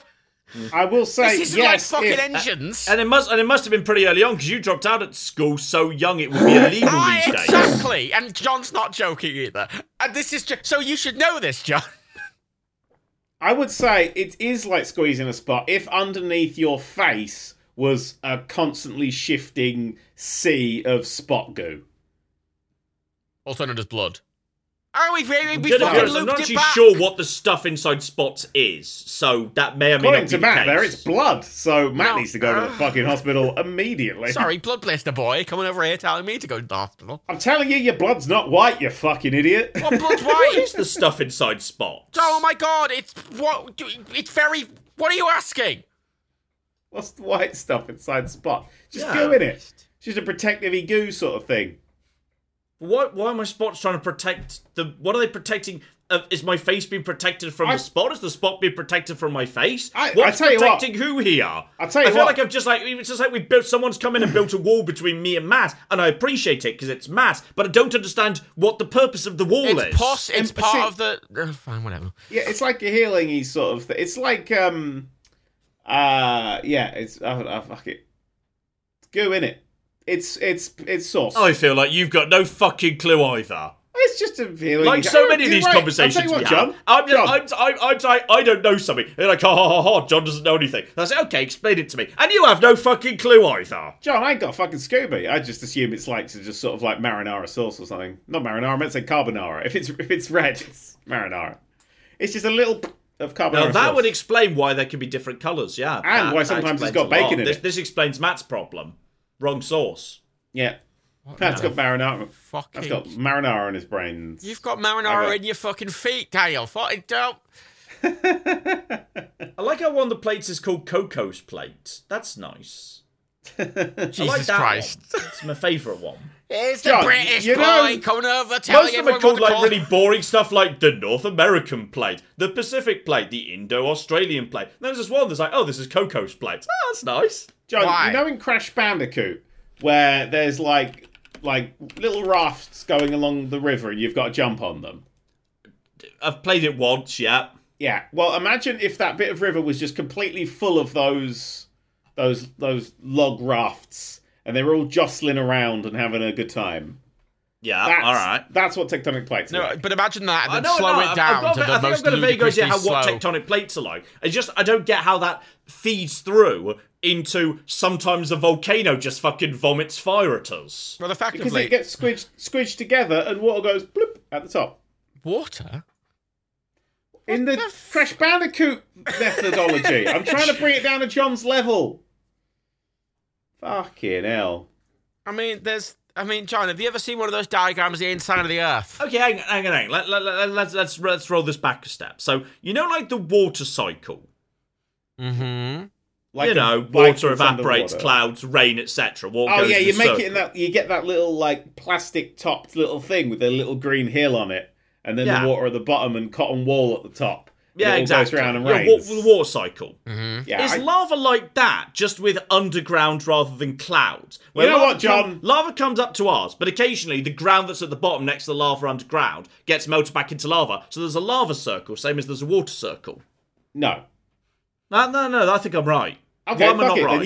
Speaker 3: I will say
Speaker 1: This is
Speaker 3: yes.
Speaker 1: like fucking
Speaker 3: if-
Speaker 1: engines.
Speaker 2: And it must and it must have been pretty early on because you dropped out at school so young it would be illegal
Speaker 1: Aye,
Speaker 2: these days.
Speaker 1: Ah, exactly. And John's not joking either. And this is ju- so you should know this, John.
Speaker 3: I would say it is like squeezing a spot. If underneath your face was a constantly shifting sea of spot goo.
Speaker 1: Also known as blood. Are we very? We
Speaker 2: Gonna be
Speaker 1: fucking
Speaker 2: honest, I'm
Speaker 1: looped
Speaker 2: not
Speaker 1: it
Speaker 2: actually
Speaker 1: back.
Speaker 2: sure what the stuff inside spots is, so that may or may
Speaker 3: According
Speaker 2: not be
Speaker 3: to Matt,
Speaker 2: the
Speaker 3: there
Speaker 2: case.
Speaker 3: it's blood, so Matt
Speaker 1: No. Ah.
Speaker 3: needs to go to the fucking hospital immediately.
Speaker 1: Sorry, blood blister boy, coming over here telling me to go to the hospital.
Speaker 3: I'm telling you, your blood's not white, you fucking idiot.
Speaker 1: What blood's
Speaker 2: What
Speaker 1: white?
Speaker 2: is the stuff inside spots?
Speaker 1: oh my god! It's what? It's very. What are you asking?
Speaker 3: What's the white stuff inside spot? Just
Speaker 2: Yeah.
Speaker 3: go in it. She's a protective goo sort of thing.
Speaker 2: Why, why are my spots trying to protect the? What are they protecting? Uh, is my face being protected from
Speaker 3: I-
Speaker 2: the spot? Is the spot being protected from my face?
Speaker 3: I- I
Speaker 2: What's
Speaker 3: tell you what.
Speaker 2: protecting who here? I
Speaker 3: tell you
Speaker 2: I feel
Speaker 3: what.
Speaker 2: like I've just like it's just like we built. Someone's come in and built a wall between me and Matt, and I appreciate it because it's Matt, but I don't understand what the purpose of the wall is.
Speaker 1: It's pos. It's
Speaker 3: And-
Speaker 1: part
Speaker 3: see-
Speaker 1: of the. uh, fine, whatever.
Speaker 3: Yeah, it's like a healing y sort of thing. It's like, um, uh, yeah, it's, uh, uh, fuck it. Goo in it. It's, it's, it's sauce.
Speaker 2: I feel like you've got no fucking clue either.
Speaker 3: It's just a healing
Speaker 2: Like
Speaker 3: goo.
Speaker 2: so many of
Speaker 3: You're
Speaker 2: these
Speaker 3: right.
Speaker 2: conversations
Speaker 3: I'll tell you
Speaker 2: we
Speaker 3: what,
Speaker 2: have.
Speaker 3: John.
Speaker 2: I'm,
Speaker 3: John,
Speaker 2: I'm, I'm, I'm saying, I don't know something. They're like, ha ha ha ha, John doesn't know anything. And I say, okay, explain it to me. And you have no fucking clue either.
Speaker 3: John, I ain't got fucking Scooby. I just assume it's like to just sort of like marinara sauce or something. Not marinara, I meant to say carbonara. If it's if it's red, it's marinara. It's just a little p- of carbonara.
Speaker 2: Now that
Speaker 3: sauce.
Speaker 2: would explain why there can be different colours, yeah. that-
Speaker 3: why
Speaker 2: that
Speaker 3: sometimes it's
Speaker 2: explains
Speaker 3: got
Speaker 2: a lot.
Speaker 3: bacon in
Speaker 2: this,
Speaker 3: it.
Speaker 2: This explains Matt's problem. Wrong sauce.
Speaker 3: yeah. That's got marinara.
Speaker 1: Fucking.
Speaker 3: That's got marinara in his brains.
Speaker 1: You've got marinara
Speaker 3: I got-
Speaker 1: in your fucking feet, Dale. Fucking don't.
Speaker 2: I like how one of the plates is called Coco's plate. That's nice.
Speaker 1: Jesus
Speaker 2: I like that
Speaker 1: Christ.
Speaker 2: One. It's my favourite one.
Speaker 1: It's the
Speaker 3: John,
Speaker 1: British
Speaker 3: you
Speaker 1: boy
Speaker 3: know-
Speaker 1: coming over telling
Speaker 2: Most of
Speaker 1: everyone
Speaker 2: them are called
Speaker 1: what to
Speaker 2: like
Speaker 1: call-
Speaker 2: really boring stuff like the North American plate, the Pacific plate, the Indo Australian plate. And there's this one that's like, oh, this is Coco's plate. Ah, that's nice.
Speaker 3: John,
Speaker 1: Why?
Speaker 3: you know in Crash Bandicoot where there's like like little rafts going along the river and you've got to jump on them.
Speaker 2: I've played it once, yeah.
Speaker 3: Yeah. Well, imagine if that bit of river was just completely full of those those those log rafts and they were all jostling around and having a good time.
Speaker 2: Yeah,
Speaker 3: That's,
Speaker 2: all right.
Speaker 3: that's what tectonic plates are.
Speaker 1: No,
Speaker 3: like.
Speaker 1: but imagine that
Speaker 2: I
Speaker 1: and then
Speaker 2: know,
Speaker 1: slow
Speaker 2: no,
Speaker 1: it down
Speaker 2: I've, I've got,
Speaker 1: to
Speaker 2: a-
Speaker 1: the
Speaker 2: I think
Speaker 1: most
Speaker 2: I've got a vague
Speaker 1: ludicrously
Speaker 2: idea how what
Speaker 1: slow.
Speaker 2: tectonic plates are like. It's just I don't get how that feeds through into sometimes a volcano just fucking vomits fire at us.
Speaker 1: Well,
Speaker 3: because
Speaker 1: effectively,
Speaker 3: it gets squidged squidged together and water goes bloop at the top.
Speaker 1: water.
Speaker 3: In the, Crash Bandicoot methodology. I'm trying to bring it down to John's level. Fucking hell.
Speaker 1: I mean, there's. I mean, John, have you ever seen one of those diagrams of the inside of the Earth?
Speaker 2: Okay, hang on, hang on, hang on. Let, let, let, let's let's let's roll this back a step. So you know, like the water cycle.
Speaker 1: Mm-hmm.
Speaker 3: Like
Speaker 2: you
Speaker 3: a
Speaker 2: know,
Speaker 3: bike
Speaker 2: water
Speaker 3: that's
Speaker 2: evaporates,
Speaker 3: underwater.
Speaker 2: clouds, rain, etc. Water
Speaker 3: Oh
Speaker 2: goes
Speaker 3: yeah,
Speaker 2: in
Speaker 3: you
Speaker 2: a
Speaker 3: make
Speaker 2: circle.
Speaker 3: it in that. You get that little like plastic topped little thing with a little green hill on it, and then
Speaker 2: Yeah.
Speaker 3: the water at the bottom and cotton wool at the top. And it
Speaker 2: Yeah,
Speaker 3: all
Speaker 2: exactly.
Speaker 3: Goes around and
Speaker 2: Yeah, wa-
Speaker 3: rains.
Speaker 2: the water cycle.
Speaker 1: Mm-hmm.
Speaker 3: Yeah,
Speaker 2: Is
Speaker 3: I-
Speaker 2: lava like that, just with underground rather than clouds? Where
Speaker 3: You know
Speaker 2: lava
Speaker 3: what, John?
Speaker 2: come- lava comes up to ours, but occasionally the ground that's at the bottom next to the lava underground gets melted back into lava. So there's a lava circle, same as there's a water circle.
Speaker 3: no.
Speaker 2: No, no, no, I think I'm right.
Speaker 3: Okay,
Speaker 2: Why am I
Speaker 3: fuck
Speaker 2: not
Speaker 3: it.
Speaker 2: right?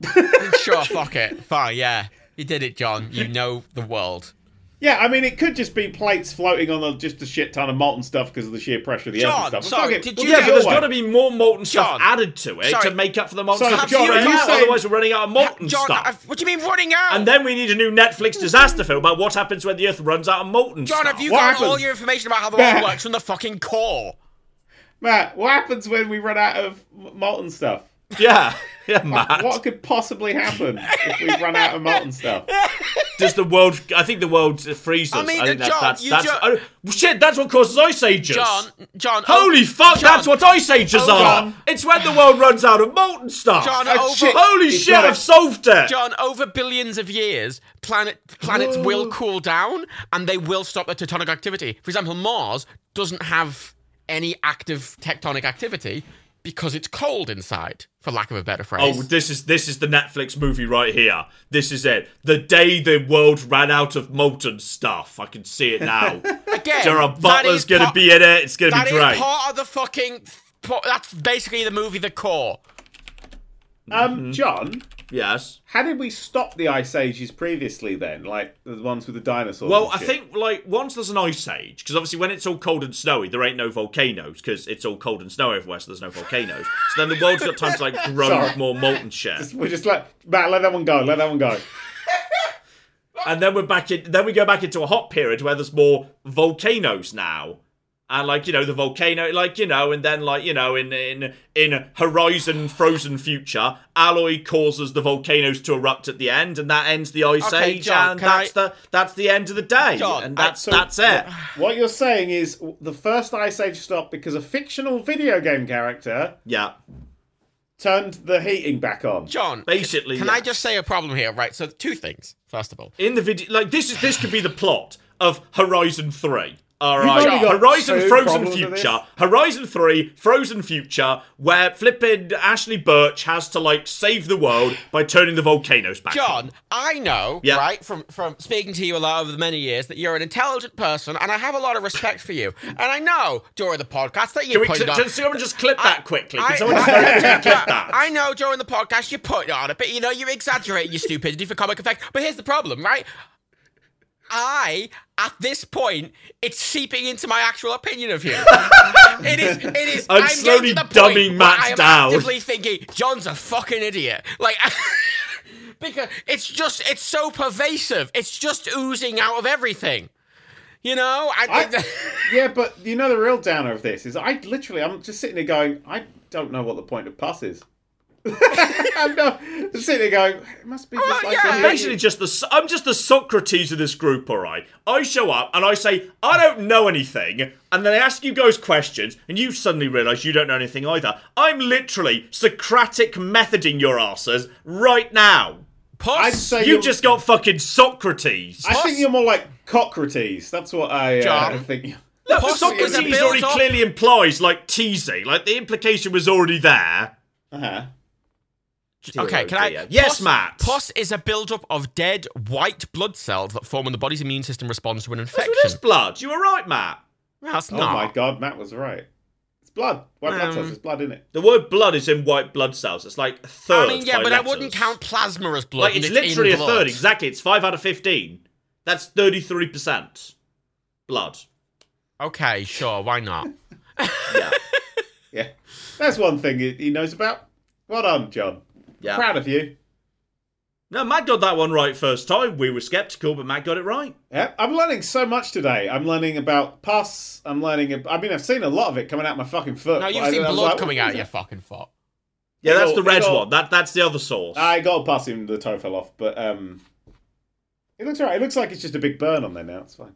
Speaker 3: Then, yeah,
Speaker 1: sure, fuck it. Fine, yeah. You did it, John. You know the world.
Speaker 3: yeah. I mean, it could just be plates floating on the, just a shit ton of molten stuff because of the sheer pressure of the
Speaker 1: John,
Speaker 3: earth and stuff. But
Speaker 1: sorry,
Speaker 3: fuck it.
Speaker 1: did
Speaker 3: We'll
Speaker 1: you-
Speaker 2: Yeah,
Speaker 3: do it
Speaker 2: but
Speaker 3: your
Speaker 2: there's
Speaker 3: way.
Speaker 2: got to be more molten stuff
Speaker 1: John.
Speaker 2: added to it
Speaker 1: Sorry.
Speaker 2: to make up for the molten
Speaker 3: Sorry,
Speaker 2: stuff.
Speaker 3: John,
Speaker 1: are you
Speaker 2: out,
Speaker 1: saying-
Speaker 2: Otherwise, we're running out of molten
Speaker 1: John,
Speaker 2: stuff.
Speaker 1: I've- what do you mean running out?
Speaker 2: And then we need a new Netflix disaster film about what happens when the Earth runs out of molten
Speaker 1: John,
Speaker 2: stuff.
Speaker 1: have you
Speaker 3: What
Speaker 1: got
Speaker 3: happens?
Speaker 1: all your information about how the world
Speaker 3: Bah.
Speaker 1: works from the fucking core?
Speaker 3: Matt, what happens when we run out of m- molten stuff?
Speaker 2: Yeah, yeah, Matt.
Speaker 3: What could possibly happen if we run out of molten stuff? Um,
Speaker 2: Does the world? I think the world freezes.
Speaker 1: I mean,
Speaker 2: think
Speaker 1: uh, John,
Speaker 2: that's,
Speaker 1: you
Speaker 2: that's,
Speaker 1: ju-
Speaker 2: that's oh, shit. That's what causes ice ages.
Speaker 1: John, John.
Speaker 2: Holy
Speaker 1: oh,
Speaker 2: fuck!
Speaker 1: John,
Speaker 2: That's what ice ages
Speaker 1: Oh,
Speaker 2: are.
Speaker 1: John.
Speaker 2: It's when the world runs out of molten stuff.
Speaker 1: John,
Speaker 3: Oh,
Speaker 1: over,
Speaker 3: shit.
Speaker 2: Holy
Speaker 3: It's
Speaker 2: shit!
Speaker 3: right.
Speaker 2: I've solved it.
Speaker 1: John, over billions of years, planet planets will cool down and they will stop their tectonic activity. For example, Mars doesn't have any active tectonic activity because it's cold inside, for lack of a better phrase.
Speaker 2: Oh, this is this is the Netflix movie right here. This is it. The day the world ran out of molten stuff. I can see it now.
Speaker 1: Again,
Speaker 2: Gerard
Speaker 1: that
Speaker 2: Butler's
Speaker 1: is
Speaker 2: gonna
Speaker 1: part-
Speaker 2: be in it. It's gonna
Speaker 1: That
Speaker 2: be
Speaker 1: is
Speaker 2: great.
Speaker 1: part of the fucking. That's basically the movie The Core.
Speaker 2: Mm-hmm.
Speaker 3: Um, John,
Speaker 2: yes.
Speaker 3: How did we stop the ice ages previously then? Like the ones with the dinosaurs?
Speaker 2: Well,
Speaker 3: and
Speaker 2: I
Speaker 3: shit?
Speaker 2: think like once there's an ice age, because obviously when it's all cold and snowy, there ain't no volcanoes because it's all cold and snow everywhere, so there's no volcanoes. so then the world's got time to like grow
Speaker 3: Sorry.
Speaker 2: more molten shit.
Speaker 3: we're just like Matt. Let that one go. Let that one go.
Speaker 2: and then we're back in. Then we go back into a hot period where there's more volcanoes now, and like you know the volcano, like you know, and then like you know in in in Horizon Frozen Future, Alloy causes the volcanoes to erupt at the end, and that ends the ice
Speaker 1: Okay,
Speaker 2: age,
Speaker 1: John,
Speaker 2: and
Speaker 1: can
Speaker 2: that's
Speaker 1: I-
Speaker 2: the that's the end of the day,
Speaker 1: John,
Speaker 2: and
Speaker 1: I-
Speaker 2: that's
Speaker 3: So-
Speaker 2: that's it.
Speaker 3: What you're saying is the first Ice Age stopped because a fictional video game character
Speaker 2: Yeah,
Speaker 3: turned the heating back on.
Speaker 1: John,
Speaker 2: Basically,
Speaker 1: can
Speaker 2: yeah.
Speaker 1: I just say a problem here? Right. So two things. First of all,
Speaker 2: in the video, like this is this could be the plot of Horizon Three. All right,
Speaker 3: only got
Speaker 2: Horizon
Speaker 3: two
Speaker 2: Frozen
Speaker 3: problems with
Speaker 2: Future, Horizon Three Frozen Future, where flippin' Ashley Birch has to like save the world by turning the volcanoes back. on.
Speaker 1: John, I know,
Speaker 2: Yeah.
Speaker 1: right, from from speaking to you a lot over the many years, that you're an intelligent person, and I have a lot of respect for you. And I know during the podcast that you
Speaker 2: Can we,
Speaker 1: put
Speaker 2: can,
Speaker 1: it on.
Speaker 2: can someone just clip that quickly? Can
Speaker 1: I-
Speaker 2: someone just very quickly clip that?
Speaker 1: I know during the podcast you put it on it, but you know you exaggerate your stupidity for comic effect. But here's the problem, right? I, at this point, it's seeping into my actual opinion of you. it is. It is.
Speaker 2: I'm
Speaker 1: getting
Speaker 2: slowly
Speaker 1: to the point
Speaker 2: dumbing
Speaker 1: where
Speaker 2: Matt
Speaker 1: I am
Speaker 2: down.
Speaker 1: Actively thinking John's a fucking idiot. Like. Because it's just, it's so pervasive. It's just oozing out of everything. You know? I,
Speaker 3: I- yeah, but you know the real downer of this is I literally I'm just sitting there going I don't know what the point of pus is. I'm not, just sitting there going it must be just
Speaker 1: Oh,
Speaker 3: like
Speaker 1: yeah.
Speaker 3: a
Speaker 2: I'm
Speaker 3: heat-
Speaker 2: basically just the I'm just the Socrates of this group, all right. I show up and I say I don't know anything, and then I ask you guys questions, and you suddenly realise you don't know anything either. I'm literally Socratic methoding your asses right now.
Speaker 1: Puss.
Speaker 3: I'd say
Speaker 2: You
Speaker 3: you're-
Speaker 2: just got fucking Socrates.
Speaker 3: I think you're more like Cockroaches. That's what I uh,
Speaker 1: John.
Speaker 3: think.
Speaker 2: Look,
Speaker 1: Puss is a
Speaker 2: Socrates
Speaker 1: build-up-
Speaker 2: already clearly implies like teasing, like the implication was already there.
Speaker 3: Uh-huh.
Speaker 1: Okay,
Speaker 2: Oh,
Speaker 1: can I?
Speaker 2: dear. Yes,
Speaker 1: pus,
Speaker 2: Matt.
Speaker 1: Pus is a buildup of dead white blood cells that form when the body's immune system responds to an
Speaker 2: That's
Speaker 1: infection.
Speaker 2: what it is, blood. You were right, Matt.
Speaker 1: That's
Speaker 3: Oh
Speaker 1: not.
Speaker 3: my god, Matt was right. It's blood. White blood
Speaker 2: Um,
Speaker 3: cells. It's blood in it.
Speaker 2: The word blood is in white blood cells. It's like a third.
Speaker 1: I mean, yeah,
Speaker 2: by
Speaker 1: but I
Speaker 2: letters.
Speaker 1: wouldn't count plasma as blood.
Speaker 2: Like
Speaker 1: and
Speaker 2: it's, literally
Speaker 1: in
Speaker 2: a
Speaker 1: blood.
Speaker 2: third, exactly. It's five out of fifteen. That's thirty-three percent blood.
Speaker 1: Okay, sure, why not?
Speaker 2: Yeah,
Speaker 3: Yeah, that's one thing he he knows about. Well done, John.
Speaker 2: yeah.
Speaker 3: Proud of you.
Speaker 2: No, Matt got that one right first time. We were skeptical, but Matt got it right.
Speaker 3: Yeah, I'm learning so much today. I'm learning about pus. I'm learning. ab- I mean, I've seen a lot of it coming out my fucking foot.
Speaker 1: No,
Speaker 3: but
Speaker 1: you've
Speaker 3: I-
Speaker 1: seen
Speaker 3: I was
Speaker 1: blood
Speaker 3: like,
Speaker 1: coming
Speaker 3: what
Speaker 1: out
Speaker 3: is
Speaker 1: of your
Speaker 3: it?
Speaker 1: fucking foot.
Speaker 2: Yeah,
Speaker 3: They
Speaker 2: that's
Speaker 3: got-
Speaker 2: the
Speaker 3: they
Speaker 2: red
Speaker 3: got-
Speaker 2: one. That that's the other source.
Speaker 1: Uh,
Speaker 3: I Ah, got a pus even the toe fell off, but um, it looks alright. It looks like it's just a big burn on there now. It's fine.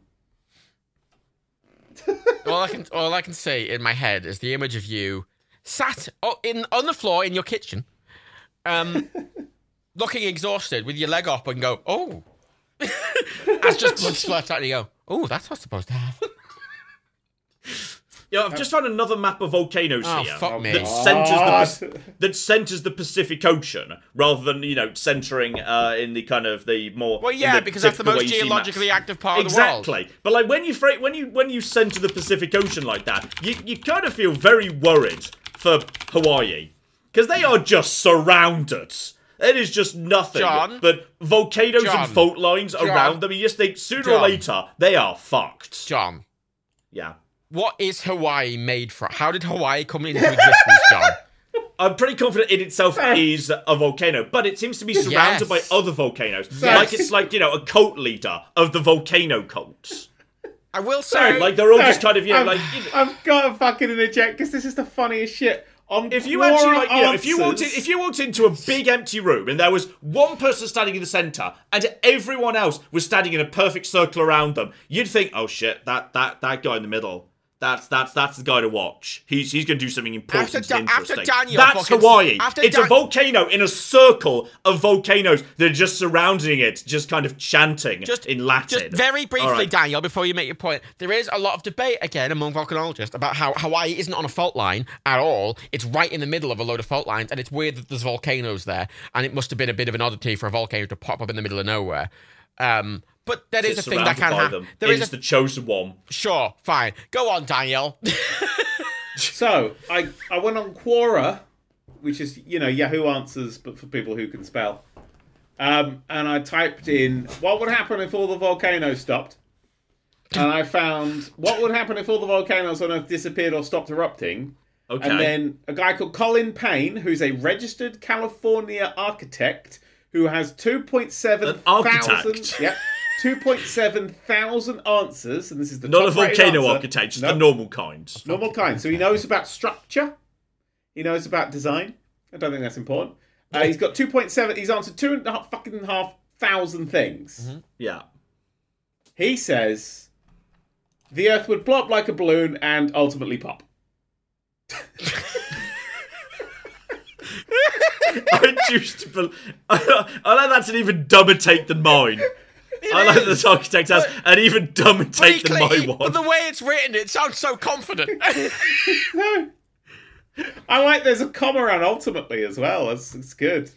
Speaker 1: all I can, all I can see in my head is the image of you sat o- in on the floor in your kitchen, um, looking exhausted with your leg up, and go, oh, that's just blood splurts out, and you go, oh, that's what's supposed to happen.
Speaker 2: yeah, I've just found another map of volcanoes
Speaker 1: Oh,
Speaker 2: here
Speaker 1: fuck me.
Speaker 2: that centers the
Speaker 3: God.
Speaker 2: Pas- that centers the Pacific Ocean rather than you know centering uh, in the kind of the more
Speaker 1: Well,
Speaker 2: in
Speaker 1: yeah, because that's the
Speaker 2: typical
Speaker 1: most
Speaker 2: way you see maps.
Speaker 1: geologically active part of the
Speaker 2: Exactly.
Speaker 1: world.
Speaker 2: But like when you fra- when you when you send to the Pacific Ocean like that, you, you kind of feel very worried for Hawaii because they are just surrounded. It is just nothing
Speaker 1: John?
Speaker 2: but volcanoes
Speaker 1: John?
Speaker 2: and fault lines
Speaker 1: John?
Speaker 2: around them. You just think sooner or
Speaker 1: John?
Speaker 2: later they are fucked.
Speaker 1: John,
Speaker 2: Yeah.
Speaker 1: what is Hawaii made from? How did Hawaii come into existence, John?
Speaker 2: I'm pretty confident it itself is a volcano, but it seems to be
Speaker 1: Yes.
Speaker 2: surrounded by other volcanoes.
Speaker 1: Yes.
Speaker 2: Like it's like, you know, a cult leader of the volcano cults.
Speaker 1: I will say,
Speaker 2: Like they're all
Speaker 3: Sorry,
Speaker 2: just kind of, you know,
Speaker 3: I've,
Speaker 2: like. you know-
Speaker 3: I've got to fucking interject because this is the funniest shit. On
Speaker 2: If you actually
Speaker 3: Quora
Speaker 2: like, you know, if you walked in,
Speaker 3: Answers-
Speaker 2: if you walked into a big empty room and there was one person standing in the center and everyone else was standing in a perfect circle around them, you'd think, oh shit, that that that guy in the middle, that's that's that's the guy to watch. He's he's gonna do something important
Speaker 1: After Da-
Speaker 2: and
Speaker 1: after
Speaker 2: interesting.
Speaker 1: Daniel
Speaker 2: that's
Speaker 1: fucking-
Speaker 2: Hawaii.
Speaker 1: after
Speaker 2: it's a
Speaker 1: Dan-
Speaker 2: volcano in a circle of volcanoes that are just surrounding it, just kind of chanting
Speaker 1: just
Speaker 2: in Latin.
Speaker 1: Just very briefly,
Speaker 2: All right.
Speaker 1: Daniel, before you make your point, there is a lot of debate again among volcanologists about how Hawaii isn't on a fault line at all. It's right in the middle of a load of fault lines, and it's weird that there's volcanoes there, and it must have been a bit of an oddity for a volcano to pop up in the middle of nowhere. Um, but that is a
Speaker 2: It's
Speaker 1: thing that
Speaker 2: surrounded
Speaker 1: can
Speaker 2: by
Speaker 1: happen.
Speaker 2: them.
Speaker 1: There
Speaker 2: It
Speaker 1: is
Speaker 2: is
Speaker 1: a
Speaker 2: the chosen one.
Speaker 1: sure, fine. Go on, Daniel.
Speaker 3: So I I went on Quora, which is you know Yahoo Answers, but for people who can spell. Um, and I typed in what would happen if all the volcanoes stopped, and I found what would happen if all the volcanoes on Earth disappeared or stopped erupting.
Speaker 2: Okay.
Speaker 3: And then a guy called Colin Payne, who's a registered California architect, who has two point seven
Speaker 2: An architect?
Speaker 3: thousand. Yep. 2.7 thousand answers, and this is the
Speaker 2: Not a
Speaker 3: top-rated
Speaker 2: volcano
Speaker 3: answer.
Speaker 2: architect, just
Speaker 3: No.
Speaker 2: the normal kind.
Speaker 3: normal kind. So he knows about structure. He knows about design. I don't think that's important. Uh, he's got two point seven. He's answered two and a half fucking half thousand things.
Speaker 2: Mm-hmm. Yeah.
Speaker 3: He says the Earth would blow up like a balloon and ultimately pop.
Speaker 2: I choose to bel I, I like that's an even dumber take than mine. I like that this architect has an even dumber take than my
Speaker 1: Particularly-
Speaker 2: one.
Speaker 1: But the way it's written, it sounds so confident.
Speaker 3: No. I like there's a comma around ultimately as well. That's, that's good.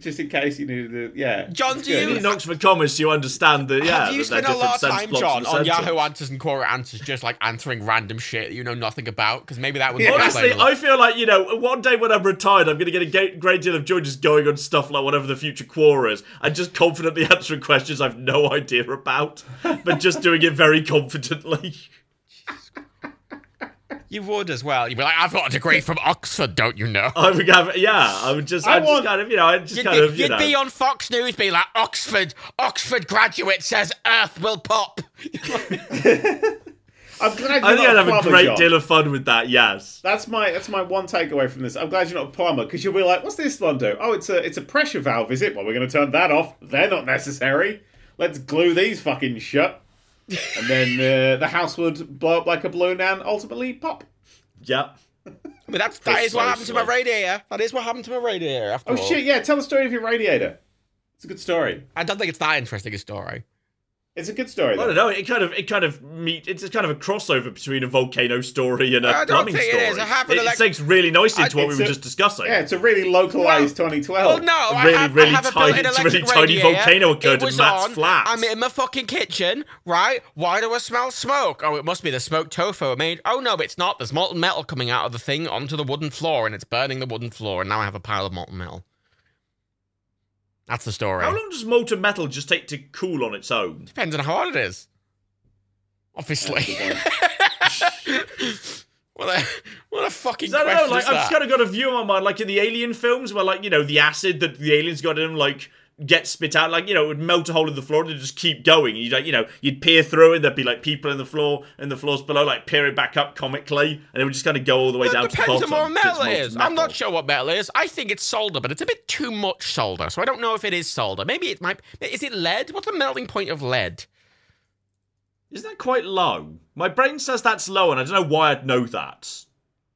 Speaker 3: Just in case you needed to, yeah.
Speaker 1: John,
Speaker 3: it's
Speaker 1: do you-
Speaker 3: good.
Speaker 2: It knocks for commas, so you understand that, yeah,
Speaker 1: Have you spent
Speaker 2: that they're
Speaker 1: a
Speaker 2: different
Speaker 1: lot of
Speaker 2: sense
Speaker 1: time,
Speaker 2: blocks
Speaker 1: John,
Speaker 2: of
Speaker 1: on
Speaker 2: sentence.
Speaker 1: Yahoo Answers and Quora Answers, just like answering random shit that you know nothing about? Because maybe that would
Speaker 3: Yeah.
Speaker 1: be
Speaker 2: Honestly,
Speaker 1: explainable.
Speaker 2: I feel like, you know, one day when I'm retired, I'm going to get a ga- great deal of joy just going on stuff like whatever the future quora is and just confidently answering questions I've no idea about, but just doing it very confidently.
Speaker 1: you would as well. You'd be like, I've got a degree from Oxford, don't you know?
Speaker 2: I would have, yeah, I would just,
Speaker 3: I
Speaker 2: I would just
Speaker 3: want-
Speaker 2: kind of, you know, I just
Speaker 1: You'd,
Speaker 2: kind
Speaker 1: be,
Speaker 2: of, you
Speaker 1: you'd
Speaker 2: know.
Speaker 1: be on Fox News being like, Oxford, Oxford graduate says Earth will pop.
Speaker 3: I'm glad you're
Speaker 2: I think
Speaker 3: not
Speaker 2: I'd have a
Speaker 3: plumber,
Speaker 2: great
Speaker 3: John.
Speaker 2: deal of fun with that, yes.
Speaker 3: That's my that's my one takeaway from this. I'm glad you're not a plumber because you'll be like, "What's this, Londo? Oh, it's a it's a pressure valve, is it? Well, we're going to turn that off. They're not necessary. Let's glue these fucking shut." And then uh, the house would blow up like a balloon and ultimately pop.
Speaker 2: Yeah.
Speaker 1: But that's, that is what happened to my
Speaker 2: Precisely.
Speaker 1: radiator. That is what happened to my radiator, after
Speaker 3: Oh
Speaker 1: all.
Speaker 3: shit! Yeah, tell the story of your radiator. It's a good story.
Speaker 1: I don't think it's that interesting a story.
Speaker 3: It's a good story.
Speaker 2: I
Speaker 3: Though.
Speaker 2: don't know. It kind of, it kind of meet. It's kind of a crossover between a volcano story and a
Speaker 1: I don't
Speaker 2: plumbing
Speaker 1: think it
Speaker 2: story.
Speaker 1: is. I have an elec-
Speaker 2: sinks really nicely into
Speaker 1: I-
Speaker 2: what we
Speaker 3: it's
Speaker 2: were
Speaker 3: a-
Speaker 2: just discussing.
Speaker 3: Yeah, it's a really localized
Speaker 1: Well-
Speaker 3: 2012.
Speaker 1: Well, no, I
Speaker 2: Oh, really,
Speaker 1: have,
Speaker 2: really
Speaker 1: I have a
Speaker 2: tiny-
Speaker 1: built-in
Speaker 2: it's a
Speaker 1: electric
Speaker 2: really tiny
Speaker 1: radiator.
Speaker 2: volcano occurred
Speaker 1: It
Speaker 2: in
Speaker 1: was
Speaker 2: Matt's
Speaker 1: on.
Speaker 2: flat.
Speaker 1: I'm in my fucking kitchen, right? Why do I smell smoke? Oh, it must be the smoked tofu I made. Oh no, it's not. There's molten metal coming out of the thing onto the wooden floor, and it's burning the wooden floor. And now I have a pile of molten metal. That's the story.
Speaker 2: How long does molten metal just take to cool on its own?
Speaker 1: Depends on how hard it is. Obviously. what a what a fucking
Speaker 2: 'Cause I
Speaker 1: question
Speaker 2: don't know. Like
Speaker 1: is
Speaker 2: I've
Speaker 1: that?
Speaker 2: just kind of got a view in my mind, like in the Alien films, where like you know the acid that the aliens got in them, like gets spit out. Like you know, it would melt a hole in the floor and it'd just keep going. You'd like you know you'd peer through it. There'd be like people in the floor and the floors below, like peering back up comically, and it would just kind of go all the way
Speaker 1: It
Speaker 2: down to the
Speaker 1: depends
Speaker 2: bottom.
Speaker 1: on what
Speaker 2: 'cause it's
Speaker 1: metal it is.
Speaker 2: molten
Speaker 1: I'm not
Speaker 2: metal.
Speaker 1: sure what metal it is. I think it's solder, but it's a bit too much solder, so I don't know if it is solder. Maybe it might. Is it lead? What's the melting point of lead?
Speaker 2: Is that quite low? My brain says that's low, and I don't know why I'd know that.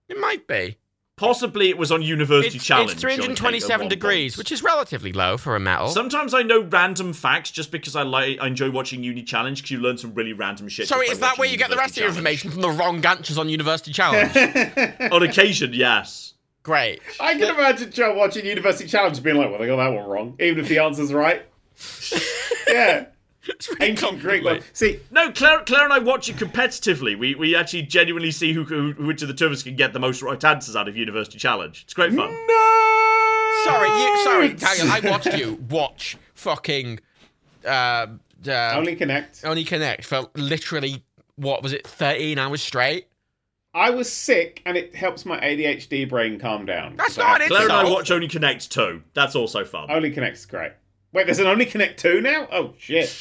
Speaker 1: It might be.
Speaker 2: Possibly it was on University
Speaker 1: It's,
Speaker 2: Challenge.
Speaker 1: it's
Speaker 2: I think, at
Speaker 1: 327
Speaker 2: one
Speaker 1: degrees,
Speaker 2: point.
Speaker 1: which is relatively low for a metal.
Speaker 2: Sometimes I know random facts just because I like I enjoy watching Uni Challenge because you learn some really random shit.
Speaker 1: so
Speaker 2: just by
Speaker 1: is that
Speaker 2: watching
Speaker 1: where you get the rest of your
Speaker 2: University
Speaker 1: information from the wrong answers on University Challenge?
Speaker 2: Challenge. On occasion, yes.
Speaker 1: Great.
Speaker 3: I can imagine Joe watching University Challenge being like, well, they got that one wrong, even if the answer's right. yeah. Ancient Greek one. See,
Speaker 2: No, Claire, Claire and I watch it competitively. We we actually genuinely see who who, who to the two of us can get the most right answers out of University Challenge. It's great
Speaker 1: Mm.
Speaker 2: fun.
Speaker 1: Sorry, you, sorry, Daniel. I watched you watch fucking. Uh, uh,
Speaker 3: only connect.
Speaker 1: only connect for literally what was it 13 hours straight
Speaker 3: I was sick, and it helps my ADHD brain calm down.
Speaker 1: That's
Speaker 3: So I-
Speaker 1: not it.
Speaker 2: Claire and I
Speaker 1: So-
Speaker 2: watch Only Connect too. That's also fun.
Speaker 3: Only connect's great. Wait, there's an Only Connect two now? Oh shit.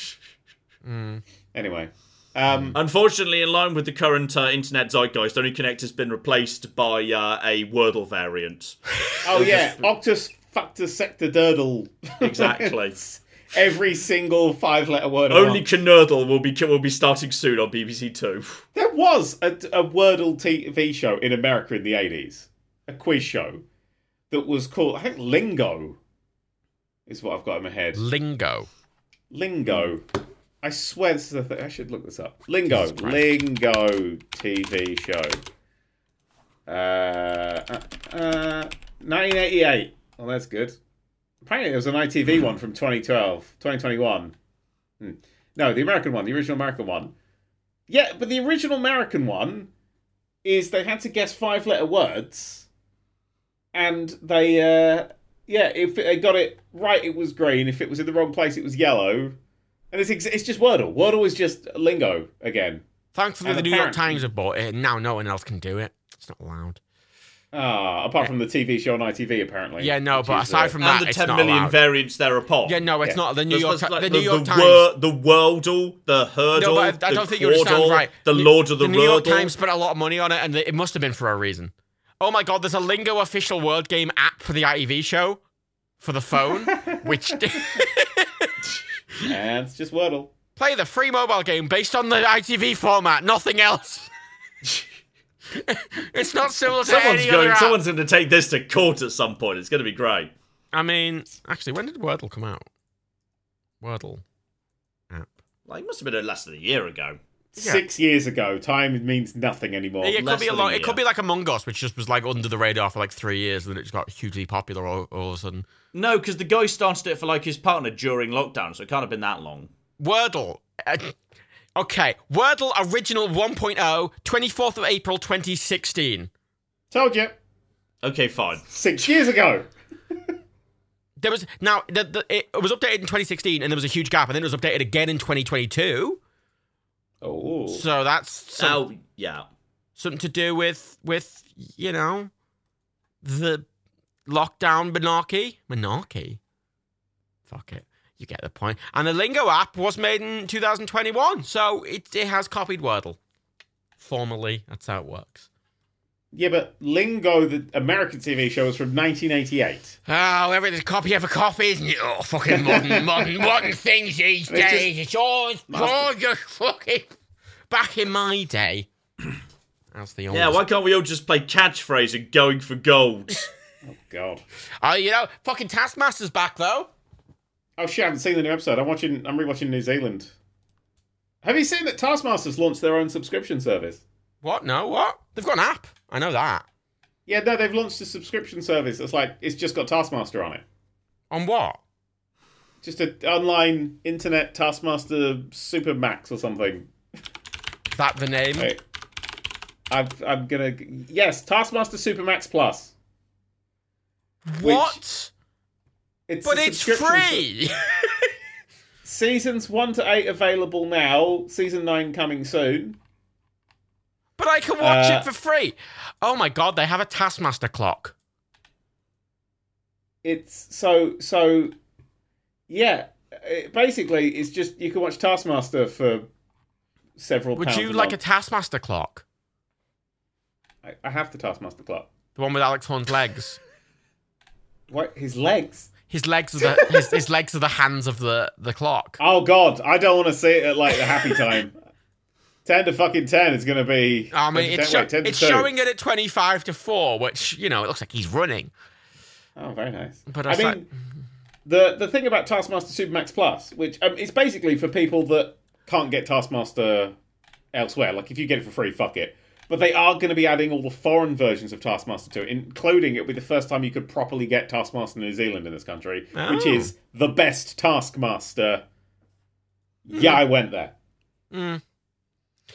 Speaker 2: Hmm.
Speaker 3: Anyway, um,
Speaker 2: Unfortunately, in line with the current uh, internet zeitgeist, Only Connect has been replaced by uh, a Wordle variant.
Speaker 3: oh yeah, Octus Factor Sector Dirtle.
Speaker 2: Exactly.
Speaker 3: Every single five-letter word.
Speaker 2: Only
Speaker 3: along.
Speaker 2: Knurdle will be will be starting soon on BBC Two.
Speaker 3: There was a, a Wordle TV show in America in the 80s, a quiz show that was called, I think, Lingo, is what I've got in my head.
Speaker 1: lingo
Speaker 3: Lingo. I swear this is a thing. I should look this up. Lingo.
Speaker 1: Jesus Christ.
Speaker 3: Lingo TV show. Uh, uh, uh, 1988. Well, that's good. Apparently, there was an
Speaker 1: Hmm.
Speaker 3: ITV one from 2012, 2021. Hmm. No, the American one, the original American one. Yeah, but the original American one is they had to guess five letter words, and they, uh, yeah, if they got it right, it was green. If it was in the wrong place, it was yellow. And it's ex- it's just Wordle. Wordle is just lingo again.
Speaker 1: thankfully
Speaker 3: And
Speaker 1: the new york
Speaker 3: apparently-
Speaker 1: times have bought it and now no one else can do it it's not allowed
Speaker 3: Ah, apart from the TV show on ITV, apparently.
Speaker 1: Yeah, no,
Speaker 3: Which
Speaker 1: but
Speaker 3: is,
Speaker 1: aside
Speaker 3: uh,
Speaker 1: from that,
Speaker 2: and the
Speaker 1: it's
Speaker 2: 10
Speaker 1: not
Speaker 2: million
Speaker 1: allowed.
Speaker 2: variants thereupon.
Speaker 1: yeah, no, it's not. The New York,
Speaker 2: There's- there's
Speaker 1: Ti-
Speaker 2: like
Speaker 1: the New York Times.
Speaker 2: Wor- the Wordle, the
Speaker 1: no,
Speaker 2: Hurdle,
Speaker 1: but I, I
Speaker 2: the
Speaker 1: don't think you
Speaker 2: Quaddle,
Speaker 1: understand. Right,
Speaker 2: the
Speaker 1: New-
Speaker 2: Lord of the,
Speaker 1: the New York
Speaker 2: Wordle.
Speaker 1: Times spent a lot of money on it, and it must have been for a reason. Oh my God, there's a Lingo official word game app for the ITV show for the phone, which
Speaker 3: and it's just Wordle.
Speaker 1: play the free mobile game based on the ITV format, nothing else. it's not similar to
Speaker 2: Someone's
Speaker 1: any other
Speaker 2: going.
Speaker 1: app.
Speaker 2: Someone's going to take this to court at some point. It's going to be great.
Speaker 1: I mean, actually, when did Wordle come out? Wordle app.
Speaker 2: Like, it must have been less than a year ago.
Speaker 1: Yeah.
Speaker 3: Six years ago, time means nothing anymore.
Speaker 1: it could
Speaker 2: less
Speaker 1: be a
Speaker 2: than a
Speaker 1: lot. It
Speaker 2: year.
Speaker 1: could be like Among Us, which just was like under the radar for like three years, and then it just got hugely popular all, all of a sudden.
Speaker 2: No, because the guy started it for like his partner during lockdown, so it can't have been that long.
Speaker 1: Wordle. Uh, okay, Wordle original 1.0, 24th of April 2016.
Speaker 3: Told you,
Speaker 2: Okay, fine.
Speaker 3: six years ago.
Speaker 1: There was now the, the, it was updated in 2016, and there was a huge gap, and then it was updated again in 2022.
Speaker 3: Oh,
Speaker 1: So that's some,
Speaker 2: So yeah,
Speaker 1: something to do with with you know the lockdown monarchy. Monarchy. Fuck it. You get the point. And the Lingo app was made in 2021, so it it has copied Wordle. Formally, that's how it works.
Speaker 3: yeah, but Lingo, the American TV show, was from 1988.
Speaker 1: Oh, everything's copy of a copy, isn't it? Oh, fucking modern, modern, modern things these
Speaker 3: It's just-
Speaker 1: days. It's all, it's all just fucking. Back in my day, that's the oldest.
Speaker 2: yeah. Why can't we all just play catchphrase and going for gold?
Speaker 3: God.
Speaker 1: Oh, you know, fucking Taskmaster's back though.
Speaker 3: Oh shit! I haven't seen the new episode. I'm watching. I'm rewatching New Zealand. Have you seen that Taskmasters launched their own subscription service?
Speaker 1: What? No, what? They've got an app. I know that.
Speaker 3: Yeah, no, they've launched a subscription service. It's like it's just got Taskmaster on it.
Speaker 1: On what?
Speaker 3: Just an online internet Taskmaster Super Max or something.
Speaker 1: Is that the name?
Speaker 3: Wait. I'm, I'm gonna yes, Taskmaster Supermax Plus.
Speaker 1: what?
Speaker 3: It's
Speaker 1: But
Speaker 3: a
Speaker 1: it's
Speaker 3: subscription
Speaker 1: free.
Speaker 3: ser- Seasons one to eight available now. Season nine coming soon.
Speaker 1: but I can watch
Speaker 3: Uh,
Speaker 1: it for free. Oh my god, they have a Taskmaster clock.
Speaker 3: It's so so. Yeah, it, basically, it's just you can watch Taskmaster for several.
Speaker 1: Would
Speaker 3: pounds
Speaker 1: you like a
Speaker 3: month.
Speaker 1: Taskmaster clock?
Speaker 3: I I have the Taskmaster clock.
Speaker 1: The one with Alex Horn's legs.
Speaker 3: What his legs?
Speaker 1: His legs are the his, his legs are the hands of the the clock.
Speaker 3: Oh God, I don't want to see it at like the happy time. ten to fucking ten is gonna be.
Speaker 1: I mean,
Speaker 3: 10
Speaker 1: it's,
Speaker 3: to
Speaker 1: sho-
Speaker 3: 10, wait, 10 to
Speaker 1: it's
Speaker 3: 2.
Speaker 1: showing it at twenty five to four, which you know it looks like he's running.
Speaker 3: Oh, very nice.
Speaker 1: But
Speaker 3: I
Speaker 1: it's
Speaker 3: mean,
Speaker 1: like-
Speaker 3: the the thing about Taskmaster Supermax Plus, which um, is basically for people that can't get Taskmaster elsewhere. Like, if you get it for free, fuck it. But they are going to be adding all the foreign versions of Taskmaster to it, including it'll be the first time you could properly get Taskmaster New Zealand in this country, which
Speaker 1: Oh.
Speaker 3: is the best Taskmaster. Yeah, I went there.
Speaker 1: Mm.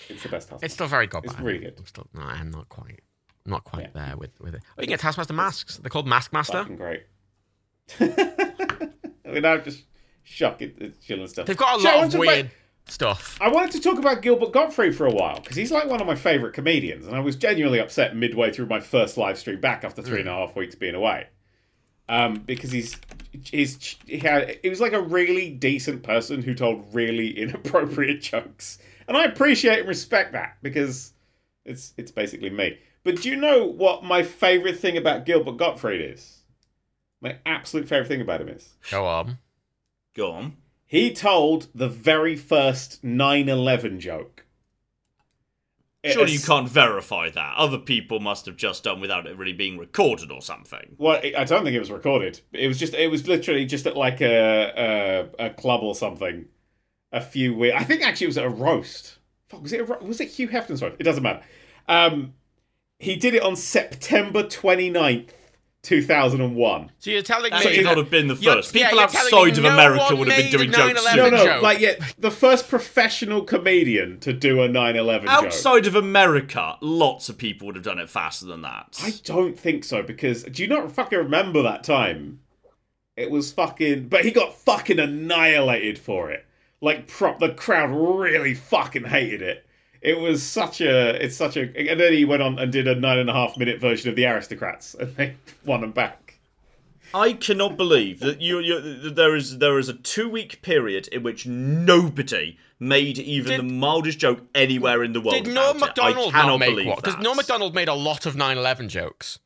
Speaker 3: It's the best Taskmaster.
Speaker 1: It's still very good.
Speaker 3: It's
Speaker 1: but I
Speaker 3: really
Speaker 1: think
Speaker 3: good.
Speaker 1: I'm still, no, I'm not quite, not quite there with with it. Oh, you
Speaker 3: It's-
Speaker 1: get Taskmaster masks. They're called Mask Master.
Speaker 3: fucking great. I mean, I'm just shocked at the chilling stuff.
Speaker 1: They've got a
Speaker 3: Shit, I
Speaker 1: lot
Speaker 3: wanted
Speaker 1: of
Speaker 3: to
Speaker 1: weird
Speaker 3: make-
Speaker 1: stuff.
Speaker 3: I wanted to talk about Gilbert Godfrey for a while because he's like one of my favourite comedians, and I was genuinely upset midway through my first live stream back after three and a half weeks being away, um, because he's he's he had he was like a really decent person who told really inappropriate jokes, and I appreciate and respect that because it's it's basically me. But do you know what my favourite thing about Gilbert Gottfried is? My absolute favourite thing about him is
Speaker 1: Go on.
Speaker 2: Go on.
Speaker 3: he told the very first 9 11 joke.
Speaker 2: Surely you
Speaker 3: It's-
Speaker 2: can't verify that. Other people must have just done without it really being recorded or something.
Speaker 3: Well, I don't think it was recorded. It was just, it was literally just at like a a, a club or something. A few weeks. I think actually it was at a roast. Fuck, was it a, ro- was it Hugh Hefner's roast? It doesn't matter. Um, he did it on September 29th, 2001.
Speaker 1: So you're telling me
Speaker 2: That should
Speaker 1: that-
Speaker 2: not have been the
Speaker 1: you're-
Speaker 2: first.
Speaker 1: yeah,
Speaker 2: People
Speaker 1: you're telling me
Speaker 2: outside of
Speaker 1: no
Speaker 2: America
Speaker 1: one
Speaker 2: would have been
Speaker 1: made a
Speaker 2: doing jokes.
Speaker 1: 9/11
Speaker 3: No,
Speaker 2: sooner.
Speaker 3: no,
Speaker 1: joke.
Speaker 3: like yeah, the first professional comedian to do a 9/11 joke.
Speaker 2: Outside of America, lots of people would have done it faster than that.
Speaker 3: I don't think so because do you not fucking remember that time? It was fucking, but he got fucking annihilated for it. Like prop, the crowd really fucking hated it. It was such a, it's such a, and then he went on and did a nine and a half minute version of the Aristocrats, and they won them back.
Speaker 2: I cannot believe that you, you that there is there is a two week period in which nobody made even
Speaker 1: Did-
Speaker 2: the mildest joke anywhere in the world.
Speaker 1: Did Norm
Speaker 2: about it.
Speaker 1: MacDonald
Speaker 2: I cannot
Speaker 1: not make
Speaker 2: believe
Speaker 1: one? Because
Speaker 2: that.
Speaker 1: Norm MacDonald made a lot of 9-11 jokes.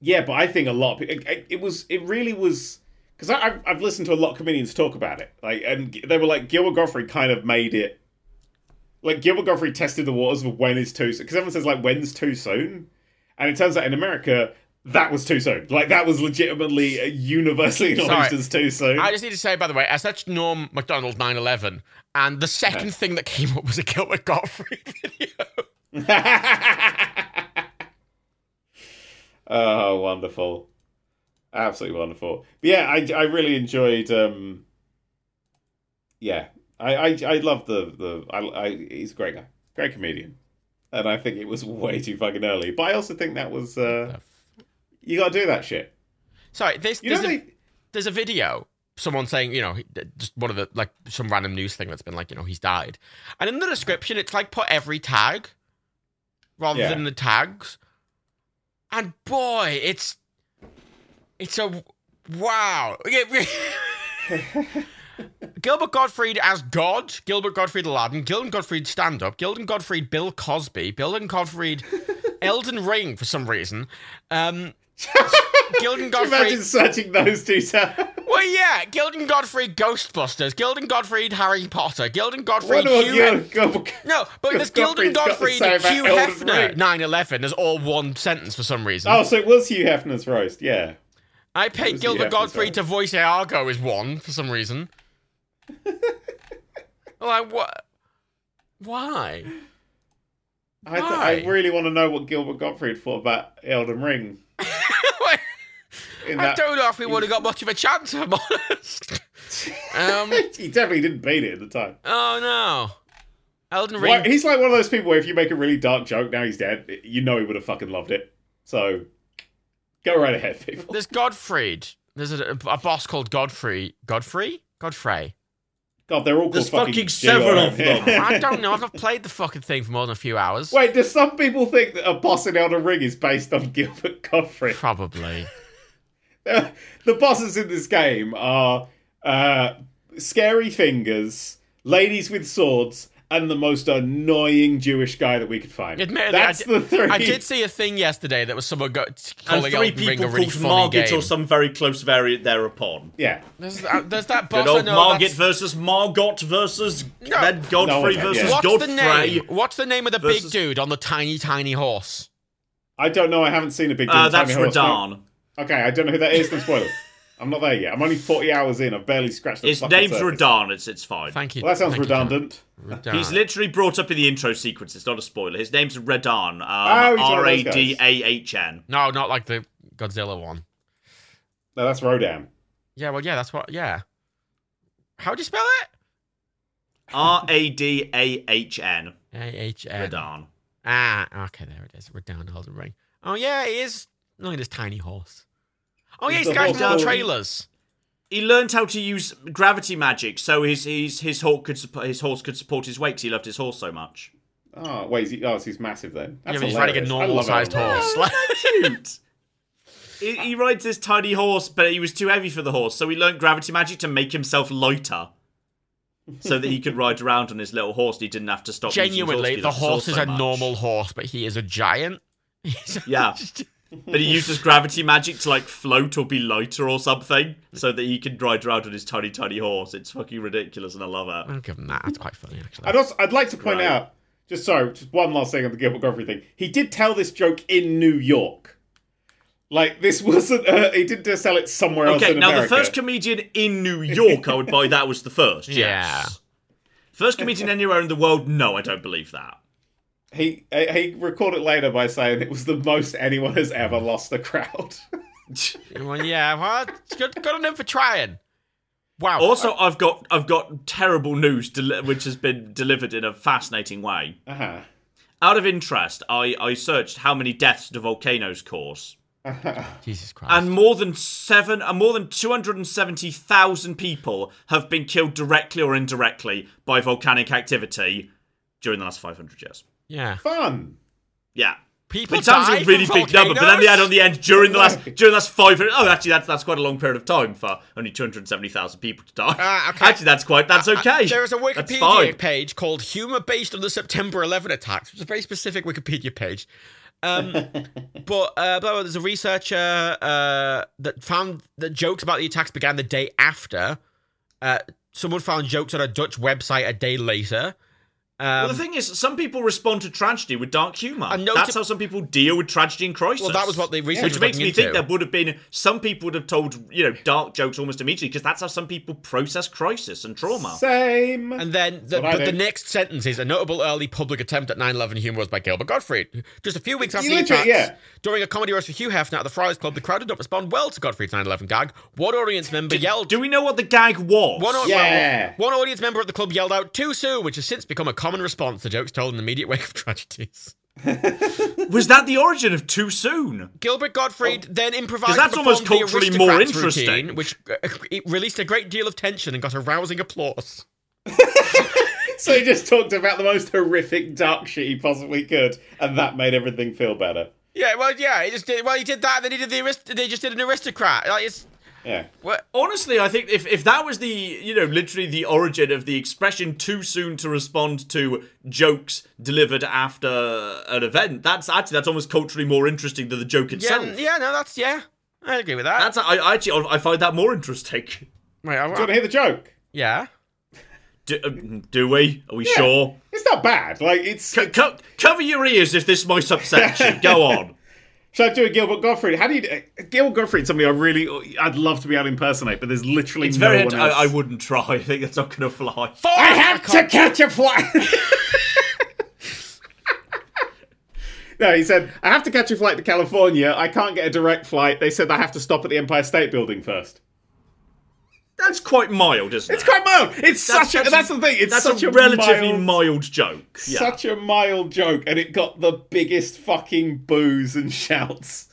Speaker 3: Yeah, but I think a lot. Of, it, it- it was. It really was because I've I've listened to a lot of comedians talk about it. Like, and they were like Gilbert Gottfried kind of made it. Like Gilbert Gottfried tested the waters of when is too because everyone says like when's too soon, and it turns out in America that was too soon. Like that was legitimately uh, universally acknowledged
Speaker 1: Sorry.
Speaker 3: as too soon.
Speaker 1: I just need to say, by the way, I searched Norm MacDonald 9-11, and the second thing that came up was a Gilbert Gottfried video.
Speaker 3: oh, wonderful. Absolutely wonderful. But yeah, I, I really enjoyed um yeah. I I, I love the the I, I he's a great guy. Great comedian. And I think it was way too fucking early. But I also think that was uh you got to do that shit.
Speaker 1: Sorry, there's,
Speaker 3: You
Speaker 1: there's,
Speaker 3: know
Speaker 1: a,
Speaker 3: they
Speaker 1: there's a video, someone saying, you know, he- just one of the, like, some random news thing that's been like, you know, he's died. And in the description, it's like put every tag rather
Speaker 3: Yeah.
Speaker 1: than the tags. And boy, it's, it's a, wow. Gilbert Gottfried as God, Gilbert Gottfried Aladdin, Gilden Gottfried stand up, Gilden Gottfried Bill Cosby, Gilden Gottfried Elden Ring for some reason. Um, Gilden
Speaker 3: imagine
Speaker 1: Gottfried.
Speaker 3: searching those two terms.
Speaker 1: Well, yeah, Gilden Gottfried Ghostbusters, Gilden Gottfried Harry Potter, Gilden Gottfried
Speaker 3: What do
Speaker 1: Hugh.
Speaker 3: you go?
Speaker 1: no, but there's Gilden
Speaker 3: Gottfried's got to
Speaker 1: Gottfried
Speaker 3: say about
Speaker 1: Hugh
Speaker 3: Elden
Speaker 1: Hefner
Speaker 3: Ring.
Speaker 1: 9/11. There's all one sentence for some reason.
Speaker 3: Oh, so it was Hugh Hefner's roast. Yeah.
Speaker 1: I
Speaker 3: was
Speaker 1: paid
Speaker 3: Hugh
Speaker 1: Gilbert
Speaker 3: Hefner's
Speaker 1: Godfrey
Speaker 3: roast.
Speaker 1: to voice Iago as one for some reason. like what? Why?
Speaker 3: I, th-
Speaker 1: Why?
Speaker 3: I really want to know what Gilbert Gottfried thought about Elden Ring. In
Speaker 1: I
Speaker 3: that,
Speaker 1: don't know if we would have got much of a chance, if I'm honest. um,
Speaker 3: he definitely didn't beat it at the time.
Speaker 1: oh no. Elden Ring.
Speaker 3: Why, he's like one of those people where if you make a really dark joke, now he's dead. You know he would have fucking loved it. So go right ahead, people.
Speaker 1: There's Godfried. There's a, a boss called Godfrey. Godfrey? Godfrey.
Speaker 3: God, they're all called
Speaker 2: There's
Speaker 3: fucking,
Speaker 2: fucking
Speaker 3: G.R.
Speaker 2: several of them.
Speaker 3: Yeah.
Speaker 1: I don't know. I've not played the fucking thing for more than a few hours.
Speaker 3: Wait, do some people think that a boss in Elden Ring is based on Gilbert Gottfried?
Speaker 1: Probably.
Speaker 3: the bosses in this game are uh, scary fingers, ladies with swords, and the most annoying Jewish guy that we could find.
Speaker 1: Admittedly, I
Speaker 3: That's
Speaker 1: did-
Speaker 3: the three.
Speaker 1: I did see a thing yesterday that was someone got calling
Speaker 2: and three
Speaker 1: Elden Ring
Speaker 2: people
Speaker 1: a really
Speaker 2: called
Speaker 1: funny
Speaker 2: Margit
Speaker 1: game.
Speaker 2: or some very close variant thereupon.
Speaker 3: Yeah.
Speaker 1: There's, uh, there's that boss
Speaker 2: Good
Speaker 1: I
Speaker 2: old
Speaker 1: know.
Speaker 2: Margit
Speaker 1: that's-
Speaker 2: versus Margot versus then Godfrey
Speaker 3: No, yeah.
Speaker 2: versus
Speaker 1: What's the
Speaker 2: Godfrey.
Speaker 1: name? What's the name of the
Speaker 2: versus-
Speaker 1: big dude on the tiny, tiny horse?
Speaker 3: I don't know. I haven't seen a big.
Speaker 2: Uh,
Speaker 3: Tiny
Speaker 2: that's
Speaker 3: Horse, no.
Speaker 2: Radan.
Speaker 3: Okay, I don't know who that is. No spoilers. I'm not there yet. I'm only 40 hours in. I've barely scratched the
Speaker 2: His
Speaker 3: fucking
Speaker 2: name's
Speaker 3: surface.
Speaker 2: Radan. It's it's fine.
Speaker 1: Thank you.
Speaker 3: Well, that sounds
Speaker 1: thank you, John. uh,
Speaker 3: redundant.
Speaker 1: Redan.
Speaker 2: He's literally brought up in the intro sequence. It's not a spoiler. His name's Radan. Um,
Speaker 3: Oh, he's one
Speaker 2: R
Speaker 3: of
Speaker 2: A
Speaker 3: those guys.
Speaker 2: D A H N.
Speaker 1: no, not like the Godzilla one.
Speaker 3: No, that's Rodan.
Speaker 1: Yeah, well, yeah, that's what. Yeah. How do you spell it?
Speaker 2: R A D A H N.
Speaker 1: A H N.
Speaker 2: Radan.
Speaker 1: Ah, okay, there it is. We're down Elden Ring. Oh yeah, he is. Look at this tiny horse. Oh yeah,
Speaker 3: He's
Speaker 1: he's
Speaker 3: the
Speaker 1: the guy from all
Speaker 2: horse.
Speaker 1: the trailers.
Speaker 2: He learned how to use gravity magic, so his his his hawk could suppo- his horse could support his weight. 'cause he loved his horse so much.
Speaker 3: Oh, wait. Is he, oh, so he's massive then. That's
Speaker 1: yeah, but he's riding a
Speaker 3: hilarious. I love
Speaker 1: normal sized
Speaker 3: Elden
Speaker 1: horse. Like,
Speaker 3: Ring.
Speaker 2: Cute. he, he rides this tiny horse, but he was too heavy for the horse, so he learned gravity magic to make himself lighter, so that he could ride around on his little horse. And he didn't have to stop. using his horse
Speaker 1: genuinely,
Speaker 2: because
Speaker 1: the
Speaker 2: he loved
Speaker 1: horse is
Speaker 2: his so
Speaker 1: a
Speaker 2: much.
Speaker 1: normal horse, but he is a giant. He's
Speaker 2: Yeah, but he uses gravity magic to like float or be lighter or something, so that he can ride around on his tiny, tiny horse. It's fucking ridiculous, and I love it.
Speaker 1: I'll give him that. That's quite funny, actually.
Speaker 3: I'd also I'd like to point
Speaker 2: Right.
Speaker 3: out just sorry, just one last thing on the Gilbert Godfrey thing. He did tell this joke in New York. Like this wasn't uh, he didn't just tell it somewhere else
Speaker 2: Okay,
Speaker 3: in
Speaker 2: now
Speaker 3: America.
Speaker 2: the first comedian in New York, I would buy that was the first. Yes.
Speaker 1: Yeah.
Speaker 2: First comedian anywhere in the world? No, I don't believe that.
Speaker 3: he uh, he recorded later by saying it was the most anyone has ever lost a crowd.
Speaker 1: Well, yeah, well, it's good, good on him for trying. Wow.
Speaker 2: Also, I've got I've got terrible news, deli- which has been delivered in a fascinating way.
Speaker 3: uh-huh.
Speaker 2: Out of interest, I I searched how many deaths do volcanoes cause,
Speaker 1: Jesus Christ.
Speaker 2: and more than seven, and more than two hundred and seventy thousand people have been killed directly or indirectly by volcanic activity during the last five hundred years.
Speaker 1: Yeah.
Speaker 3: Fun.
Speaker 2: Yeah.
Speaker 1: People
Speaker 2: It sounds
Speaker 1: die
Speaker 2: a really
Speaker 1: from
Speaker 2: big number, but then they add on
Speaker 1: volcanoes?
Speaker 2: the end during the last during the last five. Oh, actually, that's that's quite a long period of time for only two hundred seventy thousand people to die.
Speaker 1: Ah, okay. Uh,
Speaker 2: Actually, that's quite that's okay.
Speaker 1: There is a
Speaker 2: That's
Speaker 1: Wikipedia
Speaker 2: fine.
Speaker 1: page called Humor Based on the September 11 Attacks, which is a very specific Wikipedia page. Um, but uh, blah, blah, there's a researcher uh, that found that jokes about the attacks began the day after. Uh, someone found jokes on a Dutch website a day later.
Speaker 2: well, the thing is, some people respond to tragedy with dark humor.
Speaker 1: I know
Speaker 2: That's
Speaker 1: to-
Speaker 2: how some people deal with tragedy and crisis.
Speaker 1: Well, that was what the research
Speaker 2: which
Speaker 1: was
Speaker 2: makes
Speaker 1: looking
Speaker 2: me think
Speaker 1: into.
Speaker 2: there would have been some people would have told you know dark jokes almost immediately because that's how some people process crisis and trauma.
Speaker 3: Same.
Speaker 1: And then, the,
Speaker 3: what I
Speaker 1: but the
Speaker 3: do.
Speaker 1: next sentence is a notable early public attempt at 9 11 humor was by Gilbert Gottfried. Just a few weeks after the
Speaker 3: literally-
Speaker 1: attacks,
Speaker 3: yeah.
Speaker 1: during a comedy roast for Hugh Hefner at the Friars Club, the crowd did not respond well to Gottfried's 9 11 gag. One audience member yelled.
Speaker 2: Do we know what the gag was?
Speaker 1: One, au-
Speaker 3: Yeah.
Speaker 1: well, one audience member at the club yelled out too soon, which has since become a common response to jokes told in the immediate wake of tragedies.
Speaker 2: was that the origin of too soon?
Speaker 1: Gilbert Gottfried then improvised.
Speaker 2: 'Cause that's
Speaker 1: and
Speaker 2: almost
Speaker 1: performed the
Speaker 2: culturally more
Speaker 1: Aristocrats
Speaker 2: interesting.
Speaker 1: routine, which uh, it released a great deal of tension and got a rousing applause.
Speaker 3: So he just talked about the most horrific dark shit he possibly could, and that made everything feel better.
Speaker 1: Yeah, well, yeah, he just did. Well, he did that. Then he did the arist- They just did an aristocrat. Like it's.
Speaker 3: Yeah.
Speaker 1: What?
Speaker 2: Honestly, I think if, if that was the, you know, literally the origin of the expression too soon to respond to jokes delivered after an event, that's actually, that's almost culturally more interesting than the joke
Speaker 1: Yeah,
Speaker 2: itself.
Speaker 1: n- yeah, no, that's yeah. I agree with that.
Speaker 2: That's, I, I actually, I find that more interesting.
Speaker 1: Wait, I-
Speaker 3: Do you want to hear the joke?
Speaker 1: yeah.
Speaker 2: Do, um, do we? Are we
Speaker 3: Yeah.
Speaker 2: sure?
Speaker 3: It's not bad. Like it's.
Speaker 2: C- co- cover your ears if this might upset you. Go on.
Speaker 3: Should I do a Gilbert Gottfried? How do you do, Gilbert Gottfried? Somebody I really, I'd love to be able to impersonate, but there's literally
Speaker 2: It's
Speaker 3: no
Speaker 2: very,
Speaker 3: one
Speaker 2: I,
Speaker 3: else.
Speaker 2: I wouldn't try. I think that's not going to fly.
Speaker 1: Oh,
Speaker 3: I had to catch a fly. no, he said, I have to catch a flight to California. I can't get a direct flight. They said I have to stop at the Empire State Building first.
Speaker 2: That's quite mild, isn't
Speaker 3: It's
Speaker 2: it?
Speaker 3: quite mild. It's such a. That's the thing. It's
Speaker 2: that's
Speaker 3: such
Speaker 2: a,
Speaker 3: a,
Speaker 2: relatively
Speaker 3: mild,
Speaker 2: mild, joke. Yeah.
Speaker 3: such a mild joke, and it got the biggest fucking boos and shouts.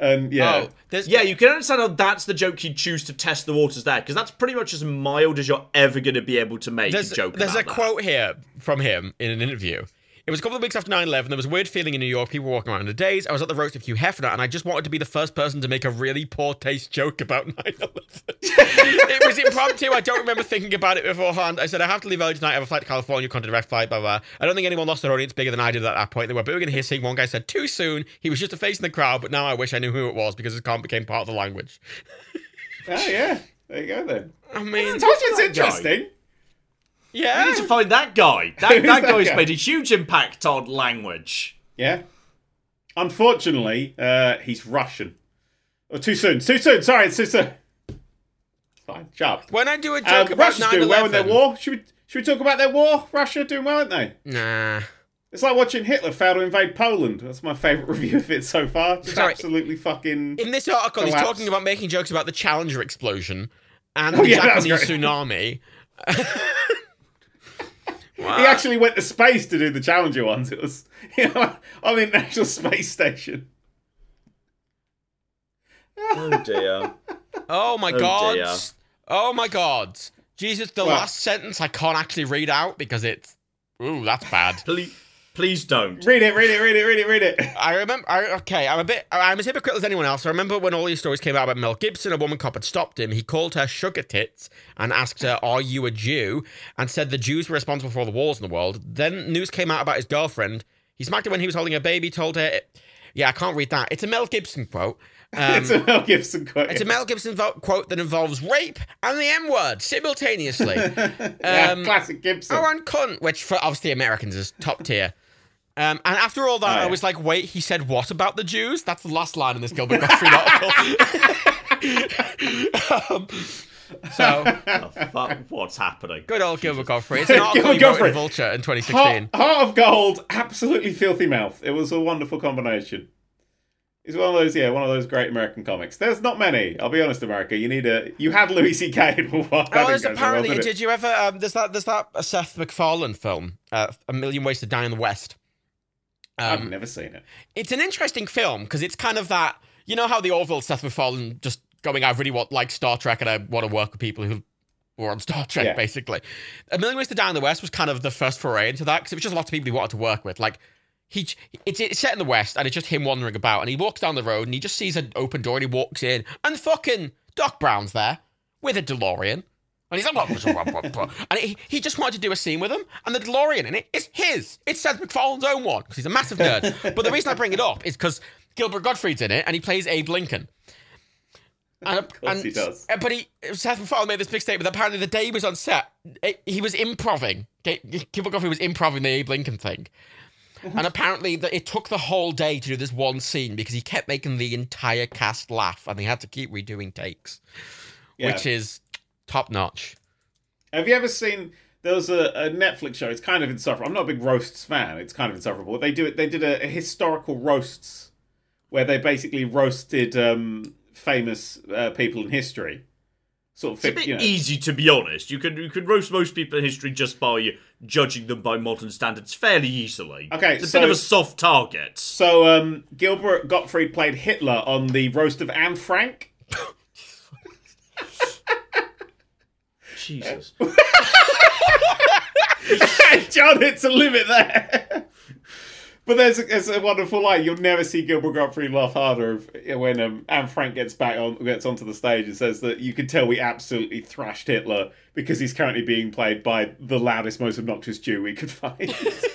Speaker 3: And yeah,
Speaker 1: Oh, there's,
Speaker 2: Yeah, you can understand how that's the joke you choose to test the waters there, because that's pretty much as mild as you're ever going to be able to make
Speaker 1: there's,
Speaker 2: a joke.
Speaker 1: there's a
Speaker 2: about that.
Speaker 1: quote here from him in an interview. It was a couple of weeks after 9 11. There was a weird feeling in New York. People were walking around in the days. I was at the roast of Hugh Hefner, and I just wanted to be the first person to make a really poor taste joke about 9 11. it was impromptu. I don't remember thinking about it beforehand. I said, I have to leave early tonight. I have a flight to California, can't direct flight, blah, blah. I don't think anyone lost their audience bigger than I did at that point. They were booing and hissing. One guy said, Too soon. He was just a face in the crowd, but now I wish I knew who it was because his comment became part of the language.
Speaker 3: oh yeah. There you go then.
Speaker 1: I mean,
Speaker 3: Sometimes it's
Speaker 2: guy.
Speaker 3: interesting.
Speaker 1: yeah.
Speaker 2: You need to find that guy. That,
Speaker 3: Who's
Speaker 2: that
Speaker 3: that
Speaker 2: guy's
Speaker 3: guy?
Speaker 2: made a huge impact on language.
Speaker 3: Yeah. Unfortunately, uh, he's Russian. Oh, too soon. Too soon. Sorry, it's too soon. Fine. Sharp.
Speaker 1: When I do a
Speaker 3: Um,
Speaker 1: joke about
Speaker 3: Russia's
Speaker 1: 9
Speaker 3: doing well in their
Speaker 1: 11.
Speaker 3: war. Should we, should we talk about their war? Russia doing well, aren't they?
Speaker 1: Nah.
Speaker 3: It's like watching Hitler fail to invade Poland. That's my favourite review of it so far. Just
Speaker 1: Sorry.
Speaker 3: absolutely fucking.
Speaker 1: In this article, he's
Speaker 3: Collapse. Oh,
Speaker 1: talking about making jokes about the Challenger explosion and the
Speaker 3: yeah, that's
Speaker 1: Japanese
Speaker 3: great.
Speaker 1: tsunami.
Speaker 3: He actually went to space to do the Challenger ones. It was you know, on the International Space Station.
Speaker 2: Oh dear.
Speaker 1: Oh my
Speaker 2: dear.
Speaker 1: god! Oh my god! Jesus, the
Speaker 3: What?
Speaker 1: last sentence I can't actually read out because it's ooh, that's bad.
Speaker 2: please, please don't.
Speaker 3: Read it, read it, read it, read it, read it.
Speaker 1: I remember. I, okay, I'm a bit. I'm as hypocritical as anyone else. I remember when all these stories came out about Mel Gibson. A woman cop had stopped him. He called her sugar tits and asked her, "Are you a Jew?" And said the Jews were responsible for all the wars in the world. Then news came out about his girlfriend. He smacked her when he was holding a baby. Told her, "Yeah, I can't read that." It's a Mel Gibson quote. Um,
Speaker 3: it's a Mel Gibson quote.
Speaker 1: it's a Mel Gibson vo- quote that involves rape and the M word simultaneously.
Speaker 3: yeah,
Speaker 1: um,
Speaker 3: classic Gibson.
Speaker 1: Oh, and cunt, which for obviously Americans is top tier. Um, and after all that,
Speaker 3: Oh,
Speaker 1: I
Speaker 3: yeah.
Speaker 1: was like, wait, he said what about the Jews? That's the last line in this Gilbert Gottfried article. um, so,
Speaker 2: Oh, fuck, what's happening?
Speaker 1: good old Gilbert Gottfried. It's an article
Speaker 3: Gilbert
Speaker 1: he wrote in
Speaker 3: Gottfried.
Speaker 1: Vulture in 2016.
Speaker 3: Heart, Heart of Gold, absolutely filthy mouth. It was a wonderful combination. It's one of those, yeah, one of those great American comics. There's not many. I'll be honest, America. You need a. You had Louis C.K. in one. That
Speaker 1: Oh,
Speaker 3: didn't
Speaker 1: there's
Speaker 3: go so well,
Speaker 1: apparently,
Speaker 3: did it?
Speaker 1: did you ever, um, there's that, there's that uh, Seth MacFarlane film, uh, A Million Ways to Die in the West. Um,
Speaker 3: I've never seen it.
Speaker 1: it's an interesting film because it's kind of that you know how the Orville Seth MacFarlane just going I really want like Star Trek and I want to work with people who were on Star Trek,
Speaker 3: Yeah.
Speaker 1: basically. A Million Ways to Die in the West was kind of the first foray into that because it was just lots of people he wanted to work with. Like, he it's, it's set in the West and it's just him wandering about and he walks down the road and he just sees an open door and he walks in and fucking Doc Brown's there with a DeLorean. And he's like, and he, he just wanted to do a scene with him, and the DeLorean in it is his. It's Seth MacFarlane's own one because he's a massive nerd. but the reason I bring it up is because Gilbert Gottfried's in it, and he plays Abe Lincoln. And,
Speaker 3: course he does.
Speaker 1: uh, But he, Seth MacFarlane made this big statement. that Apparently, the day he was on set, eh, he was improving. Ga- Gilbert Gottfried was improving the Abe Lincoln thing, and apparently, that it took the whole day to do this one scene because he kept making the entire cast laugh, and they had to keep redoing takes,
Speaker 3: Yeah.
Speaker 1: which is top notch.
Speaker 3: Have you ever seen? There was a, a Netflix show. It's kind of insufferable. I'm not a big roasts fan. It's kind of insufferable. They do it. They did a, a historical roasts where they basically roasted um, famous uh, people in history. Sort
Speaker 2: It's
Speaker 3: of,
Speaker 2: a
Speaker 3: fic-
Speaker 2: bit e-
Speaker 3: you know.
Speaker 2: easy to be honest. You could you could roast most people in history just by judging them by modern standards fairly easily.
Speaker 3: Okay,
Speaker 2: it's a
Speaker 3: so-
Speaker 2: bit of a soft target.
Speaker 3: So um, Gilbert Gottfried played Hitler on the roast of Anne Frank.
Speaker 2: Jesus.
Speaker 3: John, it's a limit there. but there's a, there's a wonderful line. You'll never see Gilbert Gottfried laugh harder if- when um, Anne Frank gets back on gets onto the stage and says that you can tell we absolutely thrashed Hitler because he's currently being played by the loudest, most obnoxious Jew we could find. Which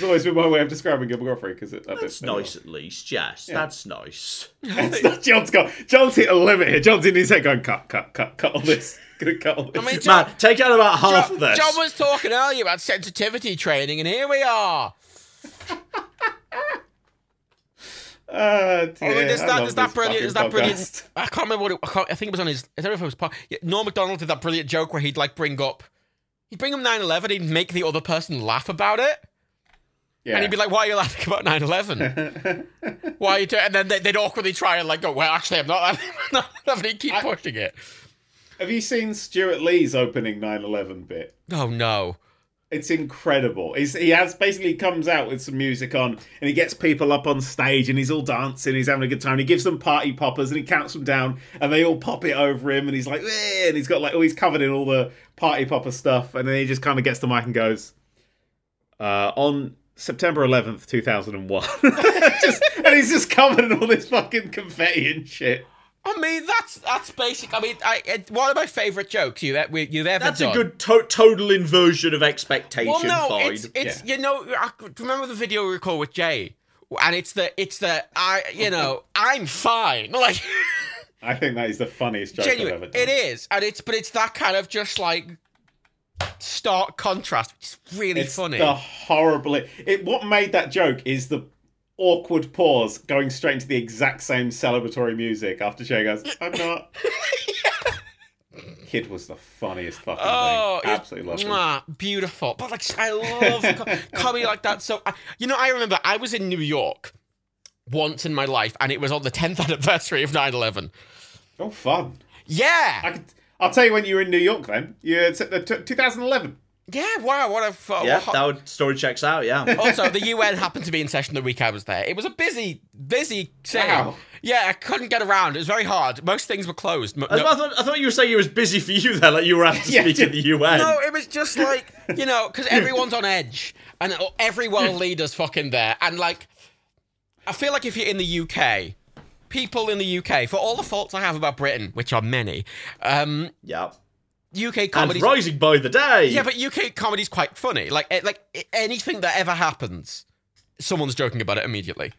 Speaker 3: has always been my way of describing Gilbert Gottfried because
Speaker 2: That's nice at least. Yes, that's nice.
Speaker 3: It's not- John's got John's hit a limit here. John's in his head going cut, cut, cut, cut all this. Gonna cut all this.
Speaker 1: I mean, John,
Speaker 2: Man, take out about half
Speaker 1: John,
Speaker 2: of this.
Speaker 1: John was talking earlier about sensitivity training, and here we are.
Speaker 3: Ah,
Speaker 1: Oh,
Speaker 3: dear,
Speaker 1: there's that,
Speaker 3: I love
Speaker 1: there's that
Speaker 3: this
Speaker 1: brilliant,
Speaker 3: fucking
Speaker 1: there's that
Speaker 3: podcast.
Speaker 1: brilliant. I can't remember what it. I, can't, I think it was on his. I don't know if it was. part- yeah, Norm Macdonald did that brilliant joke where he'd like bring up, he'd bring up 9/11, he'd make the other person laugh about it,
Speaker 3: Yeah.
Speaker 1: and he'd be like, "Why are you laughing about 9/11? Why are you?" Doing? And then they- they'd awkwardly try and like go, "Well, actually, I'm not laughing." I'm not laughing." He'd keep pushing it.
Speaker 3: Have you seen Stuart Lee's opening 9/11 bit?
Speaker 1: Oh no.
Speaker 3: It's incredible. He's, he has basically comes out with some music on, and he gets people up on stage, and he's all dancing, he's having a good time. He gives them party poppers, and he counts them down, and they all pop it over him, and he's like, "Eh," and he's got like, oh, he's covered in all the party popper stuff, and then he just kind of gets the mic and goes, uh, on September 11th, 2001, just, and he's just covered in all this fucking confetti and shit.
Speaker 1: I mean, that's that's basic. I mean, I, it, one of my favorite jokes you e- you've ever
Speaker 2: that's
Speaker 1: done.
Speaker 2: a good to- total inversion of expectation.
Speaker 1: Well, no,
Speaker 2: Fine.
Speaker 1: it's it's you know. I c- remember the video we recorded with Jay, and it's the it's the I you know I'm fine. Like
Speaker 3: I think that is the funniest joke I've
Speaker 1: genuine,
Speaker 3: ever done.
Speaker 1: it is, and it's but it's that kind of just like stark contrast, which is really
Speaker 3: It's
Speaker 1: funny.
Speaker 3: The horrible. It, what made that joke is the awkward pause going straight into the exact same celebratory music after Jay goes, I'm not. Kid was the funniest fucking
Speaker 1: Oh,
Speaker 3: thing.
Speaker 1: it's-
Speaker 3: Absolutely lovely.
Speaker 1: Mwah, beautiful. But like, I love co- comedy like that. So, I, you know, I remember I was in New York once in my life, and it was on the 10th anniversary of 9/11.
Speaker 3: Oh, fun.
Speaker 1: Yeah,
Speaker 3: I could, I'll tell you when you were in New York then. You, it's at the t- 2011.
Speaker 1: yeah. Wow, what a fu-
Speaker 2: yeah,
Speaker 1: what,
Speaker 2: that would, story checks out. Yeah.
Speaker 1: also, the UN happened to be in session the week I was there. It was a busy, busy thing.
Speaker 3: Wow.
Speaker 1: Yeah, I couldn't get around. It was very hard. Most things were closed. Mo-
Speaker 2: I,
Speaker 1: no-
Speaker 2: thought, I, thought, I thought you were saying it was busy for you there, like you were after
Speaker 3: Yeah,
Speaker 2: speaking in the UN.
Speaker 1: No, it was just like you know, because everyone's on edge and every world leader's fucking there. And like, I feel like if you're in the UK, people in the UK, for all the faults I have about Britain, which are many, um,
Speaker 2: yeah.
Speaker 1: UK
Speaker 2: And
Speaker 1: comedy.
Speaker 2: rising by the day.
Speaker 1: Yeah, but UK comedy's quite funny. Like, eh, like eh, anything that ever happens, someone's joking about it immediately.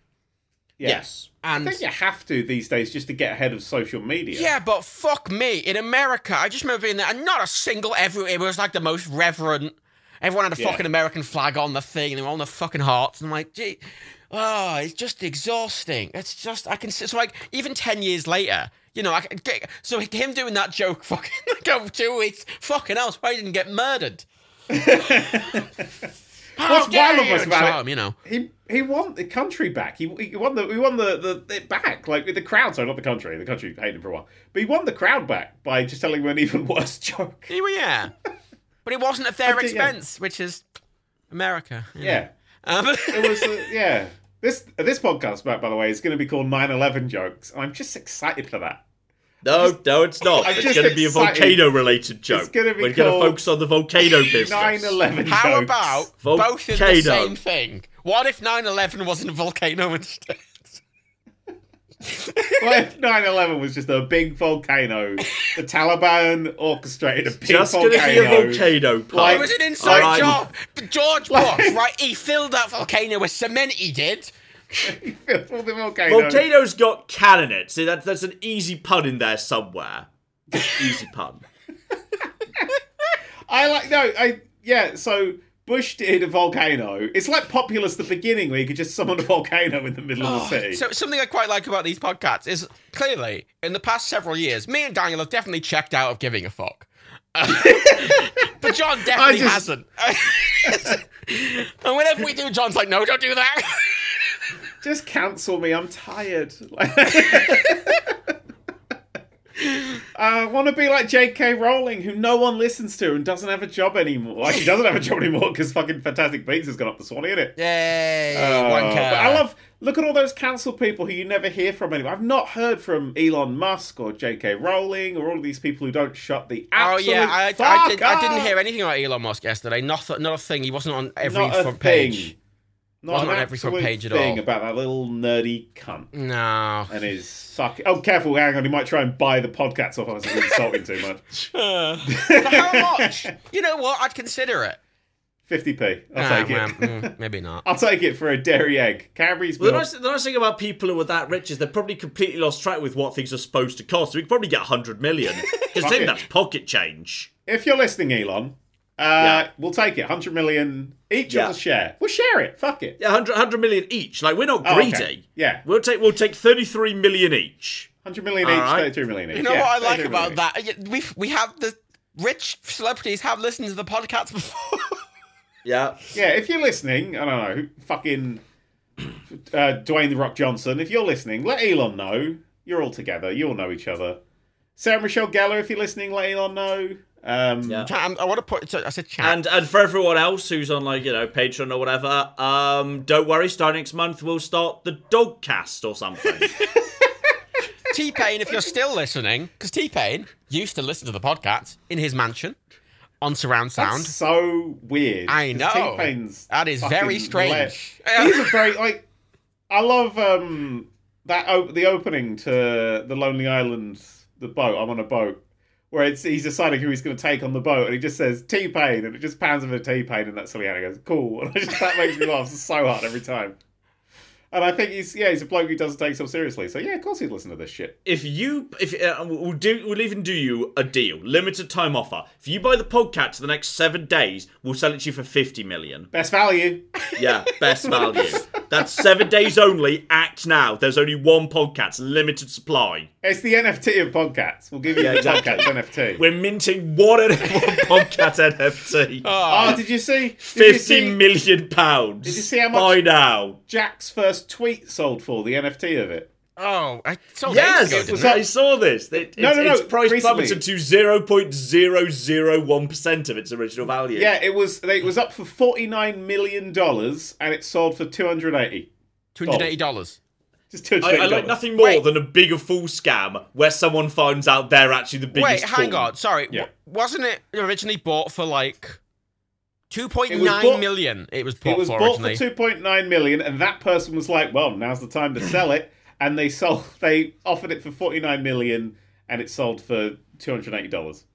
Speaker 3: Yeah.
Speaker 2: yes.
Speaker 1: And
Speaker 3: I think you have to these days just to get ahead of social media.
Speaker 1: Yeah, but fuck me. In America, I just remember being there, and not a single every. It was like the most reverent. Everyone had a
Speaker 3: Yeah.
Speaker 1: fucking American flag on the thing, and they were on the fucking hearts. And I'm like, gee, oh, it's just exhausting. It's just I can. see- So like, even ten years later, you know, I can get, so him doing that joke, fucking like over two weeks, fucking else, why he didn't get murdered? How
Speaker 3: What's
Speaker 1: dare
Speaker 3: wild of
Speaker 1: you?
Speaker 3: us
Speaker 1: And
Speaker 3: about
Speaker 1: shot
Speaker 3: it-
Speaker 1: him, you know.
Speaker 3: He he won the country back. He, he won the he won the, the it back like with the crowd. Sorry, not the country. The country hated him for a while, but he won the crowd back by just telling him an even worse joke.
Speaker 1: Yeah, well, yeah. but it wasn't at their
Speaker 3: I think, yeah.
Speaker 1: expense, which is America. you know.
Speaker 3: Yeah,
Speaker 1: Um,
Speaker 3: it was uh, yeah. This this podcast, by, by the way, is going to be called 9-11 jokes, and I'm just excited for that.
Speaker 2: No, no, it's not.
Speaker 3: I'm
Speaker 2: It's
Speaker 3: just
Speaker 2: going to be a
Speaker 3: excited.
Speaker 2: volcano-related joke.
Speaker 3: gonna be
Speaker 2: We're going
Speaker 3: called
Speaker 2: to focus on the volcano business.
Speaker 3: 9/11
Speaker 1: How
Speaker 3: jokes.
Speaker 1: about both of the
Speaker 2: Volcano.
Speaker 1: same thing? What if 9 11 wasn't a volcano instead?
Speaker 3: What if 9/11 was just a big volcano? The Taliban orchestrated a big
Speaker 2: Just going
Speaker 3: volcano.
Speaker 2: to be a volcano pun.
Speaker 3: Like- oh,
Speaker 1: It was an inside
Speaker 2: Alright.
Speaker 1: job. George Bush, right? He filled that volcano with cement, he did.
Speaker 3: All the volcano.
Speaker 2: Volcano's got cannon in it. See, that, that's an easy pun in there somewhere. easy pun.
Speaker 3: I like no. I yeah. So Bush did a volcano. It's like Populous the beginning, where you could just summon a volcano in the middle of the city.
Speaker 1: Oh, So something I quite like about these podcasts is clearly in the past several years, me and Daniel have definitely checked out of giving a fuck. Uh, but John definitely
Speaker 3: just-
Speaker 1: hasn't. and whenever we do, John's like, "No, don't do that."
Speaker 3: just cancel me. I'm tired. I want to Uh, be like J.K. Rowling, who no one listens to and doesn't have a job anymore. Like, she doesn't have a job anymore because fucking Fantastic Beasts has gone up the swan, isn't it?
Speaker 1: Yay!
Speaker 3: Oh,
Speaker 1: wanker.
Speaker 3: but I love look at all those council people who you never hear from anymore. I've not heard from Elon Musk or J.K. Rowling or all of these people who don't shut the
Speaker 1: Oh
Speaker 3: absolute
Speaker 1: yeah, I,
Speaker 3: fuck
Speaker 1: I, did, I didn't
Speaker 3: up.
Speaker 1: hear anything about Elon Musk yesterday. Not a, not a thing. He wasn't on every
Speaker 3: Not a
Speaker 1: front
Speaker 3: thing.
Speaker 1: page.
Speaker 3: Not
Speaker 1: Wasn't
Speaker 3: an
Speaker 1: on every front
Speaker 3: absolute
Speaker 1: page at
Speaker 3: thing
Speaker 1: all.
Speaker 3: about that little nerdy cunt.
Speaker 1: No.
Speaker 3: and is sucking. Oh, careful! Hang on, he might try and buy the podcast off us. if we insult him too much.
Speaker 1: But how much? You know what? I'd consider it.
Speaker 3: Fifty p. I'll
Speaker 1: Ah,
Speaker 3: take it.
Speaker 1: well, mm, maybe not.
Speaker 3: I'll take it for a dairy egg. Cadbury's
Speaker 2: Well,
Speaker 3: milk.
Speaker 2: the, nice, the nice thing about people who are that rich is they've probably completely lost track with what things are supposed to cost. We could probably get 100 million. Because
Speaker 3: Fuck
Speaker 2: then
Speaker 3: it.
Speaker 2: that's pocket change.
Speaker 3: If you're listening, Elon, uh,
Speaker 2: Yeah.
Speaker 3: we'll take it. Hundred million each
Speaker 2: Yeah.
Speaker 3: of us share. We'll share it. Fuck it.
Speaker 2: Yeah, 100, 100 million each. Like, we're not
Speaker 3: Oh, okay.
Speaker 2: greedy.
Speaker 3: Yeah.
Speaker 2: We'll take, we'll take 33 million each.
Speaker 3: Hundred million
Speaker 2: All
Speaker 3: each.
Speaker 2: right.
Speaker 3: Thirty-two million each.
Speaker 1: You know
Speaker 3: Yeah,
Speaker 1: what I like
Speaker 3: 32
Speaker 1: about
Speaker 3: million
Speaker 1: that? Yeah, We we have the rich celebrities have listened to the podcast before.
Speaker 2: Yeah.
Speaker 3: each. Yeah. If you're listening, I don't know. Fucking uh, Dwayne the Rock Johnson. If you're listening, let Elon know. You're all together. You all know each other. Sarah Michelle Gellar. If you're listening, let Elon know. Um,
Speaker 2: Yeah.
Speaker 1: Chat, I'm- I want to put. so I said chat.
Speaker 2: And and for everyone else who's on like you know Patreon or whatever, um, don't worry. Starting next month, we'll start the dog cast or something.
Speaker 1: T Pain, if you're still listening, because T Pain used to listen to the podcast in his mansion on surround sound.
Speaker 3: so weird.
Speaker 1: I
Speaker 3: 'cause
Speaker 1: know.
Speaker 3: T-Pain's
Speaker 1: That is
Speaker 3: fucking
Speaker 1: very strange.
Speaker 3: hilarious. He's a very like. I love um that op- the opening to the Lonely Island, the boat. I'm on a boat. Where it's, he's deciding who he's going to take on the boat, and he just says T Pain, and it just pans over T Pain, and that's silly Hannah goes cool, and I just, that makes me laugh so hard every time. And I think he's yeah, he's a bloke who doesn't take himself seriously, so yeah, of course he'd listen to this shit.
Speaker 2: if you if uh, we'll do we'll even do you a deal, limited time offer. If you buy the podcast for the next seven days, we'll sell it to you for fifty million.
Speaker 3: Best value.
Speaker 2: Yeah, best value. That's seven days only. Act now. There's only one podcast, limited supply.
Speaker 3: It's the NFT of podcasts. We'll give you the podcast NFT.
Speaker 2: We're minting one, one podcast NFT.
Speaker 3: Oh, did you see? did you
Speaker 2: Fifty
Speaker 3: see-
Speaker 2: million pounds. Did
Speaker 3: you see how
Speaker 2: Buy
Speaker 3: much-
Speaker 2: now.
Speaker 3: Jack's first tweet sold for the NFT of it.
Speaker 1: oh, I told
Speaker 2: Yes,
Speaker 1: ages ago, didn't
Speaker 3: was-
Speaker 1: I?
Speaker 2: I saw this. It,
Speaker 3: No,
Speaker 2: it's,
Speaker 3: no, no,
Speaker 2: its price
Speaker 3: recently.
Speaker 2: plummeted to zero point zero zero one percent of its original value.
Speaker 3: Yeah, it was. It was up for forty nine million dollars, and it sold for two hundred eighty.
Speaker 1: $280.
Speaker 3: Just two
Speaker 2: I,
Speaker 3: hundred
Speaker 2: I
Speaker 3: eighty.
Speaker 2: like nothing more
Speaker 1: Wait.
Speaker 2: than a bigger fool scam where someone finds out they're actually the biggest.
Speaker 1: Wait, hang
Speaker 2: fool.
Speaker 1: on. Sorry.
Speaker 3: Yeah.
Speaker 1: W- wasn't it originally bought for like two point
Speaker 3: It was
Speaker 1: nine
Speaker 3: bought-
Speaker 1: million? It was bought
Speaker 3: It was
Speaker 1: for
Speaker 3: bought
Speaker 1: originally.
Speaker 3: for two point nine million, and that person was like, "Well, now's the time to sell it," and they sold. They offered it for forty nine million, and it sold for two hundred eighty dollars.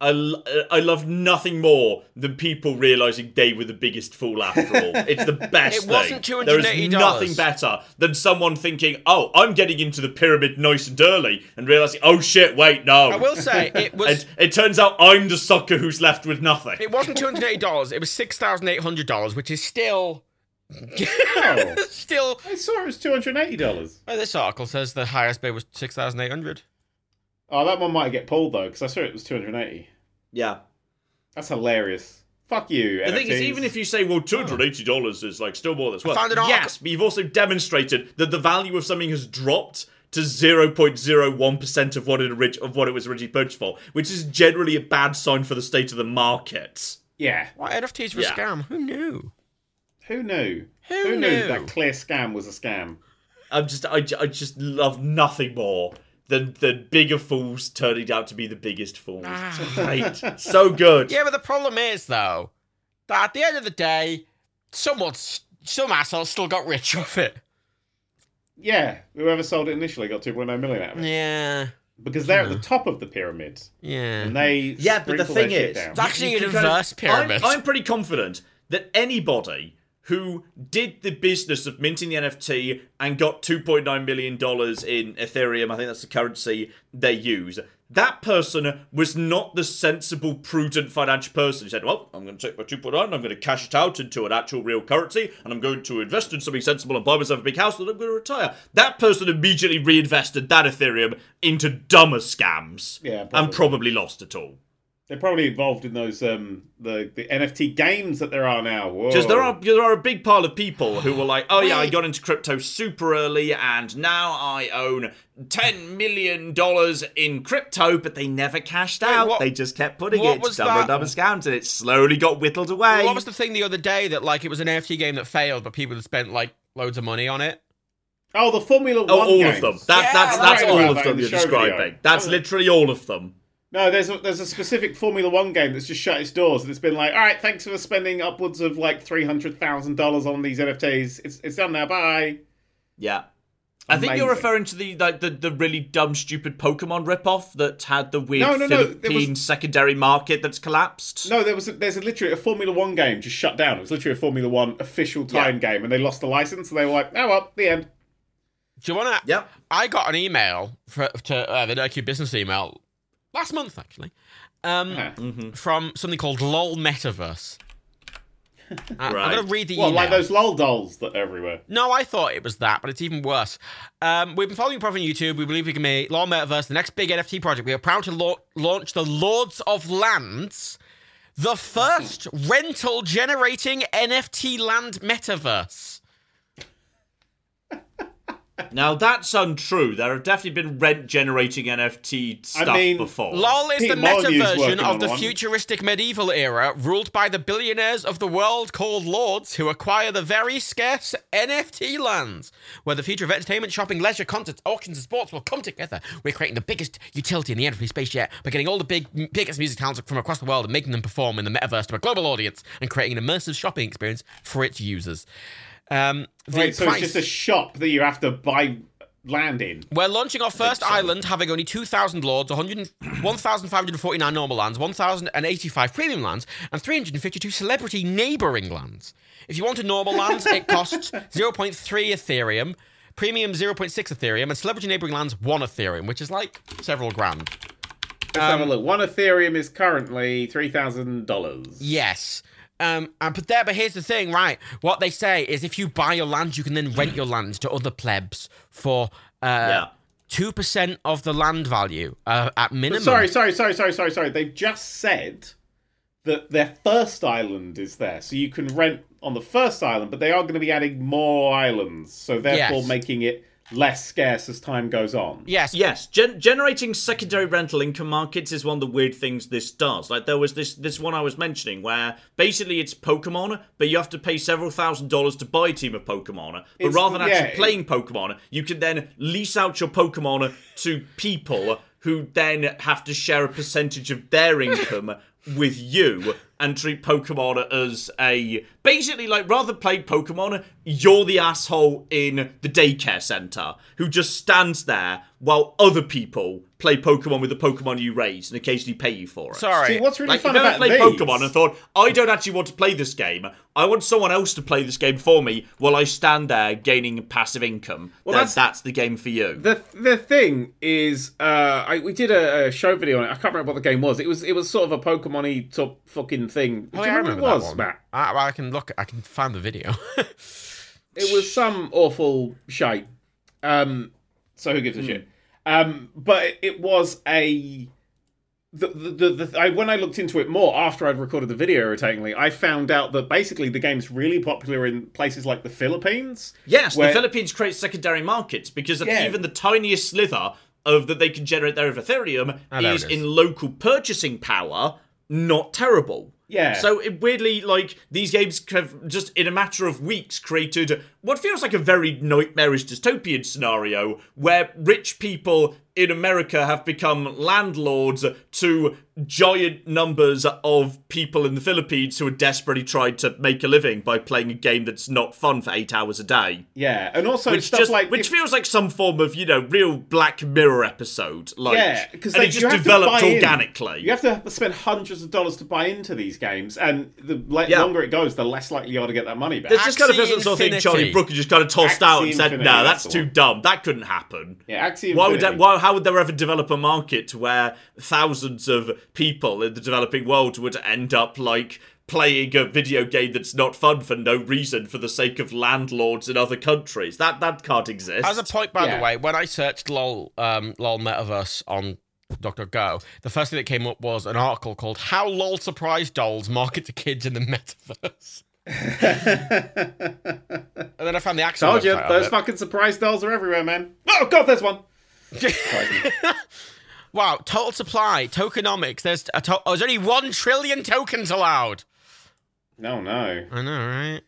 Speaker 2: I, l- uh, I love nothing more than people realizing they were the biggest fool after all. It's the best
Speaker 1: It
Speaker 2: thing.
Speaker 1: wasn't
Speaker 2: There is
Speaker 1: $280.
Speaker 2: nothing better than someone thinking, "Oh, I'm getting into the pyramid nice and early," and realizing, "Oh shit, wait, no."
Speaker 1: I will say it was.
Speaker 2: And it turns out I'm the sucker who's left with nothing.
Speaker 1: it wasn't two hundred eighty dollars. It was six thousand eight hundred dollars, which is still
Speaker 3: Oh,
Speaker 1: still.
Speaker 3: I saw it was two hundred eighty dollars.
Speaker 1: Oh, this article says the highest bid was six thousand eight hundred.
Speaker 3: Oh, that one might get pulled though, because I saw it was two hundred eighty.
Speaker 2: Yeah.
Speaker 3: That's hilarious. Fuck you.
Speaker 2: The thing is,
Speaker 3: NFTs.
Speaker 2: even if you say, well, $280 is like still more than it's worth.
Speaker 1: found an article-
Speaker 2: Yes, but you've also demonstrated that the value of something has dropped to 0.01% of what it, orig- of what it was originally purchased for, which is generally a bad sign for the state of the market.
Speaker 3: yeah,
Speaker 1: What NFTs were
Speaker 2: Yeah.
Speaker 1: a scam? Who knew?
Speaker 3: who knew?
Speaker 1: Who
Speaker 3: who knew
Speaker 1: knew?
Speaker 3: that clear scam was a scam?
Speaker 2: I'm just, I, ju- I just love nothing more the the bigger fools turning out to be the biggest fools. So great, so good.
Speaker 1: Yeah, but the problem is though that at the end of the day, someone, some asshole still got rich off it.
Speaker 3: Yeah, whoever sold it initially got 2.9 million out of it
Speaker 1: Yeah,
Speaker 3: because they're at the top of the pyramid and
Speaker 1: yeah.
Speaker 3: they
Speaker 2: Yeah, but the
Speaker 3: sprinkle their
Speaker 2: thing
Speaker 3: shit
Speaker 2: is,
Speaker 3: down.
Speaker 1: It's actually
Speaker 2: You
Speaker 1: an
Speaker 2: can kind of-
Speaker 1: inverse pyramid.
Speaker 2: I'm, I'm pretty confident that anybody who did the business of minting the NFT and got 2.9 million dollars in Ethereum, I think that's the currency they use. That person was not the sensible, prudent financial person. He said, "Well, I'm going to take my 2.9, and I'm going to cash it out into an actual real currency, and I'm going to invest in something sensible and buy myself a big house, and I'm going to retire." That person immediately reinvested that Ethereum into dumber scams,
Speaker 3: Yeah,
Speaker 2: and probably lost it all.
Speaker 3: They're probably involved in those um the, the NFT games that there are now. Whoa.
Speaker 2: Because there are there are a big pile of people who were like, oh yeah, I
Speaker 1: Wait.
Speaker 2: got into crypto super early, and now I own ten million dollars in crypto, but they never cashed out.
Speaker 1: what-
Speaker 2: they just kept putting
Speaker 1: what
Speaker 2: it
Speaker 1: was
Speaker 2: dumber and
Speaker 1: that?
Speaker 2: dumber scams, and it slowly got whittled away.
Speaker 1: What was the thing the other day that like it was an NFT game that failed, but people had spent like loads of money on it?
Speaker 3: oh the Formula One.
Speaker 2: oh, all
Speaker 3: games.
Speaker 2: of them. That,
Speaker 1: Yeah,
Speaker 2: that's
Speaker 1: I
Speaker 2: that's
Speaker 1: wrote
Speaker 2: all
Speaker 3: about
Speaker 2: of
Speaker 3: that
Speaker 2: them
Speaker 3: in the
Speaker 2: you're
Speaker 3: show video.
Speaker 2: describing. That's literally all of them.
Speaker 3: No, there's a, there's a specific Formula One game that's just shut its doors and it's been like, all right, thanks for spending upwards of like three hundred thousand dollars on these NFTs. It's it's done now. Bye.
Speaker 2: Yeah. I think you're
Speaker 3: Amazing.
Speaker 2: referring to the like the, the really dumb, stupid Pokemon ripoff that had the weird
Speaker 3: No, no, no, there was-
Speaker 2: Philippine secondary market that's collapsed.
Speaker 3: No, there was a, there's a, literally a Formula One game just shut down. It was literally a Formula One official time game, and they lost the license, and they were like, oh well, the end.
Speaker 1: Do you want to?
Speaker 2: Yep.
Speaker 1: I got an email for, to uh, the NoQ business email last month actually, um,
Speaker 2: Mm.
Speaker 3: Huh.
Speaker 1: from something called LOL Metaverse. Uh,
Speaker 2: Right.
Speaker 1: I'm gonna read the
Speaker 3: Well,
Speaker 1: email.
Speaker 3: like those lol dolls that are everywhere.
Speaker 1: No, I thought it was that, but it's even worse. Um, we've been following your profile on YouTube. We believe we can make Law Metaverse the next big NFT project. We are proud to lau- launch the Lords of Lands, the first rental generating NFT land metaverse.
Speaker 2: Now that's untrue. There have definitely been rent generating NFT stuff
Speaker 3: mean,
Speaker 2: before.
Speaker 1: LOL is
Speaker 3: Pete
Speaker 1: the meta
Speaker 3: Molyneux's
Speaker 1: version
Speaker 3: working
Speaker 1: of
Speaker 3: on
Speaker 1: the
Speaker 3: one.
Speaker 1: futuristic medieval era ruled by the billionaires of the world called lords who acquire the very scarce NFT lands, where the future of entertainment, shopping, leisure, concerts, auctions, and sports will come together. We're creating the biggest utility in the NFT space yet by getting all the big, biggest music talents from across the world and making them perform in the metaverse to a global audience and creating an immersive shopping experience for its users. Um, the
Speaker 3: Wait, so
Speaker 1: price-
Speaker 3: it's just a shop that you have to buy land in.
Speaker 1: we're launching our first island, having only 2,000 lords, 100 1,549 normal lands, 1,085 premium lands, and 352 celebrity neighboring lands. If you want a normal land, it costs 0.3 Ethereum, premium 0.6 Ethereum, and celebrity neighboring lands 1 Ethereum, which is like several grand.
Speaker 3: Let's
Speaker 2: Um,
Speaker 3: have a look. One Ethereum is currently three thousand dollars.
Speaker 1: Yes. Um, and but there, but here's the thing, right? What they say is if you buy your land, you can then rent your land to other plebs for uh,
Speaker 2: Yeah.
Speaker 1: 2% of the land value uh, at minimum.
Speaker 3: Sorry, sorry, sorry, sorry, sorry, sorry. They've just said that their first island is there, so you can rent on the first island, but they are going to be adding more islands, so therefore
Speaker 1: Yes.
Speaker 3: making it less scarce as time goes on.
Speaker 1: Yes.
Speaker 2: Yes, gen- generating secondary rental income markets is one of the weird things this does. Like there was this this one I was mentioning where basically it's Pokemon, but you have to pay several thousand dollars to buy a team of Pokemon. But
Speaker 3: It's-
Speaker 2: rather than actually
Speaker 3: yeah, it-
Speaker 2: playing Pokemon, you can then lease out your Pokemon to people who then have to share a percentage of their income with you and treat Pokemon as a basically like rather play Pokemon, you're the asshole in the daycare center who just stands there while other people play Pokemon with the Pokemon you raise and occasionally pay you for it.
Speaker 1: Sorry.
Speaker 3: See, what's really
Speaker 2: Like,
Speaker 3: fun
Speaker 2: if I
Speaker 3: about
Speaker 2: played
Speaker 3: these?
Speaker 2: Pokemon and thought, I don't actually want to play this game. I want someone else to play this game for me while I stand there gaining passive income. Well, that's,
Speaker 3: that's-
Speaker 2: that's the game for you.
Speaker 3: the the thing is, uh, I, we did a, a show video on it. I can't remember what the game was. It was it was sort of a Pokemon-y top fucking thing.
Speaker 1: Oh,
Speaker 3: Do
Speaker 1: yeah,
Speaker 3: you
Speaker 1: I
Speaker 3: remember
Speaker 1: remember
Speaker 3: what it
Speaker 1: that
Speaker 3: was,
Speaker 1: one.
Speaker 3: Matt?
Speaker 1: I, well, I can look. I can find the video.
Speaker 3: it was some awful shite. Um, so who gives a
Speaker 1: Hmm.
Speaker 3: shit? Um, but it was a the, the, the, the I, when I looked into it more after I'd recorded the video, irritatingly, I found out that basically the game's really popular in places like the Philippines.
Speaker 2: Yes, the
Speaker 3: Where-
Speaker 2: Philippines create secondary markets because of
Speaker 3: Yeah.
Speaker 2: even the tiniest slither of that they can generate there of Ethereum
Speaker 1: there
Speaker 2: is
Speaker 1: it is.
Speaker 2: in local purchasing power not terrible.
Speaker 3: Yeah.
Speaker 2: So it, weirdly, like these games have just in a matter of weeks created what feels like a very nightmarish dystopian scenario where rich people in America have become landlords to giant numbers of people in the Philippines who are desperately trying to make a living by playing a game that's not fun for eight hours a day.
Speaker 3: yeah, and also
Speaker 2: Which
Speaker 3: stuff
Speaker 2: just
Speaker 3: like
Speaker 2: which feels like some form of you know real Black Mirror episode, like
Speaker 3: Yeah, because
Speaker 2: and it just developed organically.
Speaker 3: You have to spend hundreds of dollars to buy into these games, and the le-
Speaker 2: Yeah.
Speaker 3: longer it goes, the less likely you are to get that money back.
Speaker 2: It's just kind of
Speaker 1: Axie
Speaker 2: feels like the sort of thing
Speaker 1: Infinity.
Speaker 2: Charlie Brooker just kind of tossed
Speaker 3: Axie
Speaker 2: out and said,
Speaker 3: Infinity,
Speaker 2: "No,
Speaker 3: that's
Speaker 2: that's
Speaker 3: the
Speaker 2: too
Speaker 3: one.
Speaker 2: dumum. That couldn't happen."
Speaker 3: yeah, Axie
Speaker 2: Why would that,
Speaker 3: Infinity.
Speaker 2: why, how would there ever develop a market to where thousands of people in the developing world would end up like playing a video game that's not fun for no reason for the sake of landlords in other countries? That that can't exist.
Speaker 1: As a point, by
Speaker 3: Yeah.
Speaker 1: the way, when I searched "lol" um, "lol metaverse" on Doctor Go, the first thing that came up was an article called "How LOL Surprise Dolls Market to Kids in the Metaverse," and then I found the actual.
Speaker 3: Told you,
Speaker 1: website of
Speaker 3: those
Speaker 1: it.
Speaker 3: fucking surprise dolls are everywhere, man. Oh god, there's one. Surprise me.
Speaker 1: wow, total supply, tokenomics. There's a to- oh, there's only one trillion tokens allowed.
Speaker 3: No, no.
Speaker 1: I know, right?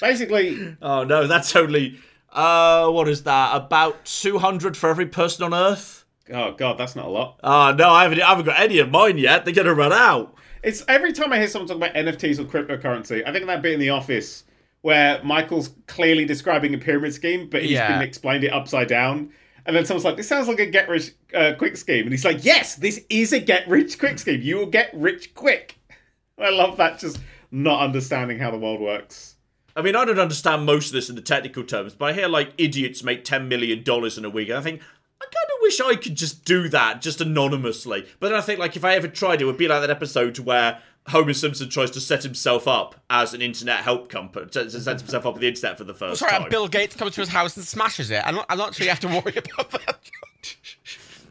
Speaker 3: Basically,
Speaker 2: oh no, that's only uh what is that? About two hundred for every person on Earth.
Speaker 3: oh god, that's not a lot.
Speaker 2: Oh no, I haven't I haven't got any of mine yet. They're gonna run out.
Speaker 3: It's every time I hear someone talk about NFTs or cryptocurrency, I think of that bit in The Office where Michael's clearly describing a pyramid scheme, but he's
Speaker 1: Yeah.
Speaker 3: been explained it upside down. And then someone's like, "This sounds like a get rich uh, quick scheme," and he's like, "Yes, this is a get rich quick scheme. You will get rich quick." I love that, just not understanding how the world works.
Speaker 2: I mean, I don't understand most of this in the technical terms, but I hear like idiots make ten million dollars in a week, and I think I kind of wish I could just do that just anonymously. But then I think like if I ever tried, it would be like that episode where Homer Simpson tries to set himself up as an internet help company, to to set himself up with the internet for the first
Speaker 1: Sorry,
Speaker 2: time.
Speaker 1: and Bill Gates comes to his house and smashes it. I'm not, I'm not sure you have to worry about that.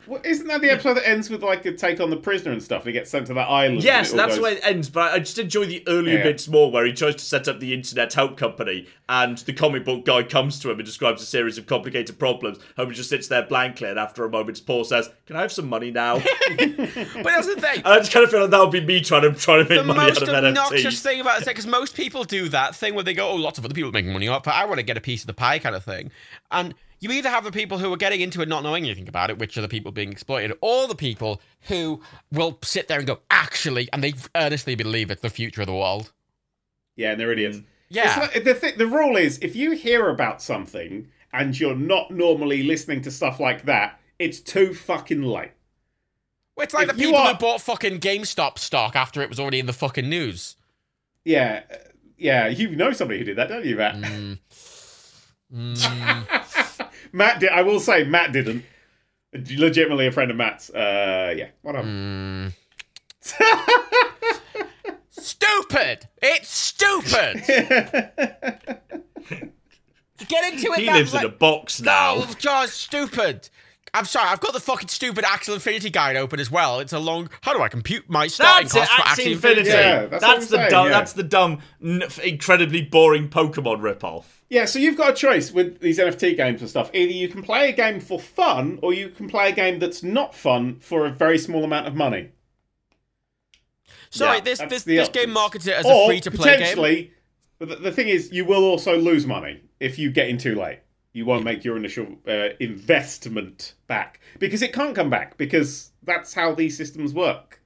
Speaker 3: Well, isn't that the episode that ends with like a take on the prisoner and stuff? And he gets sent to that island. and
Speaker 2: Yes,
Speaker 3: it all
Speaker 2: that's
Speaker 3: goes-
Speaker 2: where it ends, but I just enjoy the earlier
Speaker 3: Yeah.
Speaker 2: bits more where he tries to set up the internet help company and the comic book guy comes to him and describes a series of complicated problems. Homer just sits there blankly and after a moment's pause says, Can I have some money now? and
Speaker 1: But that's the thing.
Speaker 2: I just kind of feel like that would be me trying to, trying to make
Speaker 1: the
Speaker 2: money out
Speaker 1: most
Speaker 2: of
Speaker 1: obnoxious
Speaker 2: NFTs.
Speaker 1: thing about it because most people do that thing where they go, "Oh, lots of other people are making money off, but I want to get a piece of the pie," kind of thing. And you either have the people who are getting into it not knowing anything about it, which are the people being exploited, or the people who will sit there and go, "Actually," and they earnestly believe it's the future of the world.
Speaker 3: Yeah, and they're idiots.
Speaker 2: Mm.
Speaker 1: Yeah.
Speaker 3: It's like- the, th- the rule is if you hear about something and you're not normally listening to stuff like that, it's too fucking late.
Speaker 1: It's like
Speaker 3: If
Speaker 1: the
Speaker 3: you
Speaker 1: people
Speaker 3: are-
Speaker 1: who bought fucking GameStop stock after it was already in the fucking news.
Speaker 3: Yeah, uh, yeah, you know somebody who did that, don't you, Matt? Matt did. I will say, Matt didn't. Legitimately, a friend of Matt's. Uh, yeah, what
Speaker 1: Mm.
Speaker 3: up?
Speaker 1: Stupid! It's stupid. Get into it.
Speaker 2: He
Speaker 1: that
Speaker 2: lives in
Speaker 1: le-
Speaker 2: a box now.
Speaker 1: Oh, Josh, stupid. I'm sorry, I've got the fucking stupid Axel Infinity guide open as well. It's a long. How do I compute my starting
Speaker 2: That's it,
Speaker 1: cost for
Speaker 2: Axie
Speaker 1: Axel
Speaker 2: Infinity.
Speaker 1: Infinity?
Speaker 3: Yeah,
Speaker 2: that's
Speaker 3: that's what I'm
Speaker 2: the
Speaker 3: saying,
Speaker 2: dumb,
Speaker 3: yeah.
Speaker 2: that's the dumb, n- incredibly boring Pokemon ripoff.
Speaker 3: Yeah, so you've got a choice with these NFT games and stuff. Either you can play a game for fun, or you can play a game that's not fun for a very small amount of money.
Speaker 1: Sorry,
Speaker 2: Yeah,
Speaker 1: this
Speaker 3: That's
Speaker 1: this,
Speaker 3: the
Speaker 1: this
Speaker 3: options.
Speaker 1: game markets it as
Speaker 3: or
Speaker 1: a free to play game.
Speaker 3: potentially, but The, the thing is, you will also lose money if you get in too late. You won't make your initial uh, investment back because it can't come back because that's how these systems work.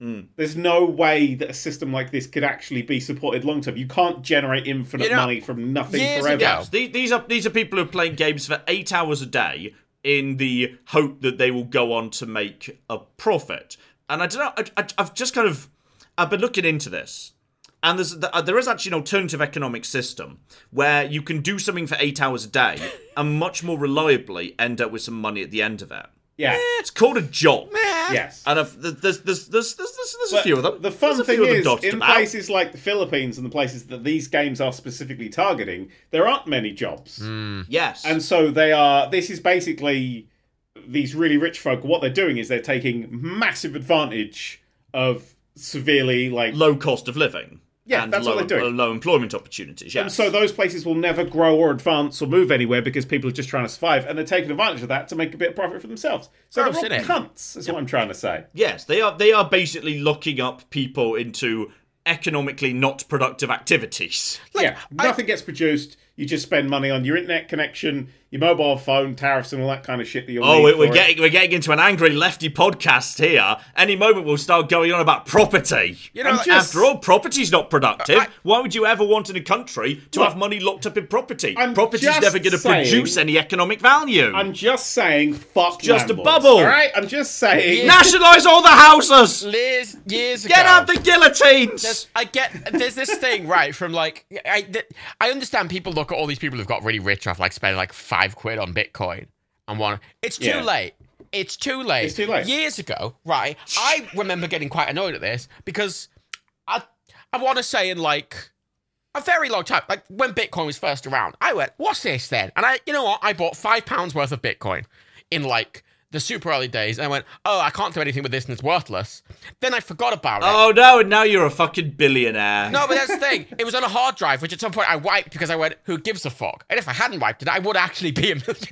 Speaker 2: Hmm.
Speaker 3: There's no way that a system like this could actually be supported long term. You can't generate infinite
Speaker 1: You know,
Speaker 3: money from nothing
Speaker 1: years
Speaker 3: forever.
Speaker 1: ago-
Speaker 2: These, these are these are people who are playing games for eight hours a day in the hope that they will go on to make a profit. And I don't know. I, I, I've just kind of I've been looking into this, and there's th- uh, there is actually an alternative economic system where you can do something for eight hours a day and much more reliably end up with some money at the end of it.
Speaker 3: Yeah.
Speaker 2: It's called a job.
Speaker 3: Yes.
Speaker 1: Uh,
Speaker 2: And I've, th- there's, there's, there's, there's, there's, there's a
Speaker 3: But
Speaker 2: few of them.
Speaker 3: The fun
Speaker 2: There's a
Speaker 3: thing
Speaker 2: few of them
Speaker 3: is,
Speaker 2: dotted
Speaker 3: in
Speaker 2: about.
Speaker 3: places like the Philippines and the places that these games are specifically targeting, there aren't many jobs.
Speaker 1: Hmm.
Speaker 2: yes.
Speaker 3: And so they are. This is basically these really rich folk. What they're doing is they're taking massive advantage of severely like.
Speaker 2: low cost of living.
Speaker 3: Yeah,
Speaker 2: and
Speaker 3: that's
Speaker 2: low,
Speaker 3: what they're doing.
Speaker 2: uh, Low employment opportunities. Yeah.
Speaker 3: And so those places will never grow or advance or move anywhere because people are just trying to survive, and they're taking advantage of that to make a bit of profit for themselves. So
Speaker 1: Gross,
Speaker 3: they're all
Speaker 1: innit?
Speaker 3: cunts, is what I'm trying to say.
Speaker 2: yes, they are. They are basically locking up people into economically not productive activities.
Speaker 3: yeah, nothing gets produced. You just spend money on your internet connection, your mobile phone tariffs, and all that kind of shit that you'll
Speaker 2: Oh,
Speaker 3: need
Speaker 2: we- we're
Speaker 3: for it.
Speaker 2: getting we're getting into an angry lefty podcast here. Any moment we'll start going on about property.
Speaker 1: You know,
Speaker 2: And
Speaker 1: like-
Speaker 2: after all, property's not productive.
Speaker 1: I-
Speaker 2: Why would you ever want in a country to
Speaker 3: Look,
Speaker 2: have money locked up in property?
Speaker 3: I'm
Speaker 2: Property's
Speaker 3: just
Speaker 2: never going to
Speaker 3: saying-
Speaker 2: produce any economic value.
Speaker 3: I'm just saying, fuck.
Speaker 2: just a
Speaker 3: landlords,
Speaker 2: bubble.
Speaker 3: all right? I'm just saying.
Speaker 2: Nationalise all the houses.
Speaker 1: Liz, years ago.
Speaker 2: Get out the guillotines.
Speaker 1: There's, I get there's this thing right from like I, th- I understand people look at all these people who've got really rich off like spending like five quid on Bitcoin and one. It's too
Speaker 3: Yeah.
Speaker 1: late. It's too late.
Speaker 3: It's too late.
Speaker 1: Years ago, right? I remember getting quite annoyed at this because I I want to say in like a very long time, like when Bitcoin was first around, I went, "What's this then?" And I, you know what? I bought five pounds worth of Bitcoin in like the super early days, and I went, "Oh, I can't do anything with this, and it's worthless." Then I forgot about it.
Speaker 2: Oh no! And now you're a fucking billionaire.
Speaker 1: No, but that's the thing. It was on a hard drive, which at some point I wiped because I went, who gives a fuck? And if I hadn't wiped it, I would actually be a millionaire.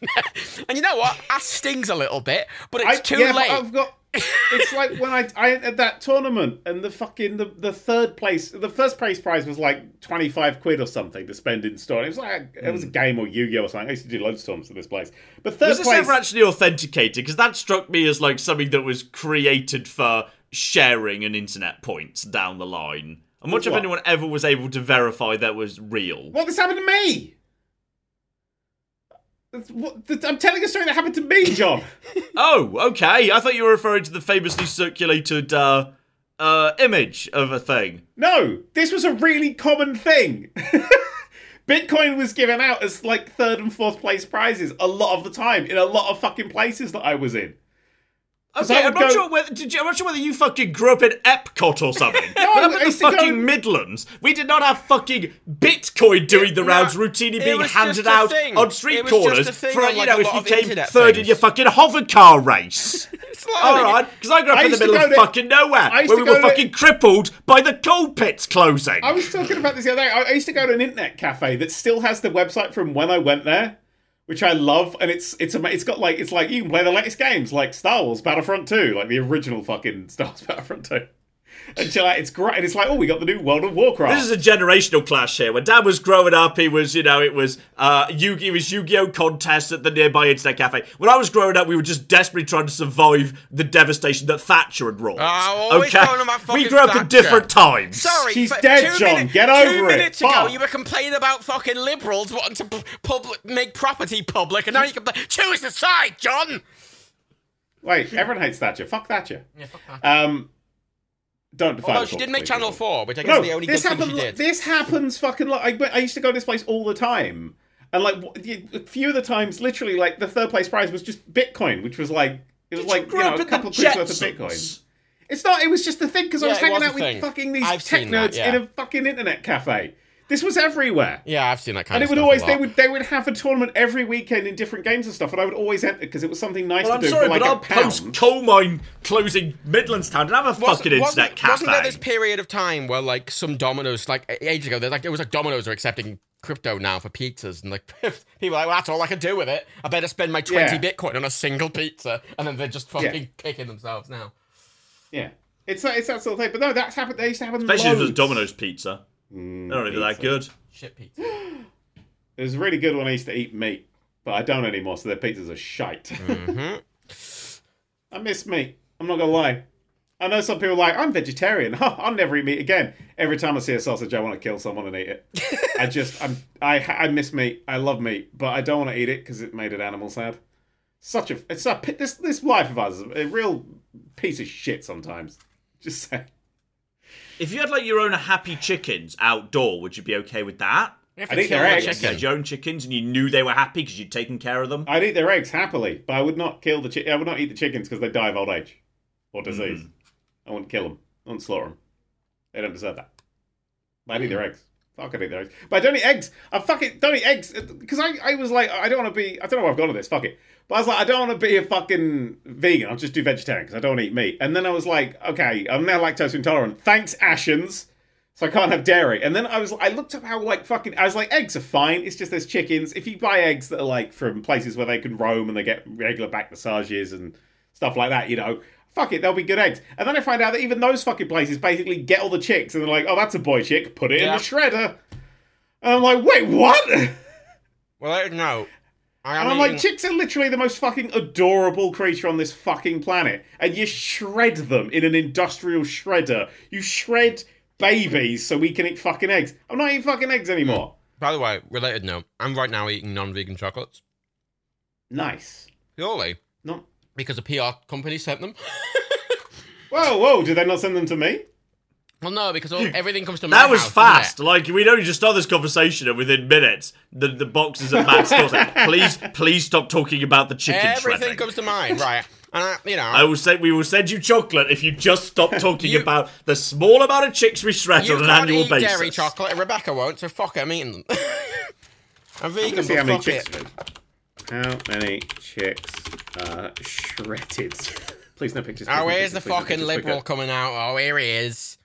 Speaker 1: And you know what? That stings a little bit, but it's
Speaker 3: I,
Speaker 1: too
Speaker 3: yeah, but uh,
Speaker 1: late.
Speaker 3: I've got. It's like when I, I entered that tournament and the fucking the, the third place, the first place prize was like twenty five quid or something to spend in store. It was like it was a game or Yu Gi Oh or something. I used to do loads of tournaments at this place. But third
Speaker 2: Was this
Speaker 3: place,
Speaker 2: ever actually authenticated? Because that struck me as like something that was created for sharing and internet points down the line. I'm not sure if
Speaker 3: what?
Speaker 2: anyone ever was able to verify that was real.
Speaker 3: Well, this happened to me. That's what- that- I'm telling a story that happened to me, John.
Speaker 2: Oh, okay. I thought you were referring to the famously circulated uh, uh, image of a thing.
Speaker 3: no, this was a really common thing. Bitcoin was given out as like third and fourth place prizes a lot of the time in a lot of fucking places that I was in. I
Speaker 2: Okay, I'm
Speaker 3: would
Speaker 2: not
Speaker 3: go-
Speaker 2: sure whether did you, I'm not sure whether you fucking grew up in Epcot or something. but up
Speaker 3: I
Speaker 2: in the
Speaker 3: used to go-
Speaker 2: fucking Midlands, we did not have fucking Bitcoin doing the
Speaker 1: no,
Speaker 2: rounds routinely
Speaker 1: it
Speaker 2: being
Speaker 1: was
Speaker 2: handed
Speaker 1: just a
Speaker 2: out
Speaker 1: thing.
Speaker 2: on street
Speaker 1: It was just a
Speaker 2: corners
Speaker 1: thing
Speaker 2: for
Speaker 1: on,
Speaker 2: you
Speaker 1: like,
Speaker 2: know
Speaker 1: a
Speaker 2: if
Speaker 1: lot
Speaker 2: you
Speaker 1: of
Speaker 2: came
Speaker 1: internet
Speaker 2: third in
Speaker 1: things.
Speaker 2: your fucking hover car race.
Speaker 1: It's like-
Speaker 2: All right, because I grew up
Speaker 3: I
Speaker 2: in the
Speaker 3: used to
Speaker 2: middle
Speaker 3: go
Speaker 2: of
Speaker 3: to-
Speaker 2: fucking nowhere
Speaker 3: I used
Speaker 2: where we
Speaker 3: to
Speaker 2: were
Speaker 3: go to-
Speaker 2: fucking crippled by the coal pits closing.
Speaker 3: I was talking about this the other day. I I used to go to an internet cafe that still has the website from when I went there, which I love, and it's it's ama- it's got like it's like you can play the latest games like Star Wars Battlefront Two, like the original fucking Star Wars Battlefront Two. And chill out, it's great, and it's like, oh, we got the new World of Warcraft.
Speaker 2: This is a generational clash here. When Dad was growing up, he was, you know, it was uh, Yu it was Yu-Gi-Oh contests at the nearby internet cafe. When I was growing up, we were just desperately trying to survive the devastation that Thatcher had wrought.
Speaker 1: I'm always going on about
Speaker 2: we
Speaker 1: fucking
Speaker 2: grew up in
Speaker 1: Thatcher.
Speaker 2: different times.
Speaker 1: Sorry,
Speaker 3: She's
Speaker 1: for
Speaker 3: dead,
Speaker 1: two
Speaker 3: John.
Speaker 1: minute-
Speaker 3: Get over
Speaker 1: Two
Speaker 3: it.
Speaker 1: minutes ago,
Speaker 3: Fuck.
Speaker 1: you were complaining about fucking liberals wanting to p- public, make property public, and now you complain. Choose the side, John.
Speaker 3: Wait, everyone hates Thatcher. Fuck Thatcher. Um, don't defy.
Speaker 1: Although
Speaker 3: the
Speaker 1: she
Speaker 3: thought,
Speaker 1: did make
Speaker 3: please.
Speaker 1: Channel Four, which I guess
Speaker 3: No,
Speaker 1: is the only good
Speaker 3: this
Speaker 1: thing
Speaker 3: happened.
Speaker 1: she did.
Speaker 3: This happens fucking like I, I used to go to this place all the time, and like w- you- a few of the times, literally, like the third place prize was just Bitcoin, which was like it was like you know a couple of quid worth of Bitcoin. It's not. It was just the thing because I
Speaker 1: Yeah,
Speaker 3: was
Speaker 1: it
Speaker 3: hanging
Speaker 1: was
Speaker 3: out
Speaker 1: a
Speaker 3: with
Speaker 1: thing.
Speaker 3: fucking these
Speaker 1: I've
Speaker 3: tech
Speaker 1: seen that,
Speaker 3: nerds
Speaker 1: yeah.
Speaker 3: in a fucking internet cafe. This was everywhere.
Speaker 1: Yeah, I've seen that kind
Speaker 3: And
Speaker 1: of
Speaker 3: it would
Speaker 1: stuff a
Speaker 3: always
Speaker 1: lot.
Speaker 3: they would they would have a tournament every weekend in different games and stuff, and I would always enter because it was something nice
Speaker 2: Well,
Speaker 3: to
Speaker 2: I'm
Speaker 3: do
Speaker 2: sorry,
Speaker 3: for like
Speaker 2: but
Speaker 3: a
Speaker 2: our
Speaker 3: pound.
Speaker 2: post-coal mine closing Midlands town didn't have a fucking internet cafe.
Speaker 1: Wasn't there this period of time where like some Domino's, like a- ages ago, there's like it was like Domino's are accepting crypto now for pizzas, and like people are like, well, that's all I can do with it. I better spend my twenty
Speaker 3: Yeah.
Speaker 1: Bitcoin on a single pizza, and then they're just fucking
Speaker 3: Yeah.
Speaker 1: kicking themselves now.
Speaker 3: yeah, it's that it's that sort of thing. But no, that's happened. They used to happen.
Speaker 2: Especially if it was
Speaker 3: loads.
Speaker 2: Domino's pizza.
Speaker 3: Mm,
Speaker 2: They're not even that good.
Speaker 1: Shit pizza.
Speaker 3: It was really good when I used to eat meat, but I don't anymore, so their pizzas are shite. I miss meat. I'm not gonna lie. I know some people are like, I'm vegetarian. Huh, I'll never eat meat again. Every time I see a sausage, I want to kill someone and eat it. I just, I'm, I, I miss meat. I love meat, but I don't want to eat it because it made an animal sad. Such a, it's a, pi- this, this life of ours is a real piece of shit sometimes. Just saying.
Speaker 2: If you had like your own happy chickens outdoor, would you be okay with that?
Speaker 1: If
Speaker 3: I
Speaker 1: you
Speaker 3: think
Speaker 1: kill
Speaker 3: they're
Speaker 1: the
Speaker 3: eggs.
Speaker 2: You
Speaker 1: chicken. Oh,
Speaker 2: had your own chickens and you knew they were happy because you'd taken care of them.
Speaker 3: I'd eat their eggs happily, but I would not kill the chi- I would not eat the chickens because they die of old age or disease. I wouldn't kill them. I wouldn't slaughter them. They don't deserve that. But I'd eat their eggs. Fuck, I'd eat their eggs. But I don't eat eggs. I fucking don't eat eggs because I, I was like I don't want to be. I don't know where I've gone to this. Fuck it. But I was like I don't want to be a fucking vegan. I'll just do vegetarian because I don't want to eat meat. And then I was like, okay, I'm now lactose intolerant. Thanks, Ashens. So I can't have dairy. And then I was I looked up how like fucking I was like eggs are fine. It's just there's chickens. If you buy eggs that are like from places where they can roam and they get regular back massages and stuff like that, you know, fuck it, they'll be good eggs. And then I find out that even those fucking places basically get all the chicks and they're like, oh, that's a boy chick, put it in
Speaker 1: Yeah.
Speaker 3: the shredder. And I'm like, wait, what? And
Speaker 1: Well, I don't know. I am
Speaker 3: I'm like,
Speaker 1: eating-
Speaker 3: chicks are literally the most fucking adorable creature on this fucking planet. And you shred them in an industrial shredder. You shred babies so we can eat fucking eggs. I'm not eating fucking eggs anymore.
Speaker 1: by the way, related note, I'm right now eating non-vegan chocolates
Speaker 3: Nice.
Speaker 1: purely
Speaker 3: Not.
Speaker 1: because a PR company sent them.
Speaker 3: Whoa, whoa, did they not send them to me?
Speaker 1: well, no, because all, everything comes to my
Speaker 2: That was
Speaker 1: house, doesn't it?
Speaker 2: fast. Like we'd only just started this conversation, and within minutes, the the boxes at Matt's door said, "Please, please stop talking about the chicken
Speaker 1: Everything
Speaker 2: shredding."
Speaker 1: comes to mind, right? And I, you know,
Speaker 2: I will say we will send you chocolate if you just stop talking
Speaker 1: You-
Speaker 2: about the small amount of chicks we shred
Speaker 1: you
Speaker 2: on an
Speaker 1: can't
Speaker 2: annual
Speaker 1: eat
Speaker 2: basis.
Speaker 1: dairy chocolate, and Rebecca won't, so fuck it, I'm eating them. I'm vegan,
Speaker 3: Let's
Speaker 1: but
Speaker 3: see how many
Speaker 1: fuck
Speaker 3: chicks.
Speaker 1: it.
Speaker 3: are in. How many chicks are shredded? Please, no pictures. please, no
Speaker 1: Oh, here's
Speaker 3: pictures,
Speaker 1: the
Speaker 3: please, no
Speaker 1: fucking
Speaker 3: pictures,
Speaker 1: liberal
Speaker 3: quicker.
Speaker 1: coming out. Oh, here he is.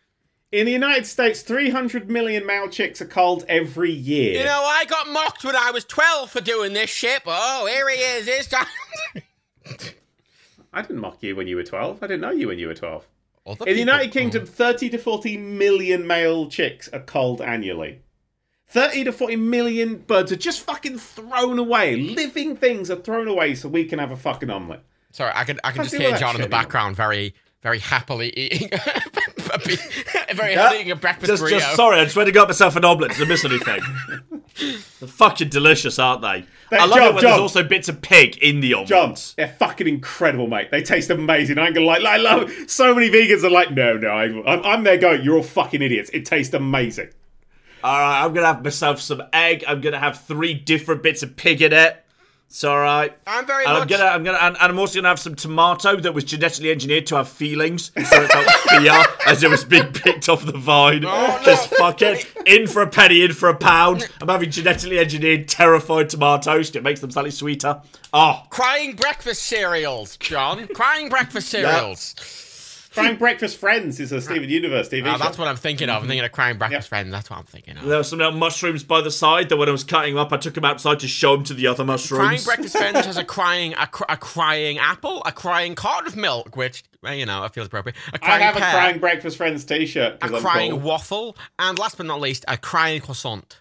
Speaker 3: In the United States, 300 million male chicks are culled every year.
Speaker 1: You know, I got mocked when I was 12 for doing this shit, but oh, here he is. It's time.
Speaker 3: I didn't mock you when you were 12. I didn't know you when you were 12.
Speaker 1: Other
Speaker 3: In the
Speaker 1: people-
Speaker 3: United Kingdom, 30 to 40 million male chicks are culled annually. 30 to 40 million birds are just fucking thrown away. Living things are thrown away so we can have a fucking omelette.
Speaker 1: Sorry, I can I can
Speaker 3: Can't
Speaker 1: just
Speaker 3: do
Speaker 1: hear
Speaker 3: that
Speaker 1: John in the
Speaker 3: shit anymore.
Speaker 1: background, very very happily eating, a be- very
Speaker 2: Yeah.
Speaker 1: happily eating a breakfast
Speaker 2: Just,
Speaker 1: burrito.
Speaker 2: just sorry, I just went to got myself an omelette. Did I miss anything? They're fucking delicious, aren't they?
Speaker 3: Hey,
Speaker 2: I love
Speaker 3: John,
Speaker 2: it when
Speaker 3: John.
Speaker 2: there's also bits of pig in the omelette.
Speaker 3: John, they're fucking incredible, mate. They taste amazing. I ain't gonna like. I love so many vegans are like, no, no, I'm, I'm, I'm there. Going, you're all fucking idiots. It tastes amazing.
Speaker 2: All right, I'm gonna have myself some egg. I'm gonna have three different bits of pig in it. It's all right.
Speaker 1: I'm very
Speaker 2: And I'm
Speaker 1: much-
Speaker 2: gonna, I'm gonna, and, and I'm also gonna have some tomato that was genetically engineered to have feelings, so it felt fear as it was being picked off the vine.
Speaker 1: Oh, no.
Speaker 2: Just fuck it. In for a penny, in for a pound. I'm having genetically engineered terrified tomatoes. It makes them slightly sweeter. Oh,
Speaker 1: Crying breakfast cereals, John. Crying breakfast cereals.
Speaker 3: Frank Breakfast Friends is a Steven Universe TV
Speaker 1: Oh,
Speaker 3: show.
Speaker 1: that's what I'm thinking of. I'm thinking of crying breakfast friends. That's what I'm thinking of.
Speaker 2: there were some little mushrooms by the side. That when I was cutting them up, I took them outside to show them to the other
Speaker 1: Crying
Speaker 2: mushrooms.
Speaker 1: breakfast friends has a crying a, cr- a crying apple, a crying carton of milk, which well, you know, I feel appropriate. A
Speaker 3: I
Speaker 1: crying
Speaker 3: have a
Speaker 1: pear,
Speaker 3: crying Breakfast Friends T-shirt
Speaker 1: a
Speaker 3: because I'm
Speaker 1: crying
Speaker 3: cool.
Speaker 1: waffle, and last but not least, a crying croissant.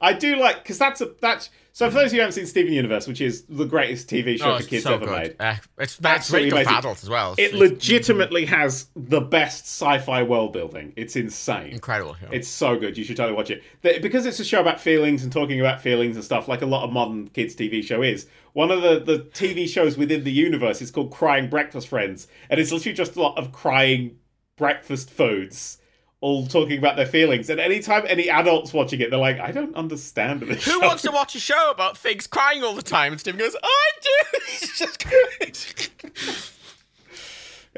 Speaker 3: I do like because that's a that's. So for those of you who haven't seen Steven Universe, which is the greatest TV show
Speaker 1: Oh,
Speaker 3: for
Speaker 1: it's
Speaker 3: kids
Speaker 1: so
Speaker 3: ever made,
Speaker 1: good. Uh, it's that's really
Speaker 3: Absolutely
Speaker 1: good for
Speaker 3: amazing.
Speaker 1: adults as well. It's,
Speaker 3: it
Speaker 1: it's
Speaker 3: legitimately has the best sci-fi world building. It's insane.
Speaker 1: incredible. yeah.
Speaker 3: It's so good. You should totally watch it. The- Because it's a show about feelings and talking about feelings and stuff, like a lot of modern kids' TV show is. One of the, the TV shows within the universe is called Crying Breakfast Friends, and it's literally just a lot of crying breakfast foods, all talking about their feelings. And anytime any adults watching it, they're like, I don't understand this.
Speaker 1: Who
Speaker 3: show."
Speaker 1: wants to watch a show about figs crying all the time? And Steve goes, I do. It's just great.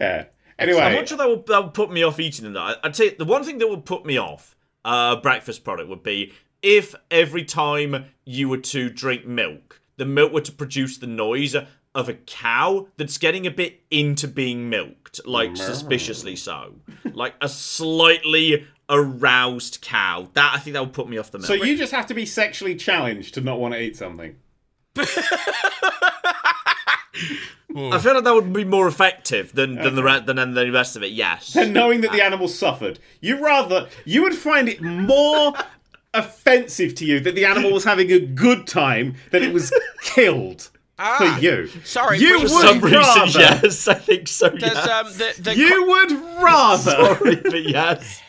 Speaker 3: Yeah.
Speaker 2: I'm
Speaker 3: Anyway,
Speaker 2: not sure that will, that will put me off eating them. Though. I- I'd say the one thing that would put me off uh, breakfast product would be if every time you were to drink milk, the milk were to produce the noise of a cow that's getting a bit into being milked, like suspiciously so, like a slightly aroused cow. That I think that would put me off the milk.
Speaker 3: so you just have to be sexually challenged to not want to eat something.
Speaker 2: I feel like that would be more effective than than the re- than, than the rest of it. Yes.
Speaker 3: and knowing that the animal suffered. You rather you would find it more offensive to you that the animal was having a good time than it was killed
Speaker 1: Ah,
Speaker 3: for you.
Speaker 1: sorry,
Speaker 3: you
Speaker 1: for
Speaker 3: would
Speaker 1: some
Speaker 2: Some reason,
Speaker 3: rather.
Speaker 2: yes, I think so.
Speaker 1: There's,
Speaker 2: yes.
Speaker 1: um, the, the
Speaker 3: You would rather
Speaker 2: Sorry, but yes.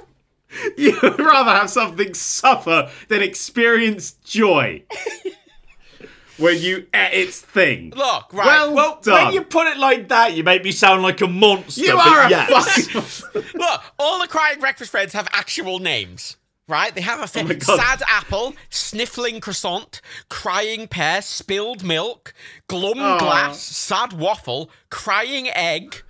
Speaker 3: you would rather have something suffer than experience joy when you ate its thing.
Speaker 1: Look, right.
Speaker 3: Well,
Speaker 2: Well,
Speaker 3: done.
Speaker 2: when you put it like that, you make me sound like a monster.
Speaker 3: you
Speaker 2: but
Speaker 3: are a
Speaker 2: yes.
Speaker 3: fucking.
Speaker 1: Look, all the crying breakfast friends have actual names, right? They have a thing.
Speaker 3: my God.
Speaker 1: sad apple, sniffling croissant, crying pear, spilled milk, glum glass, sad waffle, crying egg,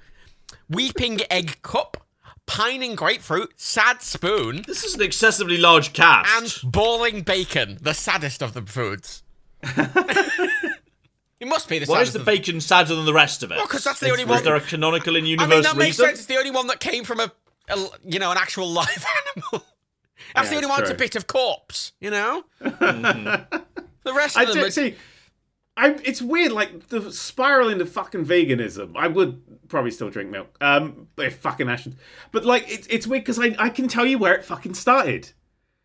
Speaker 1: weeping egg cup, pining grapefruit, sad spoon,
Speaker 2: This is an excessively large cast.
Speaker 1: and balling bacon, the saddest of the foods. it must be the
Speaker 2: Why is
Speaker 1: saddest.
Speaker 2: the
Speaker 1: of-
Speaker 2: bacon sadder than the rest of it?
Speaker 1: 'cause that's the
Speaker 2: Is-
Speaker 1: only
Speaker 2: Was
Speaker 1: one-
Speaker 2: there a canonical
Speaker 1: I
Speaker 2: in
Speaker 1: mean,
Speaker 2: universe
Speaker 1: that makes
Speaker 2: reason?
Speaker 1: sense. It's the only one that came from a, a you know, an actual live animal. That's the only
Speaker 3: Yeah, it's
Speaker 1: one that's a
Speaker 3: true.
Speaker 1: bit of corpse, you know. the rest of
Speaker 3: I
Speaker 1: them,
Speaker 3: do
Speaker 1: are-
Speaker 3: see. I, it's weird, like the spiral into fucking veganism. I would probably still drink milk, um, but if fucking I should. But like, it's it's weird because I I can tell you where it fucking started,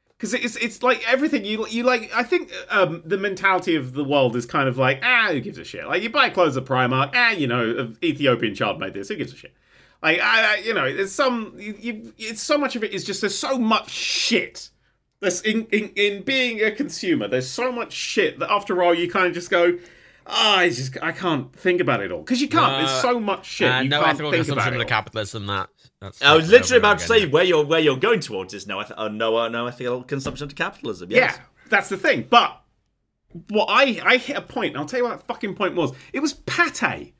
Speaker 3: because it's it's like everything you you like. I think um the mentality of the world is kind of like ah, who gives a shit? Like you buy clothes at Primark, ah, you know, an Ethiopian child made this, who gives a shit? Like I, I you know, there's some you, you, it's so much of it is just there's so much shit. This in, in in being a consumer, there's so much shit that after all you kind of just go, ah, I just I can't think about it all because you can't. there's so much shit
Speaker 1: Uh,
Speaker 3: you
Speaker 1: no
Speaker 3: can't
Speaker 1: ethical
Speaker 3: think about.
Speaker 1: consumption
Speaker 3: It
Speaker 1: of
Speaker 3: all.
Speaker 1: the capitalism. That that's
Speaker 2: I was
Speaker 1: that's
Speaker 2: literally
Speaker 1: over and
Speaker 2: about to
Speaker 1: over
Speaker 2: say
Speaker 1: again.
Speaker 2: where you're where you're going towards is no, eth- uh, no, uh, no ethical consumption to capitalism. Yes.
Speaker 3: Yeah, that's the thing. But what I I hit a point, and I'll tell you what that fucking point was. It was pate.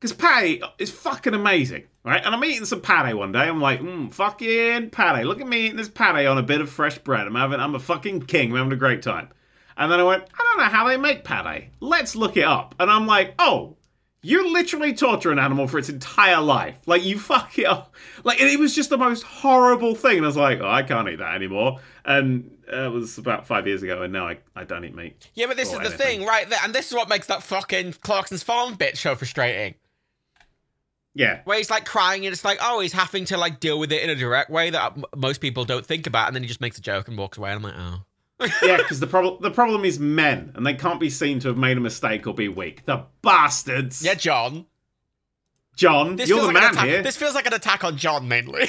Speaker 3: Because pate is fucking amazing, right? And I'm eating some pate one day. I'm like, mm, fucking pate. Look at me eating this pate on a bit of fresh bread. I'm having, I'm a fucking king. I'm having a great time. And then I went, I don't know how they make pate. Let's look it up. And I'm like, oh, you literally torture an animal for its entire life. Like you fuck it up. Like and it was just the most horrible thing. And I was like, oh, I can't eat that anymore. And uh, it was about five years ago, and now I, I don't eat meat.
Speaker 1: Yeah, but this is
Speaker 3: Or
Speaker 1: the
Speaker 3: anything.
Speaker 1: thing, right? There, and this is what makes that fucking Clarkson's Farm bit so frustrating.
Speaker 3: Yeah.
Speaker 1: Where he's like crying and it's like, oh, he's having to like deal with it in a direct way that m- most people don't think about. And then he just makes a joke and walks away. And I'm like, oh.
Speaker 3: yeah, because the problem the problem is men, and they can't be seen to have made a mistake or be weak. The bastards.
Speaker 1: Yeah, John.
Speaker 3: John, you're the
Speaker 1: feels like an
Speaker 3: man
Speaker 1: attack-
Speaker 3: here.
Speaker 1: This feels like an attack on John mainly.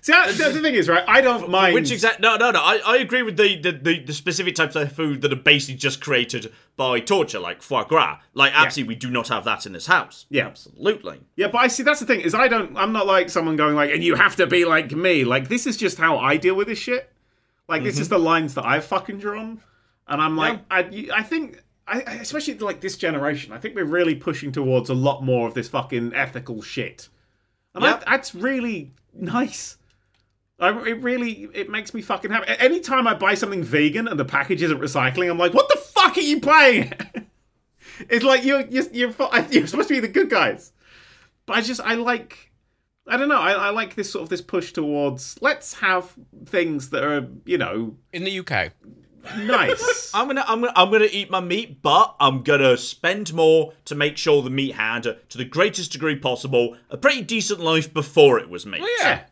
Speaker 3: See, I, the, the thing is, right? I don't mind.
Speaker 2: Which exact? No, no, no. I, I agree with the, the, the, the specific types of food that are basically just created by torture, like foie gras. Like, absolutely, we do not have that in this house.
Speaker 3: Yeah.
Speaker 2: absolutely.
Speaker 3: Yeah, but I see that's the thing is I don't I'm not like someone going like and you have to be like me. Like this is just how I deal with this shit. Like this is the lines that I've fucking drawn, and I'm like I you- I think I I- especially like this generation I think we're really pushing towards a lot more of this fucking ethical shit, and
Speaker 2: Yep.
Speaker 3: I, that's really nice. I, it really it makes me fucking happy. A- Anytime I buy something vegan and the package isn't recycling, I'm like, what the fuck are you playing? it's like you're you're you're, fu- you're supposed to be the good guys, but I just I like I don't know I, I like this sort of this push towards let's have things that are you know
Speaker 1: in the UK.
Speaker 3: nice.
Speaker 2: I'm gonna, I'm gonna, I'm gonna eat my meat, but I'm gonna spend more to make sure the meat had, uh, to the greatest degree possible, a pretty decent life before it was meat.
Speaker 3: Oh, yeah,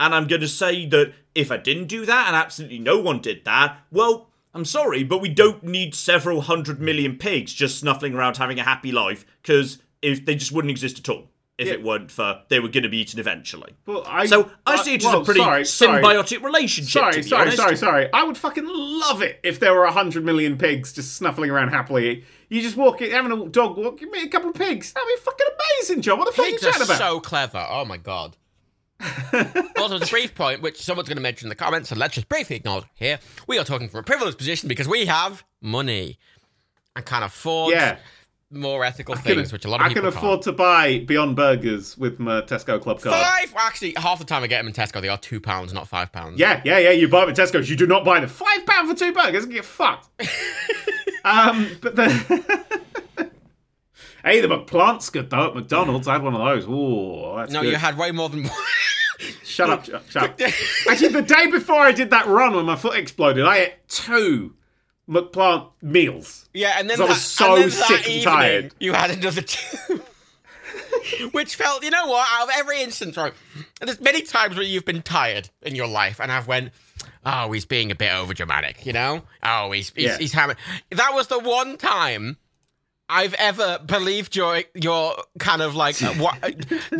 Speaker 2: And I'm gonna say that if I didn't do that, and absolutely no one did that, well, I'm sorry, but we don't need several hundred million pigs just snuffling around having a happy life, because if they just wouldn't exist at all if it weren't for they were gonna be eaten eventually.
Speaker 3: well I
Speaker 2: so I see it as
Speaker 3: well,
Speaker 2: a pretty
Speaker 3: sorry, sorry.
Speaker 2: symbiotic relationship. to
Speaker 3: Sorry,
Speaker 2: be
Speaker 3: sorry,
Speaker 2: honest.
Speaker 3: sorry, sorry. I would fucking love it if there were a hundred million pigs just snuffling around happily. You just walk in, having a dog walk, you meet a couple of pigs. That'd be fucking amazing, John. What the fuck
Speaker 1: Pigs
Speaker 3: are you
Speaker 1: are
Speaker 3: chatting about?
Speaker 1: so clever. Oh my god. also, as a brief point, which someone's going to mention in the comments, so let's just briefly acknowledge here. We are talking from a privileged position because we have money and can afford
Speaker 3: Yeah.
Speaker 1: more ethical
Speaker 3: I can-
Speaker 1: things, which a lot of
Speaker 3: I
Speaker 1: people
Speaker 3: can afford to buy Beyond Burgers with my Tesco Club card.
Speaker 1: can't. Five. Well, actually, half the time I get them in Tesco, they are two pounds, not five pounds.
Speaker 3: Yeah, yeah, yeah. You buy them at Tesco's. You do not buy them. Five pound for two burgers. Get fucked. um, but the. Hey, the McPlant's good though at McDonald's. I had one of those. Ooh, that's
Speaker 1: No,
Speaker 3: good.
Speaker 1: you had way more than one.
Speaker 3: Shut up, shut shut up. Actually, the day before I did that run when my foot exploded, I ate two McPlant meals.
Speaker 1: Yeah, and then
Speaker 3: So I
Speaker 1: that,
Speaker 3: was so
Speaker 1: and then that
Speaker 3: sick and
Speaker 1: evening,
Speaker 3: tired.
Speaker 1: You had another two, which felt you know what? Out of every instance, right? and There's many times where you've been tired in your life, and I've went, "Oh, he's being a bit over dramatic," you know? Oh, he's he's,
Speaker 3: Yeah.
Speaker 1: he's having. That was the one time. I've ever believed your your kind of like uh, what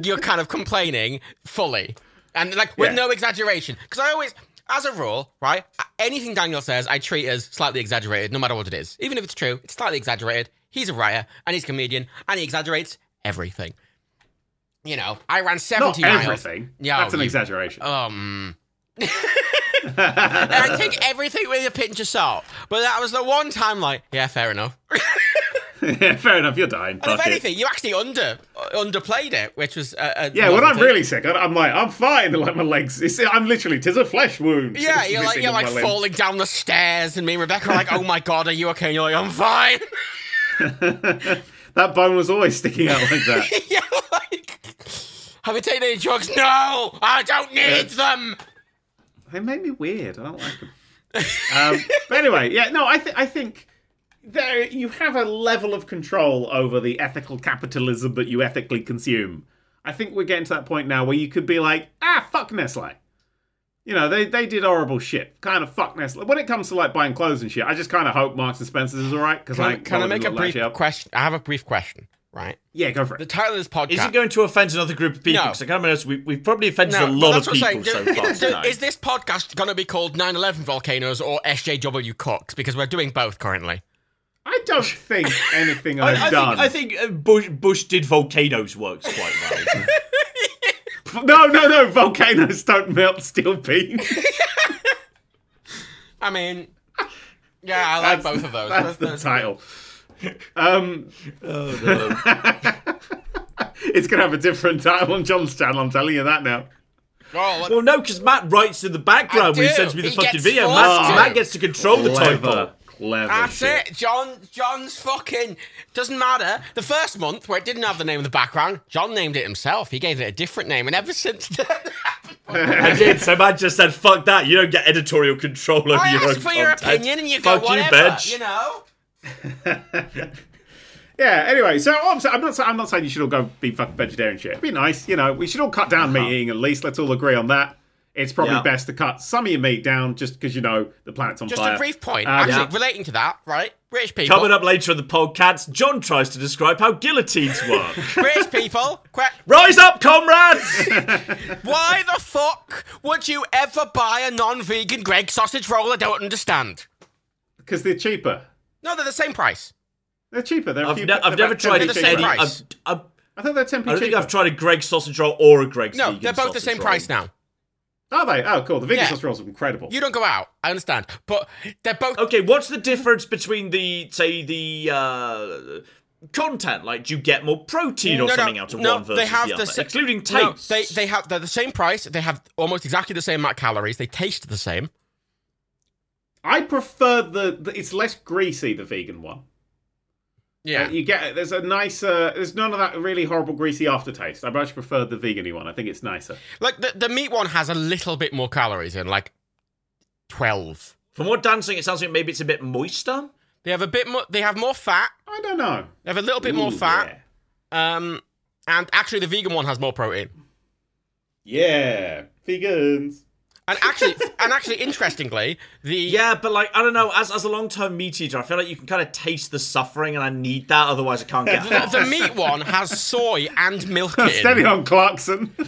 Speaker 1: you're kind of complaining fully and like with
Speaker 3: Yeah.
Speaker 1: no exaggeration because I always as a rule right anything Daniel says I treat as slightly exaggerated no matter what it is even if it's true it's slightly exaggerated he's a writer and he's a comedian and he exaggerates everything you know I ran 70
Speaker 3: Not
Speaker 1: miles
Speaker 3: everything.
Speaker 1: Yeah,
Speaker 3: that's an
Speaker 1: you-
Speaker 3: exaggeration.
Speaker 1: um and I take everything with a pinch of salt but that was the one time like yeah fair enough
Speaker 3: yeah, fair enough. You're dying.
Speaker 1: And if
Speaker 3: Fuck it.
Speaker 1: anything, you actually under underplayed it, which was uh, uh,
Speaker 3: Yeah, when
Speaker 1: lovely
Speaker 3: I'm
Speaker 1: to-
Speaker 3: really sick, I- I'm like, I'm fine. Like my legs, it's, I'm literally, tis a flesh wound.
Speaker 1: yeah,
Speaker 3: It's
Speaker 1: you're like
Speaker 3: missing
Speaker 1: you're
Speaker 3: all my
Speaker 1: like
Speaker 3: limbs.
Speaker 1: falling down the stairs, and me and Rebecca are like, "Oh my god, are you okay?" And you're like, "I'm fine."
Speaker 3: That bone was always sticking out like that.
Speaker 1: yeah, like, have you taken any drugs? No, I don't need them.
Speaker 3: They made me weird. I don't like them. um, but anyway, yeah, no, I think I think there you have a level of control over the ethical capitalism that you ethically consume. I think we're getting to that point now where you could be like, ah, fuck Nestle. You know, they, they did horrible shit. Kind of fuck Nestle. When it comes to like buying clothes and shit, I just kind of hope Marks and Spencer's is all right because
Speaker 1: Can,
Speaker 3: I
Speaker 1: I, can I
Speaker 3: bothered
Speaker 1: make a
Speaker 3: to look that
Speaker 1: brief
Speaker 3: shit up.
Speaker 1: question? I have a brief question, right?
Speaker 3: Yeah, go for
Speaker 1: The
Speaker 3: it.
Speaker 1: title of this podcast.
Speaker 2: Is it going to offend another group of people?
Speaker 1: No.
Speaker 2: Because I can't remember, we, we've probably offended
Speaker 1: No,
Speaker 2: a
Speaker 1: but
Speaker 2: lot
Speaker 1: that's
Speaker 2: of
Speaker 1: what
Speaker 2: people
Speaker 1: I'm saying.
Speaker 2: so
Speaker 1: Do-
Speaker 2: far
Speaker 1: do- do-
Speaker 2: tonight.
Speaker 1: Is this podcast going to be called 9/11 Volcanoes or SJW Cooks? Because we're doing both currently.
Speaker 3: I don't think anything I've
Speaker 2: I, I
Speaker 3: done.
Speaker 2: think, I think uh, Bush, Bush did volcanoes works quite well.
Speaker 3: No, no, no. Volcanoes don't melt steel beams.
Speaker 1: I mean, yeah, I like both of those.
Speaker 3: That's the title. Um, it's gonna have a different title on John's channel. I'm telling you that now.
Speaker 1: Oh, what-
Speaker 2: well, no, because Matt writes in the background
Speaker 1: I
Speaker 2: when he
Speaker 1: do.
Speaker 2: sends me the
Speaker 1: He
Speaker 2: fucking
Speaker 1: gets
Speaker 2: video.
Speaker 1: forced
Speaker 2: Matt,
Speaker 3: to.
Speaker 2: Matt gets to control the title.
Speaker 3: clever.
Speaker 1: That's
Speaker 3: shit.
Speaker 1: it. John John's fucking doesn't matter. The first month where it didn't have the name in the background, John named it himself. He gave it a different name, and ever since then,
Speaker 2: I did. So Matt just said, "Fuck that! You don't get editorial control over
Speaker 1: I
Speaker 2: your own
Speaker 1: asked for your
Speaker 2: content.
Speaker 1: opinion, and you go
Speaker 2: Fuck
Speaker 1: whatever.
Speaker 2: you, bitch.
Speaker 1: You know.
Speaker 3: Yeah. Anyway, so I'm, sa- I'm not. sa- I'm not saying you should all go be fucking vegetarian shit. It'd be nice, you know. We should all cut down meat eating at least. Let's all agree on that. It's probably
Speaker 2: Uh-huh. Yeah.
Speaker 3: best to cut some of your meat down just because you know the planet's on
Speaker 1: Just
Speaker 3: fire.
Speaker 1: a brief point,
Speaker 3: Uh,
Speaker 1: actually,
Speaker 3: yeah.
Speaker 1: relating to that, right? British people.
Speaker 2: Ah, Coming up later on the podcast, John tries to describe how guillotines work.
Speaker 1: British people. Quick,
Speaker 2: Rise up, comrades!
Speaker 1: Why the fuck would you ever buy a non-vegan Greg sausage roll? I don't understand.
Speaker 3: Because they're cheaper.
Speaker 1: No, they're the same price.
Speaker 3: They're cheaper. They're a
Speaker 2: I've,
Speaker 3: few,
Speaker 2: ne-
Speaker 3: they're
Speaker 2: I've never
Speaker 3: about 10p
Speaker 2: tried
Speaker 1: the
Speaker 3: cheaper.
Speaker 1: same
Speaker 2: any.
Speaker 1: price.
Speaker 2: I've, I've,
Speaker 3: I thought they're ten
Speaker 2: I
Speaker 3: p
Speaker 2: don't think
Speaker 3: cheaper.
Speaker 2: I've tried a Greg sausage roll or a Greg's.
Speaker 1: No,
Speaker 2: vegan
Speaker 1: they're both the
Speaker 2: sausage
Speaker 1: same
Speaker 2: roll.
Speaker 1: price now.
Speaker 3: Are they? Oh, cool. The vegan
Speaker 1: Yeah.
Speaker 3: sausage rolls are incredible.
Speaker 1: You don't go out. I understand, but they're both.
Speaker 2: Okay, what's the difference between the say the uh, content? Like, do you get more protein or
Speaker 1: no,
Speaker 2: something
Speaker 1: no,
Speaker 2: out of
Speaker 1: no,
Speaker 2: one versus
Speaker 1: they have
Speaker 2: the
Speaker 1: the,
Speaker 2: other,
Speaker 1: sa-
Speaker 2: excluding
Speaker 1: No,
Speaker 2: taste?
Speaker 1: they they have they're the same price. They have almost exactly the same amount of calories. They taste the same.
Speaker 3: I prefer the, the. It's less greasy, the vegan one. Uh,
Speaker 1: Yeah,
Speaker 3: You get there's a nicer. There's none of that really horrible greasy aftertaste. I much prefer the vegany one. I think it's nicer.
Speaker 1: like the the meat one has a little bit more calories in, like twelve.
Speaker 2: From what dancing, it sounds like maybe it's a bit moister.
Speaker 1: They have a bit more. They have more fat.
Speaker 3: I don't know.
Speaker 1: They have a little bit more
Speaker 3: Ooh,
Speaker 1: fat. Um, and actually, the vegan one has more protein.
Speaker 3: Yeah. yeah, vegans.
Speaker 1: And actually, and actually, interestingly, the
Speaker 2: Yeah, but like I don't know. As as a long term meat eater, I feel like you can kind of taste the suffering, and I need that. Otherwise, I can't get.
Speaker 1: the,
Speaker 2: hard.
Speaker 1: the meat one has soy and milk
Speaker 3: Steady
Speaker 1: in.
Speaker 3: on, Clarkson.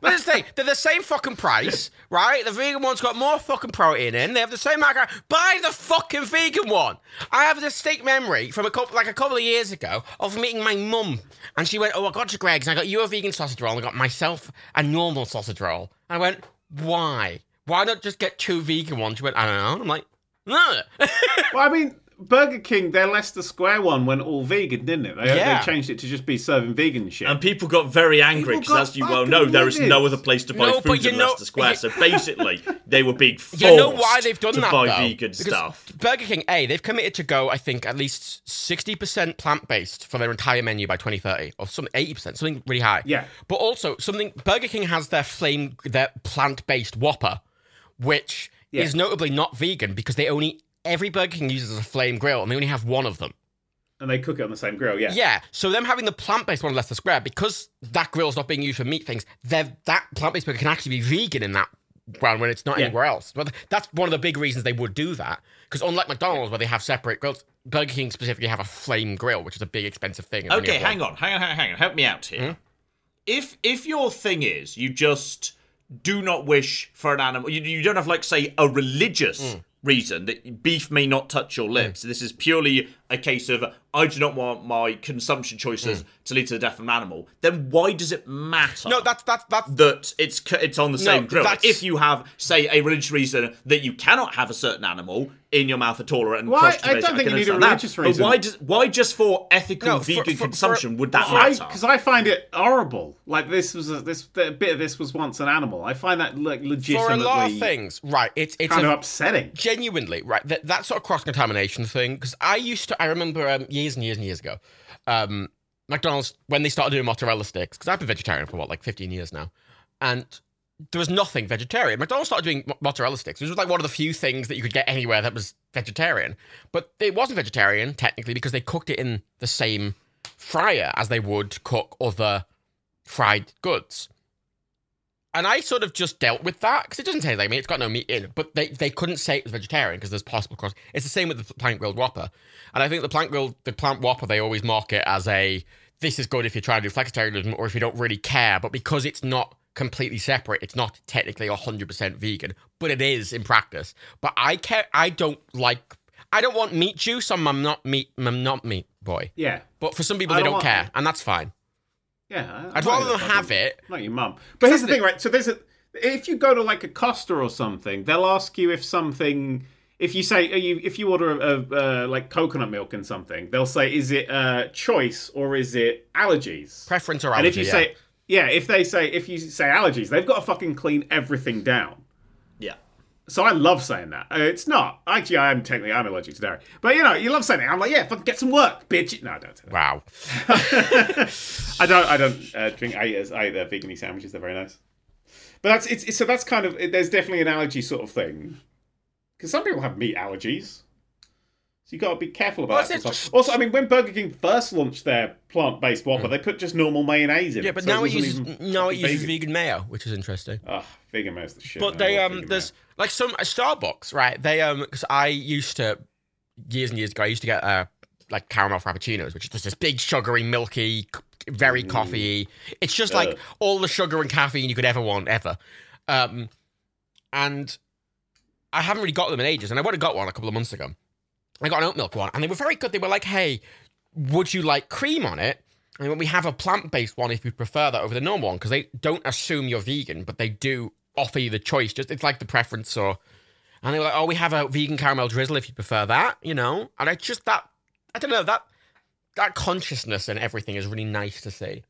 Speaker 1: But this thing, they're the same fucking price, right? The vegan one's got more fucking protein in. They have the same amount. of cal- Buy the fucking vegan one. I have a distinct memory from a couple, like a couple of years ago, of meeting my mum, and she went, "Oh, I got to Greg's, and I got you a vegan sausage roll, and I got myself a normal sausage roll." And I went, "Why? Why not just get two vegan ones?" She went, "I don't know." And I'm like, "No."
Speaker 3: well, I mean, Burger King, their Leicester Square one went all vegan, didn't it? They,
Speaker 1: Yeah. Um,
Speaker 3: they changed it to just be serving vegan shit.
Speaker 2: And people got very angry
Speaker 3: People
Speaker 2: because, as
Speaker 3: got
Speaker 2: you well
Speaker 3: fucking
Speaker 2: know, there is no
Speaker 3: livid.
Speaker 2: other place to buy
Speaker 1: No, but
Speaker 2: food
Speaker 1: you
Speaker 2: in
Speaker 1: know-
Speaker 2: Leicester Square. So basically, they were being forced
Speaker 1: you know why they've done
Speaker 2: to
Speaker 1: that
Speaker 2: buy
Speaker 1: though?
Speaker 2: vegan
Speaker 1: Because
Speaker 2: stuff.
Speaker 1: Burger King, a they've committed to go, I think, at least sixty percent plant based for their entire menu by twenty thirty, or something eighty percent, something really high.
Speaker 3: Yeah.
Speaker 1: But also something Burger King has their flame their plant based Whopper, which
Speaker 3: Yeah.
Speaker 1: is notably not vegan because they only every Burger King uses a flame grill and they only have one of them.
Speaker 3: And they cook it on the same grill, yeah.
Speaker 1: Yeah. So them having the plant based one in Leicester Square because that grill's not being used for meat things, they're- that plant based burger can actually be vegan in that round when it's not
Speaker 3: Yeah.
Speaker 1: anywhere else. But that's one of the big reasons they would do that because unlike McDonald's where they have separate grills, Burger King specifically have a flame grill, which is a big expensive thing.
Speaker 2: Okay, hang on, hang on, hang on, hang on. Help me out here. If if your thing is you just do not wish for an animal, you, you don't have like say a religious reason that beef may not touch your lips. This is purely a case of I do not want my consumption choices to lead to the death of an animal. Then why does it matter?
Speaker 1: No, that's that's that's
Speaker 2: that it's c- it's on the same grill.
Speaker 1: that's-
Speaker 2: If you have, say, a religious reason that you cannot have a certain animal in your mouth at all, or and
Speaker 3: Why-
Speaker 2: cross
Speaker 3: I
Speaker 2: debate,
Speaker 3: don't think
Speaker 2: can
Speaker 3: you need a
Speaker 2: understand that.
Speaker 3: religious
Speaker 2: But
Speaker 3: reason.
Speaker 2: why just why just for ethical
Speaker 1: No, for-
Speaker 2: vegan
Speaker 1: for- for-
Speaker 2: consumption would that matter?
Speaker 3: Because I, find it horrible. Like this was a, this a bit of this was once an animal. I find that like
Speaker 1: for a
Speaker 3: legitimately
Speaker 1: lot of things. Right. It's it's
Speaker 3: kind
Speaker 1: a,
Speaker 3: of upsetting.
Speaker 1: genuinely right that, that sort of cross-contamination thing because i used to i remember um, years and years and years ago um, mcdonald's when they started doing mozzarella sticks because i've been vegetarian for what like 15 years now and there was nothing vegetarian. McDonald's started doing mo- mozzarella sticks, which was like one of the few things that you could get anywhere that was vegetarian. But it wasn't vegetarian technically because they cooked it in the same fryer as they would cook other fried goods. And I sort of just dealt with that because it doesn't taste like meat. It's got no meat in. it. But they, they couldn't say it was vegetarian because there's possible cross. It's the same with the plant grilled whopper. And I think the plant grilled the plant whopper they always market as a this is good if you're trying to do flexitarianism or if you don't really care. But because it's not completely separate, it's not technically 100% vegan, but it is in practice. But I care. I don't like. I don't want meat juice. I'm, I'm not meat. I'm not meat boy.
Speaker 3: Yeah,
Speaker 1: But for some people,
Speaker 3: I
Speaker 1: they
Speaker 3: don't
Speaker 1: don't
Speaker 3: want
Speaker 1: care,
Speaker 3: it.
Speaker 1: and that's fine.
Speaker 3: yeah. I-
Speaker 1: I'd
Speaker 3: I like
Speaker 1: rather
Speaker 3: that
Speaker 1: them have
Speaker 3: fucking-
Speaker 1: it.
Speaker 3: Not your mum. But here's the
Speaker 1: that's
Speaker 3: thing, right? So there's a if you go to like a Costa or something, they'll ask you if something if you say uh, you if you order a, a, uh, like coconut milk and something, they'll say is it uh, choice or is it allergies?
Speaker 1: Preference or
Speaker 3: and
Speaker 1: allergy.
Speaker 3: if you
Speaker 1: yeah.
Speaker 3: say yeah, if they say if you say allergies, they've got to fucking clean everything down.
Speaker 2: Yeah.
Speaker 3: So I love saying that. Uh, It's not actually I am technically I'm allergic to dairy, but you know you love saying it. I'm like yeah, fucking get some work, bitch. No, I don't. Say that.
Speaker 1: wow,
Speaker 3: I don't. I don't uh, drink. I eat, I eat their vegan sandwiches. They're very nice. But that's it's, it's so that's kind of there's definitely an allergy sort of thing because some people have meat allergies, so you got to be careful about
Speaker 1: Well,
Speaker 3: that.
Speaker 1: it's
Speaker 3: sort of stuff. Also, I mean, when Burger King first launched their plant-based Whopper, they put just normal mayonnaise in.
Speaker 1: yeah,
Speaker 3: it,
Speaker 1: but
Speaker 3: so
Speaker 1: now it
Speaker 3: wasn't
Speaker 1: uses
Speaker 3: even
Speaker 1: now it uses
Speaker 3: vegan.
Speaker 1: vegan. mayo, which is interesting.
Speaker 3: Ugh, vegan mayo's the shit.
Speaker 1: But
Speaker 3: man. I
Speaker 1: they
Speaker 3: love
Speaker 1: um
Speaker 3: vegan
Speaker 1: there's like some at Starbucks right they um because I used to years and years ago I used to get uh like caramel frappuccinos which is just this big sugary milky c- very coffee it's just like
Speaker 3: Ugh.
Speaker 1: all the sugar and caffeine you could ever want ever um and I haven't really got them in ages and I would have got one a couple of months ago I got an oat milk one and they were very good they were like hey would you like cream on it? And when we have a plant-based one, if you prefer that over the normal one, because they don't assume you're vegan, but they do offer you the choice. Just it's like the preference, or and they were like, oh, we have a vegan caramel drizzle if you prefer that, you know. And I just that I don't know that that consciousness and everything is really nice to see.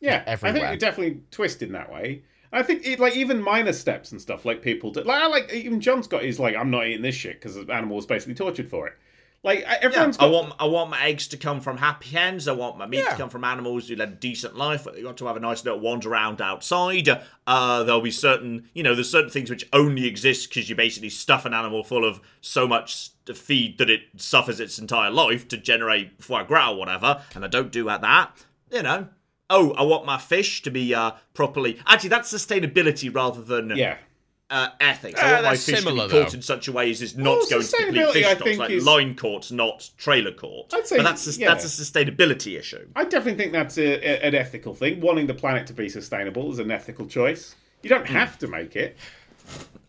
Speaker 3: Yeah, I
Speaker 1: everywhere.
Speaker 3: think you definitely twist in that way. I think it, like even minor steps and stuff like people do. Like I like even John's got his like I'm not eating this shit because the animal was basically tortured for it. Like I-
Speaker 2: Yeah,
Speaker 3: everyone's
Speaker 2: I
Speaker 3: got.
Speaker 2: want I want my eggs to come from happy hens. I want my meat
Speaker 1: Yeah.
Speaker 2: to come from animals who led a decent life. They got to have a nice little wander around outside. Uh, there'll be certain you know there's certain things which only exist because you basically stuff an animal full of so much s- feed that it suffers its entire life to generate foie gras or whatever. And I don't do that. You know. Oh, I want my fish to be uh, properly. Actually, that's sustainability rather than
Speaker 3: yeah,
Speaker 2: uh, ethics.
Speaker 1: Uh,
Speaker 2: I want my
Speaker 1: that's
Speaker 2: fish
Speaker 1: similar,
Speaker 2: to be caught
Speaker 1: though.
Speaker 2: in such a way as it's not
Speaker 3: Well,
Speaker 2: going to complete
Speaker 3: sustainability,
Speaker 2: fish
Speaker 3: I
Speaker 2: stocks,
Speaker 3: think,
Speaker 2: like
Speaker 3: is-
Speaker 2: line courts, not trailer court.
Speaker 3: I'd say,
Speaker 2: but that's a,
Speaker 3: yeah.
Speaker 2: that's a sustainability issue.
Speaker 3: I definitely think that's a, a, an ethical thing. Wanting the planet to be sustainable is an ethical choice. You don't have to make it.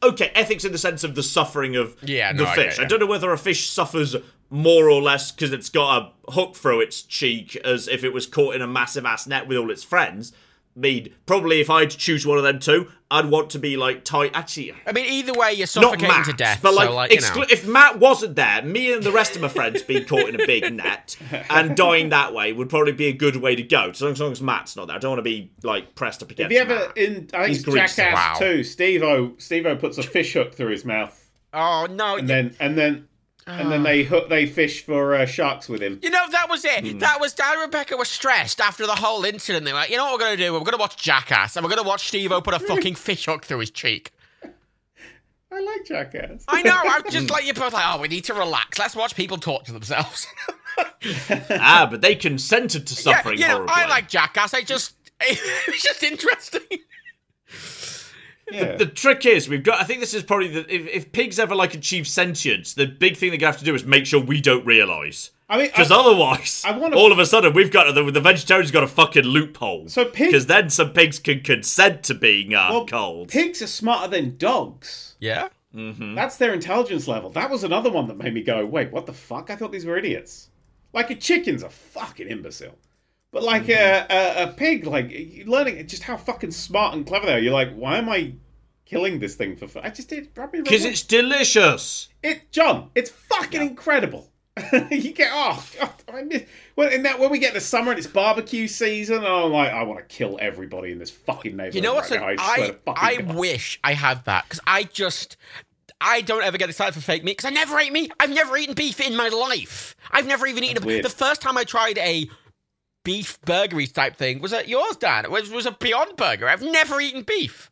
Speaker 2: Okay, ethics in the sense of the suffering of
Speaker 1: Yeah,
Speaker 2: the
Speaker 1: no, I
Speaker 2: fish.
Speaker 1: get ya.
Speaker 2: I don't know whether a fish suffers more or less because it's got a hook through its cheek as if it was caught in a massive ass net with all its friends. I mean, probably if I had to choose one of them two, I'd want to be like tight. Actually,
Speaker 1: I mean, either way, you're
Speaker 2: not
Speaker 1: suffocating
Speaker 2: Matt,
Speaker 1: to death.
Speaker 2: but like,
Speaker 1: so, like you know.
Speaker 2: exclu- if Matt wasn't there, me and the rest of my friends being caught in a big net and dying that way would probably be a good way to go. So long as, long as Matt's not there, I don't want to be like pressed up against.
Speaker 3: Have you ever
Speaker 2: Matt.
Speaker 3: in I think it's
Speaker 2: Greece.
Speaker 3: Jackass
Speaker 1: Wow.
Speaker 3: too? Steve O Steve O puts a fish hook through his mouth
Speaker 1: oh no,
Speaker 3: and then and then and then they hook they fish for uh, sharks with him.
Speaker 1: You know, that was it.
Speaker 2: Hmm.
Speaker 1: That was Dan and Rebecca were stressed after the whole incident. They were like, you know what we're going to do? We're going to watch Jackass and we're going to watch Steve O put a fucking fish hook through his cheek.
Speaker 3: I like Jackass.
Speaker 1: I know. I'm just like, you're both like, oh, we need to relax. Let's watch people torture themselves.
Speaker 2: ah, but they consented to
Speaker 1: yeah,
Speaker 2: suffering
Speaker 1: you know,
Speaker 2: horribly.
Speaker 1: I like Jackass. I just, it's just interesting.
Speaker 3: Yeah.
Speaker 2: the trick is we've got. I think this is probably the if, if pigs ever like achieve sentience, the big thing they're gonna have to do is make sure we don't realise.
Speaker 3: I mean,
Speaker 2: Because
Speaker 3: I-
Speaker 2: otherwise,
Speaker 3: I wanna-
Speaker 2: all of a sudden we've got the, the vegetarians got a fucking loophole.
Speaker 3: So pig-
Speaker 2: because then some pigs can consent to being uh,
Speaker 3: Well,
Speaker 2: cold.
Speaker 3: Pigs are smarter than dogs.
Speaker 1: Yeah. Hmm.
Speaker 3: That's their intelligence level. That was another one that made me go, wait, what the fuck? I thought these were idiots. Like a chicken's a fucking imbecile. But
Speaker 1: Hmm.
Speaker 3: like uh, a, a, a pig, like you're learning just how fucking smart and clever they are. You're like, why am I killing this thing for? Fu-? I just did probably
Speaker 2: Because it's delicious.
Speaker 3: it, John. It's fucking incredible. you get off. I miss, well, and that when we get the summer and it's barbecue season, and I'm like, I want to kill everybody in this fucking neighborhood.
Speaker 1: You know what's
Speaker 3: right now.
Speaker 1: an,
Speaker 3: I
Speaker 1: I,
Speaker 3: swear to
Speaker 1: I
Speaker 3: fucking God.
Speaker 1: wish I had that because I just I don't ever get excited for fake meat because I never ate meat. I've never eaten beef in my life. I've never even eaten
Speaker 3: That's
Speaker 1: a,
Speaker 3: weird.
Speaker 1: the first time I tried a beef burgery type thing was at yours, Dan. It was was a Beyond Burger. I've never eaten beef.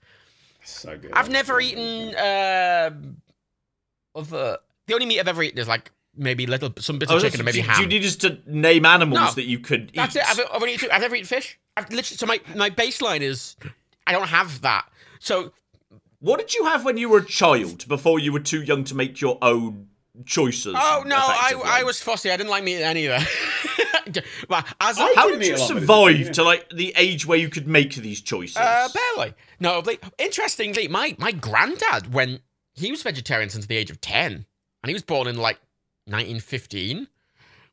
Speaker 3: So good.
Speaker 1: I've never e, eaten uh, other. The only meat I've ever eaten is like maybe little some bits of chicken and maybe
Speaker 2: Oh, do,
Speaker 1: ham.
Speaker 2: do you need us to name animals
Speaker 1: No.
Speaker 2: that you could eat?
Speaker 1: That's it. I've, I've, only eaten, I've never eaten fish. I've literally so my my baseline is I don't have that. So
Speaker 2: What did you have when you were a child before you were too young to make your own choices?
Speaker 1: oh no, I
Speaker 2: effectively?
Speaker 1: I was fussy. I didn't like meat any of it. well, as a,
Speaker 2: How
Speaker 3: didn't
Speaker 2: did
Speaker 3: eat
Speaker 2: you
Speaker 3: a lot of it,
Speaker 2: survive
Speaker 3: yeah.
Speaker 2: to like the age where you could make these choices?
Speaker 1: uh, barely. No, but interestingly, my my granddad when he was vegetarian since the age of ten, and he was born in like 1915.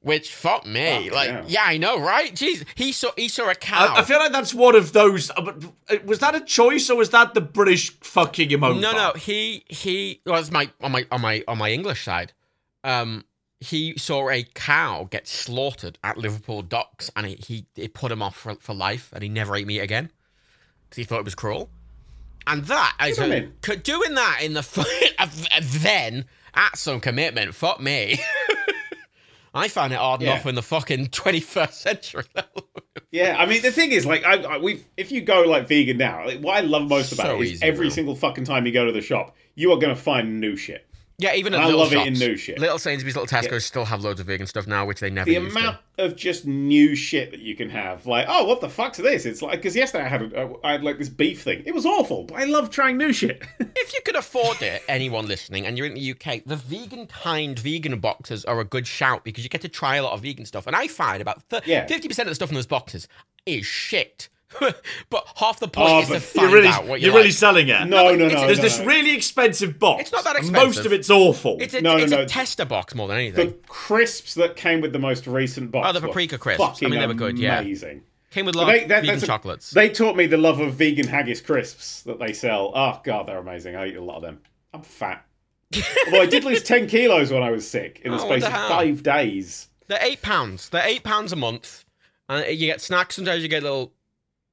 Speaker 1: Which fuck me,
Speaker 3: Fuck,
Speaker 1: like
Speaker 3: yeah.
Speaker 1: yeah. I know, right? Jeez, he saw he saw a cow.
Speaker 2: I, I feel like that's one of those. uh, But uh, was that a choice or was that the British fucking him over?
Speaker 1: No, no, he he well, that's my on my on my on my English side. Um, he saw a cow get slaughtered at Liverpool docks, and it, he it put him off for, for life, and he never ate meat again because he thought it was cruel. And that is
Speaker 3: on
Speaker 1: a,
Speaker 3: him.
Speaker 1: could doing that in the fu- of- of then that's some commitment. Fuck me. I found it hard
Speaker 3: Yeah.
Speaker 1: enough in the fucking 21st century.
Speaker 3: Yeah, I mean the thing is, like, I, I we if you go like vegan now, like, what I love most about
Speaker 1: So
Speaker 3: it is
Speaker 1: easy,
Speaker 3: every
Speaker 1: bro.
Speaker 3: single fucking time you go to the shop, you are gonna find new shit.
Speaker 1: yeah, even at
Speaker 3: I
Speaker 1: little
Speaker 3: love
Speaker 1: shops,
Speaker 3: eating new shit.
Speaker 1: Little Sainsbury's, little Tesco's still have loads of vegan stuff now, which they never
Speaker 3: The
Speaker 1: used to.
Speaker 3: amount of just new shit that you can have, like, oh, what the fuck's this? It's like because yesterday I had a, I had like this beef thing. It was awful, but I love trying new shit.
Speaker 1: If you could afford it, anyone listening, and you're in the UK, the vegan kind vegan boxes are a good shout because you get to try a lot of vegan stuff. And I find about th-
Speaker 3: Yeah.
Speaker 1: 50% of the stuff in those boxes is shit. but half the point
Speaker 3: Oh,
Speaker 1: is to
Speaker 3: but
Speaker 1: find
Speaker 2: You're really,
Speaker 1: out what you
Speaker 2: you're
Speaker 1: like.
Speaker 2: really selling it.
Speaker 3: no, no, no.
Speaker 2: There's
Speaker 3: no,
Speaker 2: this
Speaker 3: no.
Speaker 2: really expensive box.
Speaker 1: It's not that
Speaker 2: and Most
Speaker 1: expensive.
Speaker 2: of it's awful.
Speaker 1: it's a,
Speaker 3: No, no,
Speaker 1: it's
Speaker 3: no.
Speaker 1: a tester box more than anything.
Speaker 3: the crisps that came with the most recent box.
Speaker 1: Oh, the
Speaker 3: were
Speaker 1: paprika crisps. I
Speaker 3: Fucking
Speaker 1: mean, they were good, yeah.
Speaker 3: Amazing.
Speaker 1: Came with a
Speaker 3: But
Speaker 1: lot
Speaker 3: they-
Speaker 1: of
Speaker 3: that-
Speaker 1: vegan
Speaker 3: that's a-
Speaker 1: chocolates.
Speaker 3: They taught me the love of vegan haggis crisps that they sell. Oh god, they're amazing. I eat a lot of them. I'm fat. Although I did lose ten kilos when I was sick in the
Speaker 1: Oh, what
Speaker 3: space
Speaker 1: the
Speaker 3: of
Speaker 1: hell?
Speaker 3: five days.
Speaker 1: They're eight pounds. They're eight pounds a month, and you get snacks. Sometimes you get little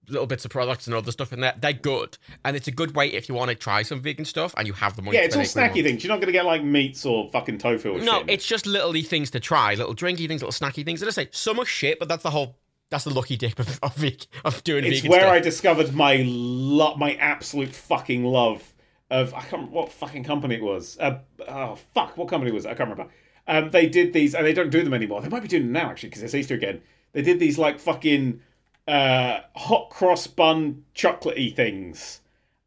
Speaker 1: little bits of products and other stuff in there. They're good, and it's a good way if you want to try some vegan stuff and you have the money.
Speaker 3: Yeah,
Speaker 1: to
Speaker 3: it's all
Speaker 1: make them.
Speaker 3: snacky things. You're not going to get like meats or fucking tofu or
Speaker 1: No,
Speaker 3: shit.
Speaker 1: it's just literally things to try, little drinky things, little snacky things. And I say some are shit, but that's the whole. That's the lucky dip of of, veg- of doing
Speaker 3: it's
Speaker 1: vegan
Speaker 3: where
Speaker 1: stuff.
Speaker 3: I discovered my lo- my absolute fucking love of I can't remember what fucking company it was. Uh, oh fuck, what company was it? I can't remember. Um, they did these, and they don't do them anymore. They might be doing them now actually because it's Easter again. They did these like fucking uh, hot cross bun chocolatey things,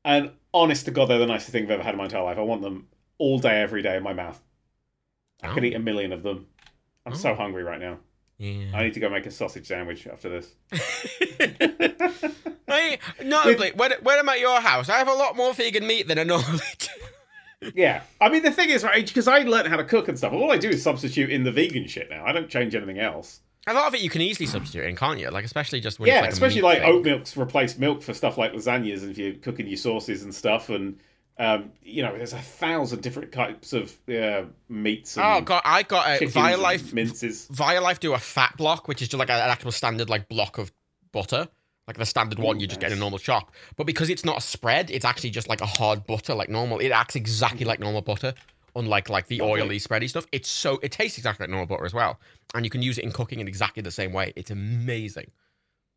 Speaker 3: and honest to god, they're the nicest thing I've ever had in my entire life. I want them all day, every day in my mouth. I could
Speaker 1: Oh.
Speaker 3: eat a million of them. I'm so hungry right now.
Speaker 1: Yeah.
Speaker 3: I need to go make a sausage sandwich after this.
Speaker 1: I, notably, when, when I'm at your house, I have a lot more vegan meat than I normally do.
Speaker 3: Yeah, I mean the thing is, right? Because I learned how to cook and stuff. All I do is substitute in the vegan shit now. I don't change anything else.
Speaker 1: A lot of it you can easily substitute in, can't you? Like especially just when
Speaker 3: yeah,
Speaker 1: it's like a
Speaker 3: especially
Speaker 1: meat
Speaker 3: like
Speaker 1: thing.
Speaker 3: oat milks replace milk for stuff like lasagnas, and if you're cooking your sauces and stuff, and um, you know, there's a thousand different types of uh, meats. And
Speaker 1: Oh god, I got a
Speaker 3: chickens
Speaker 1: Via
Speaker 3: and
Speaker 1: Life
Speaker 3: minces.
Speaker 1: Via Life do a fat block, which is just like an actual standard like block of butter, like the standard one you just get in a normal shop. But because it's not a spread, it's actually just like a hard butter, like normal. It acts exactly like normal butter, unlike like the oily spready stuff. It's so it tastes exactly like normal butter as well, and you can use it in cooking in exactly the same way. It's amazing.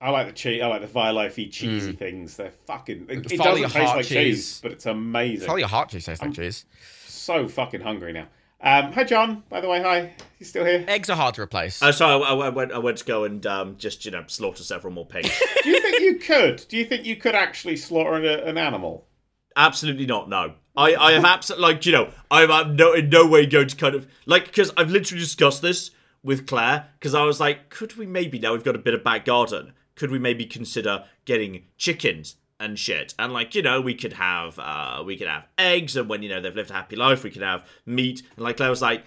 Speaker 3: I like the cheese. I like the Vilifey cheesy things. They're fucking. It, it
Speaker 1: Folly
Speaker 3: doesn't taste
Speaker 1: Mm. heart
Speaker 3: like cheese,
Speaker 1: cheese.
Speaker 3: but it's amazing.
Speaker 1: Probably a heart cheese tastes
Speaker 2: Um,
Speaker 1: like cheese.
Speaker 3: So fucking hungry now. Um, hi John, by the way. Hi, you still here?
Speaker 1: Eggs are hard to replace.
Speaker 2: Uh, so I, I went. I went to go and um, just you know slaughter several more pigs.
Speaker 3: Do you think you could? Do you think you could actually slaughter an, an animal?
Speaker 2: Absolutely not. No, I, I have absolutely like you know I'm, I'm no in no way going to kind of like because I've literally discussed this with Claire because I was like, could we maybe now we've got a bit of back garden, could we maybe consider getting chickens and shit and like you know we could have uh we could have eggs and when you know they've lived a happy life we could have meat and like Claire was like.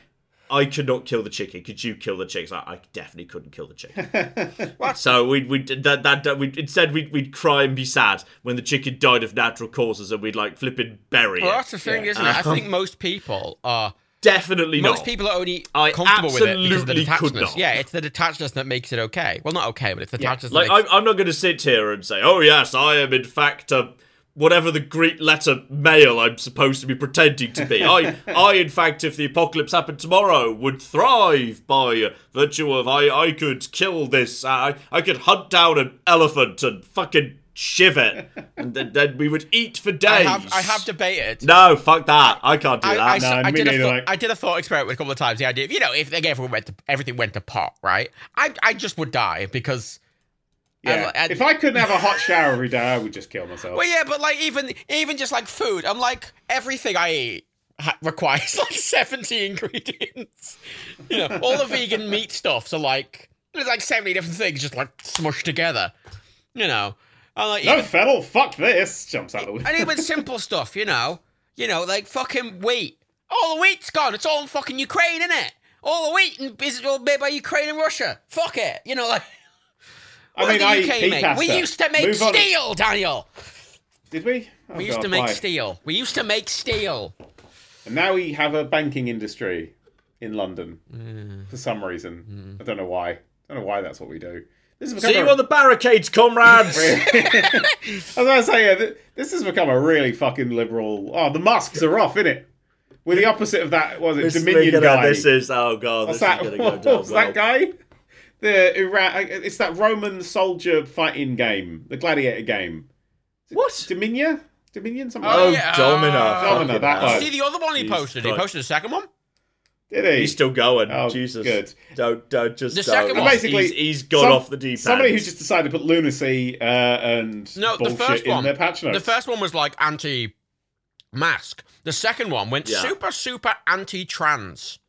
Speaker 2: I could not kill the chicken. Could you kill the chicken? I, I definitely couldn't kill the chicken. So we'd, we'd that that, that we'd, instead we'd, we'd cry and be sad when the chicken died of natural causes and we'd like flipping bury
Speaker 1: well,
Speaker 2: it.
Speaker 1: that's the thing, isn't it? I think most people are
Speaker 2: Definitely
Speaker 1: Most
Speaker 2: not.
Speaker 1: people are only
Speaker 2: I
Speaker 1: comfortable with it because of the
Speaker 2: absolutely could
Speaker 1: detachedness.
Speaker 2: not.
Speaker 1: Yeah, it's the detachedness that makes it okay. Well, not okay, but it's the detachedness.
Speaker 2: like
Speaker 1: that
Speaker 2: I'm,
Speaker 1: makes,
Speaker 2: I'm not going to sit here and say, oh yes, I am in fact a whatever the Greek letter male I'm supposed to be pretending to be. I I in fact, if the apocalypse happened tomorrow, would thrive by virtue of I I could kill this. I I could hunt down an elephant and fucking shiver, and then, then we would eat for days.
Speaker 1: I have, I have debated.
Speaker 2: No, fuck that. I can't do
Speaker 1: I, I,
Speaker 2: that.
Speaker 3: No,
Speaker 1: I
Speaker 3: me
Speaker 1: did a
Speaker 3: neither,
Speaker 1: thought,
Speaker 3: like-
Speaker 1: I did a thought experiment a couple of times. The idea of you know if like, everyone went to, everything went to pot, right? I I just would die because
Speaker 3: Yeah.
Speaker 1: I- I-
Speaker 3: if I couldn't have a hot shower every day, I would just kill myself.
Speaker 1: well yeah, but like even even just like food, I'm like everything I eat ha- requires like 70 ingredients. You know, all the vegan meat stuffs are like there's like 70 different things just like smushed together. You know, I'm like
Speaker 3: no,
Speaker 1: even-
Speaker 3: fennel, fuck this! Jumps out the window.
Speaker 1: and even simple stuff, you know. You know, like fucking wheat. All the wheat's gone. It's all in fucking Ukraine, isn't it? All the wheat in- is all made by Ukraine and Russia. Fuck it. You know, like
Speaker 3: I mean,
Speaker 1: the
Speaker 3: I
Speaker 1: UK
Speaker 3: eat
Speaker 1: make.
Speaker 3: pasta.
Speaker 1: We used to make
Speaker 3: Move on.
Speaker 1: steel, Daniel.
Speaker 3: Did we? Oh,
Speaker 1: We used
Speaker 3: God,
Speaker 1: to make
Speaker 3: why?
Speaker 1: steel. We used to make steel.
Speaker 3: And now we have a banking industry in London
Speaker 1: Mm.
Speaker 3: for some reason. I don't know why. I don't know why that's what we do. This has become
Speaker 2: See you
Speaker 3: a-
Speaker 2: on the barricades, comrades.
Speaker 3: I was going to say, yeah, th- this has become a really fucking liberal. Oh, the masks are off, innit? We're the opposite of that. Was it
Speaker 2: This is
Speaker 3: Dominion
Speaker 2: gonna-
Speaker 3: guy?
Speaker 2: This is oh god,
Speaker 3: What's
Speaker 2: this
Speaker 3: that?
Speaker 2: is gonna go
Speaker 3: what
Speaker 2: down
Speaker 3: was
Speaker 2: well.
Speaker 3: that guy? The Iran. It's that Roman soldier fighting game, the gladiator game.
Speaker 2: What?
Speaker 3: Dominia, Dominion, something.
Speaker 2: Oh,
Speaker 3: like that?
Speaker 1: yeah.
Speaker 2: Domino.
Speaker 1: Domino,
Speaker 2: fucking
Speaker 3: that
Speaker 2: hell.
Speaker 3: Oh, one.
Speaker 1: See the other one he
Speaker 2: Jesus
Speaker 1: posted. He
Speaker 2: Christ.
Speaker 1: posted the second one.
Speaker 3: did he?
Speaker 2: He's still going.
Speaker 3: Oh,
Speaker 2: Jesus.
Speaker 3: good.
Speaker 2: Don't don't just
Speaker 1: The
Speaker 2: don't.
Speaker 1: second one-
Speaker 3: Basically,
Speaker 2: he's, he's gone
Speaker 3: Some-
Speaker 2: off the deep end.
Speaker 3: Somebody who just decided to put lunacy uh, and
Speaker 1: No, the
Speaker 3: bullshit
Speaker 1: first one.
Speaker 3: in their patch notes.
Speaker 1: The first one was like anti-mask. The second one went
Speaker 2: Yeah.
Speaker 1: super, super anti-trans.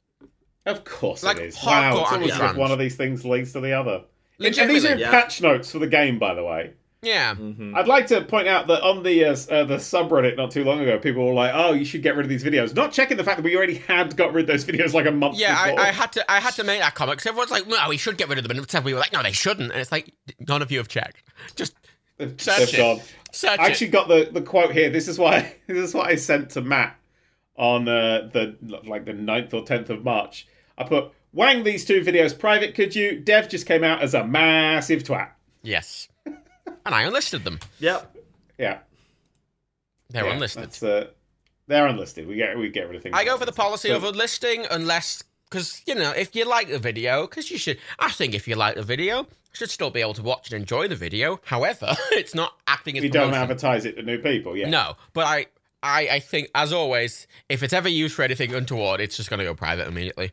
Speaker 3: Of course
Speaker 1: Like,
Speaker 3: it is.
Speaker 1: hardcore
Speaker 3: Wow, it's almost as if
Speaker 1: anti-trans.
Speaker 3: one of these things leads to the other. And and these are
Speaker 1: Legitimately,
Speaker 2: yeah.
Speaker 3: patch notes for the game, by the way.
Speaker 1: Yeah.
Speaker 2: Mm-hmm.
Speaker 3: I'd like to point out that on the uh, s- uh, the subreddit not too long ago, people were like, "Oh, you should get rid of these videos." Not checking the fact that we already had got rid of those videos like a month
Speaker 1: Yeah,
Speaker 3: before.
Speaker 1: I, I had to. I had to make that comment because everyone's like, "No, we should get rid of them," and instead we were like, "No, they shouldn't." And it's like none of you have checked. Just
Speaker 3: They've-
Speaker 1: search
Speaker 3: they've
Speaker 1: it.
Speaker 3: gone.
Speaker 1: search
Speaker 3: I actually got the, the quote here. This is why this is what I sent to Matt on uh, the like the 9th or tenth of March. I put Wang these two videos private. Could you? Dev just came out as a massive twat.
Speaker 1: it. Yes, and I unlisted them.
Speaker 2: Yep.
Speaker 3: Yeah,
Speaker 1: They're
Speaker 3: yeah,
Speaker 1: unlisted.
Speaker 3: that's, uh, they're unlisted. We get we get rid of things.
Speaker 1: I go
Speaker 3: like
Speaker 1: for the
Speaker 3: that.
Speaker 1: policy
Speaker 3: But-
Speaker 1: of unlisting unless, because you know, if you like the video, because you should. I think if you like the video, you should still be able to watch and enjoy the video. However, it's not acting as
Speaker 3: We don't
Speaker 1: promotion.
Speaker 3: advertise it to new people. Yeah.
Speaker 1: No, but I, I, I think as always, if it's ever used for anything untoward, it's just going to go private immediately.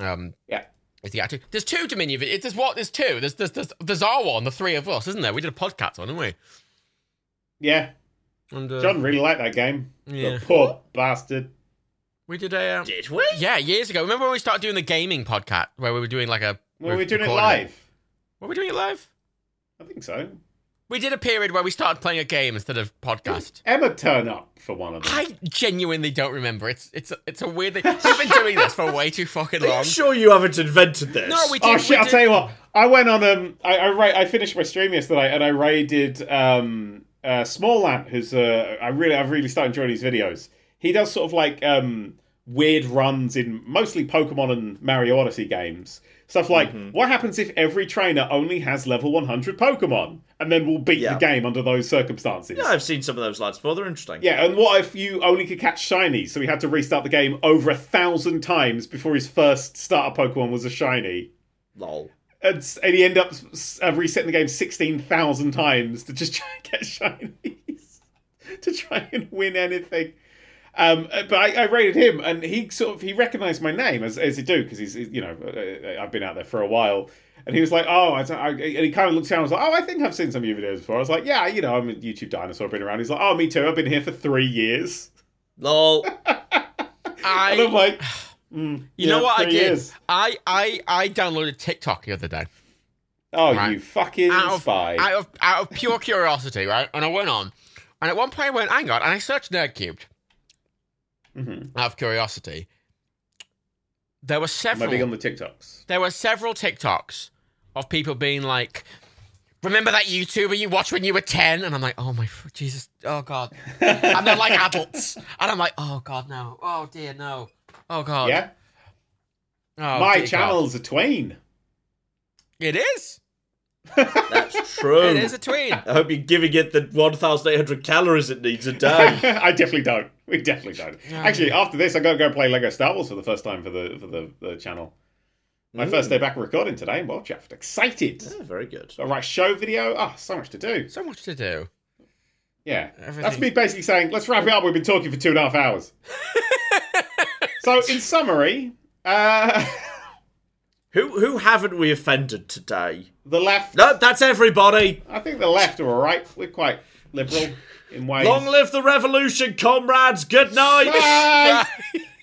Speaker 1: Um,
Speaker 3: Yeah.
Speaker 1: Is the attitude. There's two Dominion. vi- There's what? There's two. There's there's there's, there's our one. The three of us, isn't there? We did a podcast on, didn't we?
Speaker 3: Yeah.
Speaker 1: And, uh,
Speaker 3: John really liked that game.
Speaker 1: Yeah.
Speaker 3: The poor bastard.
Speaker 1: We did a. Um,
Speaker 2: Did we?
Speaker 1: yeah, years ago. Remember when we started doing the gaming podcast where we were doing like a.
Speaker 3: Well, we're doing it
Speaker 1: recording
Speaker 3: live.
Speaker 1: Were we doing it live?
Speaker 3: I think so.
Speaker 1: We did a period where we started playing a game instead of podcast.
Speaker 3: Emma turn up for one of them.
Speaker 1: I genuinely don't remember. It's it's a, it's a weird thing. We've been doing this for way too fucking
Speaker 2: Are
Speaker 1: long.
Speaker 2: you sure you haven't invented this?
Speaker 1: No, we did.
Speaker 3: Oh
Speaker 1: we
Speaker 3: shit! I'll
Speaker 1: did-
Speaker 3: tell you what. I went on um. I I, ra- I finished my stream yesterday and I raided um uh Small Ant, who's uh I really I've really started enjoying his videos. He does sort of like um weird runs in mostly Pokemon and Mario Odyssey games. Stuff like
Speaker 1: Mm-hmm.
Speaker 3: what happens if every trainer only has level 100 Pokemon, and then we'll beat
Speaker 2: Yeah.
Speaker 3: the game under those circumstances.
Speaker 2: Yeah, I've seen some of those lads before. They're interesting.
Speaker 3: Yeah, and what if you only could catch shinies? So he had to restart the game over a thousand times before his first starter Pokemon was a shiny.
Speaker 2: Lol.
Speaker 3: And, s- and he ended up s- uh, resetting the game 16,000 times to just try and get shinies, to try and win anything. Um, uh, but I, I rated him, and he sort of he recognised my name as as he do because he's he's, you know uh, uh, I've been out there for a while, and he was like, oh, I, don't- I, and he kind of looked down and was like, oh, I think I've seen some of your videos before. I was like, yeah, you know, I'm a YouTube dinosaur, I've been around. He's like, oh, me too, I've been here for three years.
Speaker 2: Lol.
Speaker 1: I,
Speaker 3: And I'm like, "Mm,
Speaker 1: you know
Speaker 3: yeah,
Speaker 1: what I
Speaker 3: three
Speaker 1: did?
Speaker 3: years.
Speaker 1: I, I I downloaded TikTok the other day
Speaker 3: oh,
Speaker 1: Right.
Speaker 3: you fucking
Speaker 1: out of,
Speaker 3: spy.
Speaker 1: out of out of pure curiosity, right? And I went on, and at one point I went, hang on, and I searched Nerdcubed
Speaker 3: Mhm.
Speaker 1: out of curiosity. There were
Speaker 3: Am I big
Speaker 1: several.
Speaker 3: on the TikToks?
Speaker 1: there were several TikToks of people being like, "Remember that YouTuber you watched when you were 10? And I'm like, "Oh my f- Jesus, oh god!" and they're like adults, and I'm like, "Oh god, no! Oh dear, no! Oh god!"
Speaker 3: Yeah,
Speaker 1: Oh, dear
Speaker 3: my
Speaker 1: God.
Speaker 3: channel's a tween.
Speaker 1: It is.
Speaker 2: That's true.
Speaker 1: It is a tween.
Speaker 2: I hope you're giving it the 1,800 calories it needs a
Speaker 1: Oh.
Speaker 2: day.
Speaker 3: I definitely don't. We definitely don't. Actually, after this, I gotta go play Lego Star Wars for the first time for the for the, the channel. My first day back recording today. Well, Jeff, excited.
Speaker 2: Yeah, very good.
Speaker 3: All right, show video. Oh, so much to do.
Speaker 1: So much to do.
Speaker 3: Yeah.
Speaker 1: Everything.
Speaker 3: That's me basically saying, let's wrap it up. We've been talking for two and a half hours. so, in summary, uh,
Speaker 2: Who who haven't we offended today?
Speaker 3: the left.
Speaker 2: No, that's everybody.
Speaker 3: I think the left are all right. We're quite liberal in ways.
Speaker 2: Long live the revolution, comrades. Good night.
Speaker 3: Bye.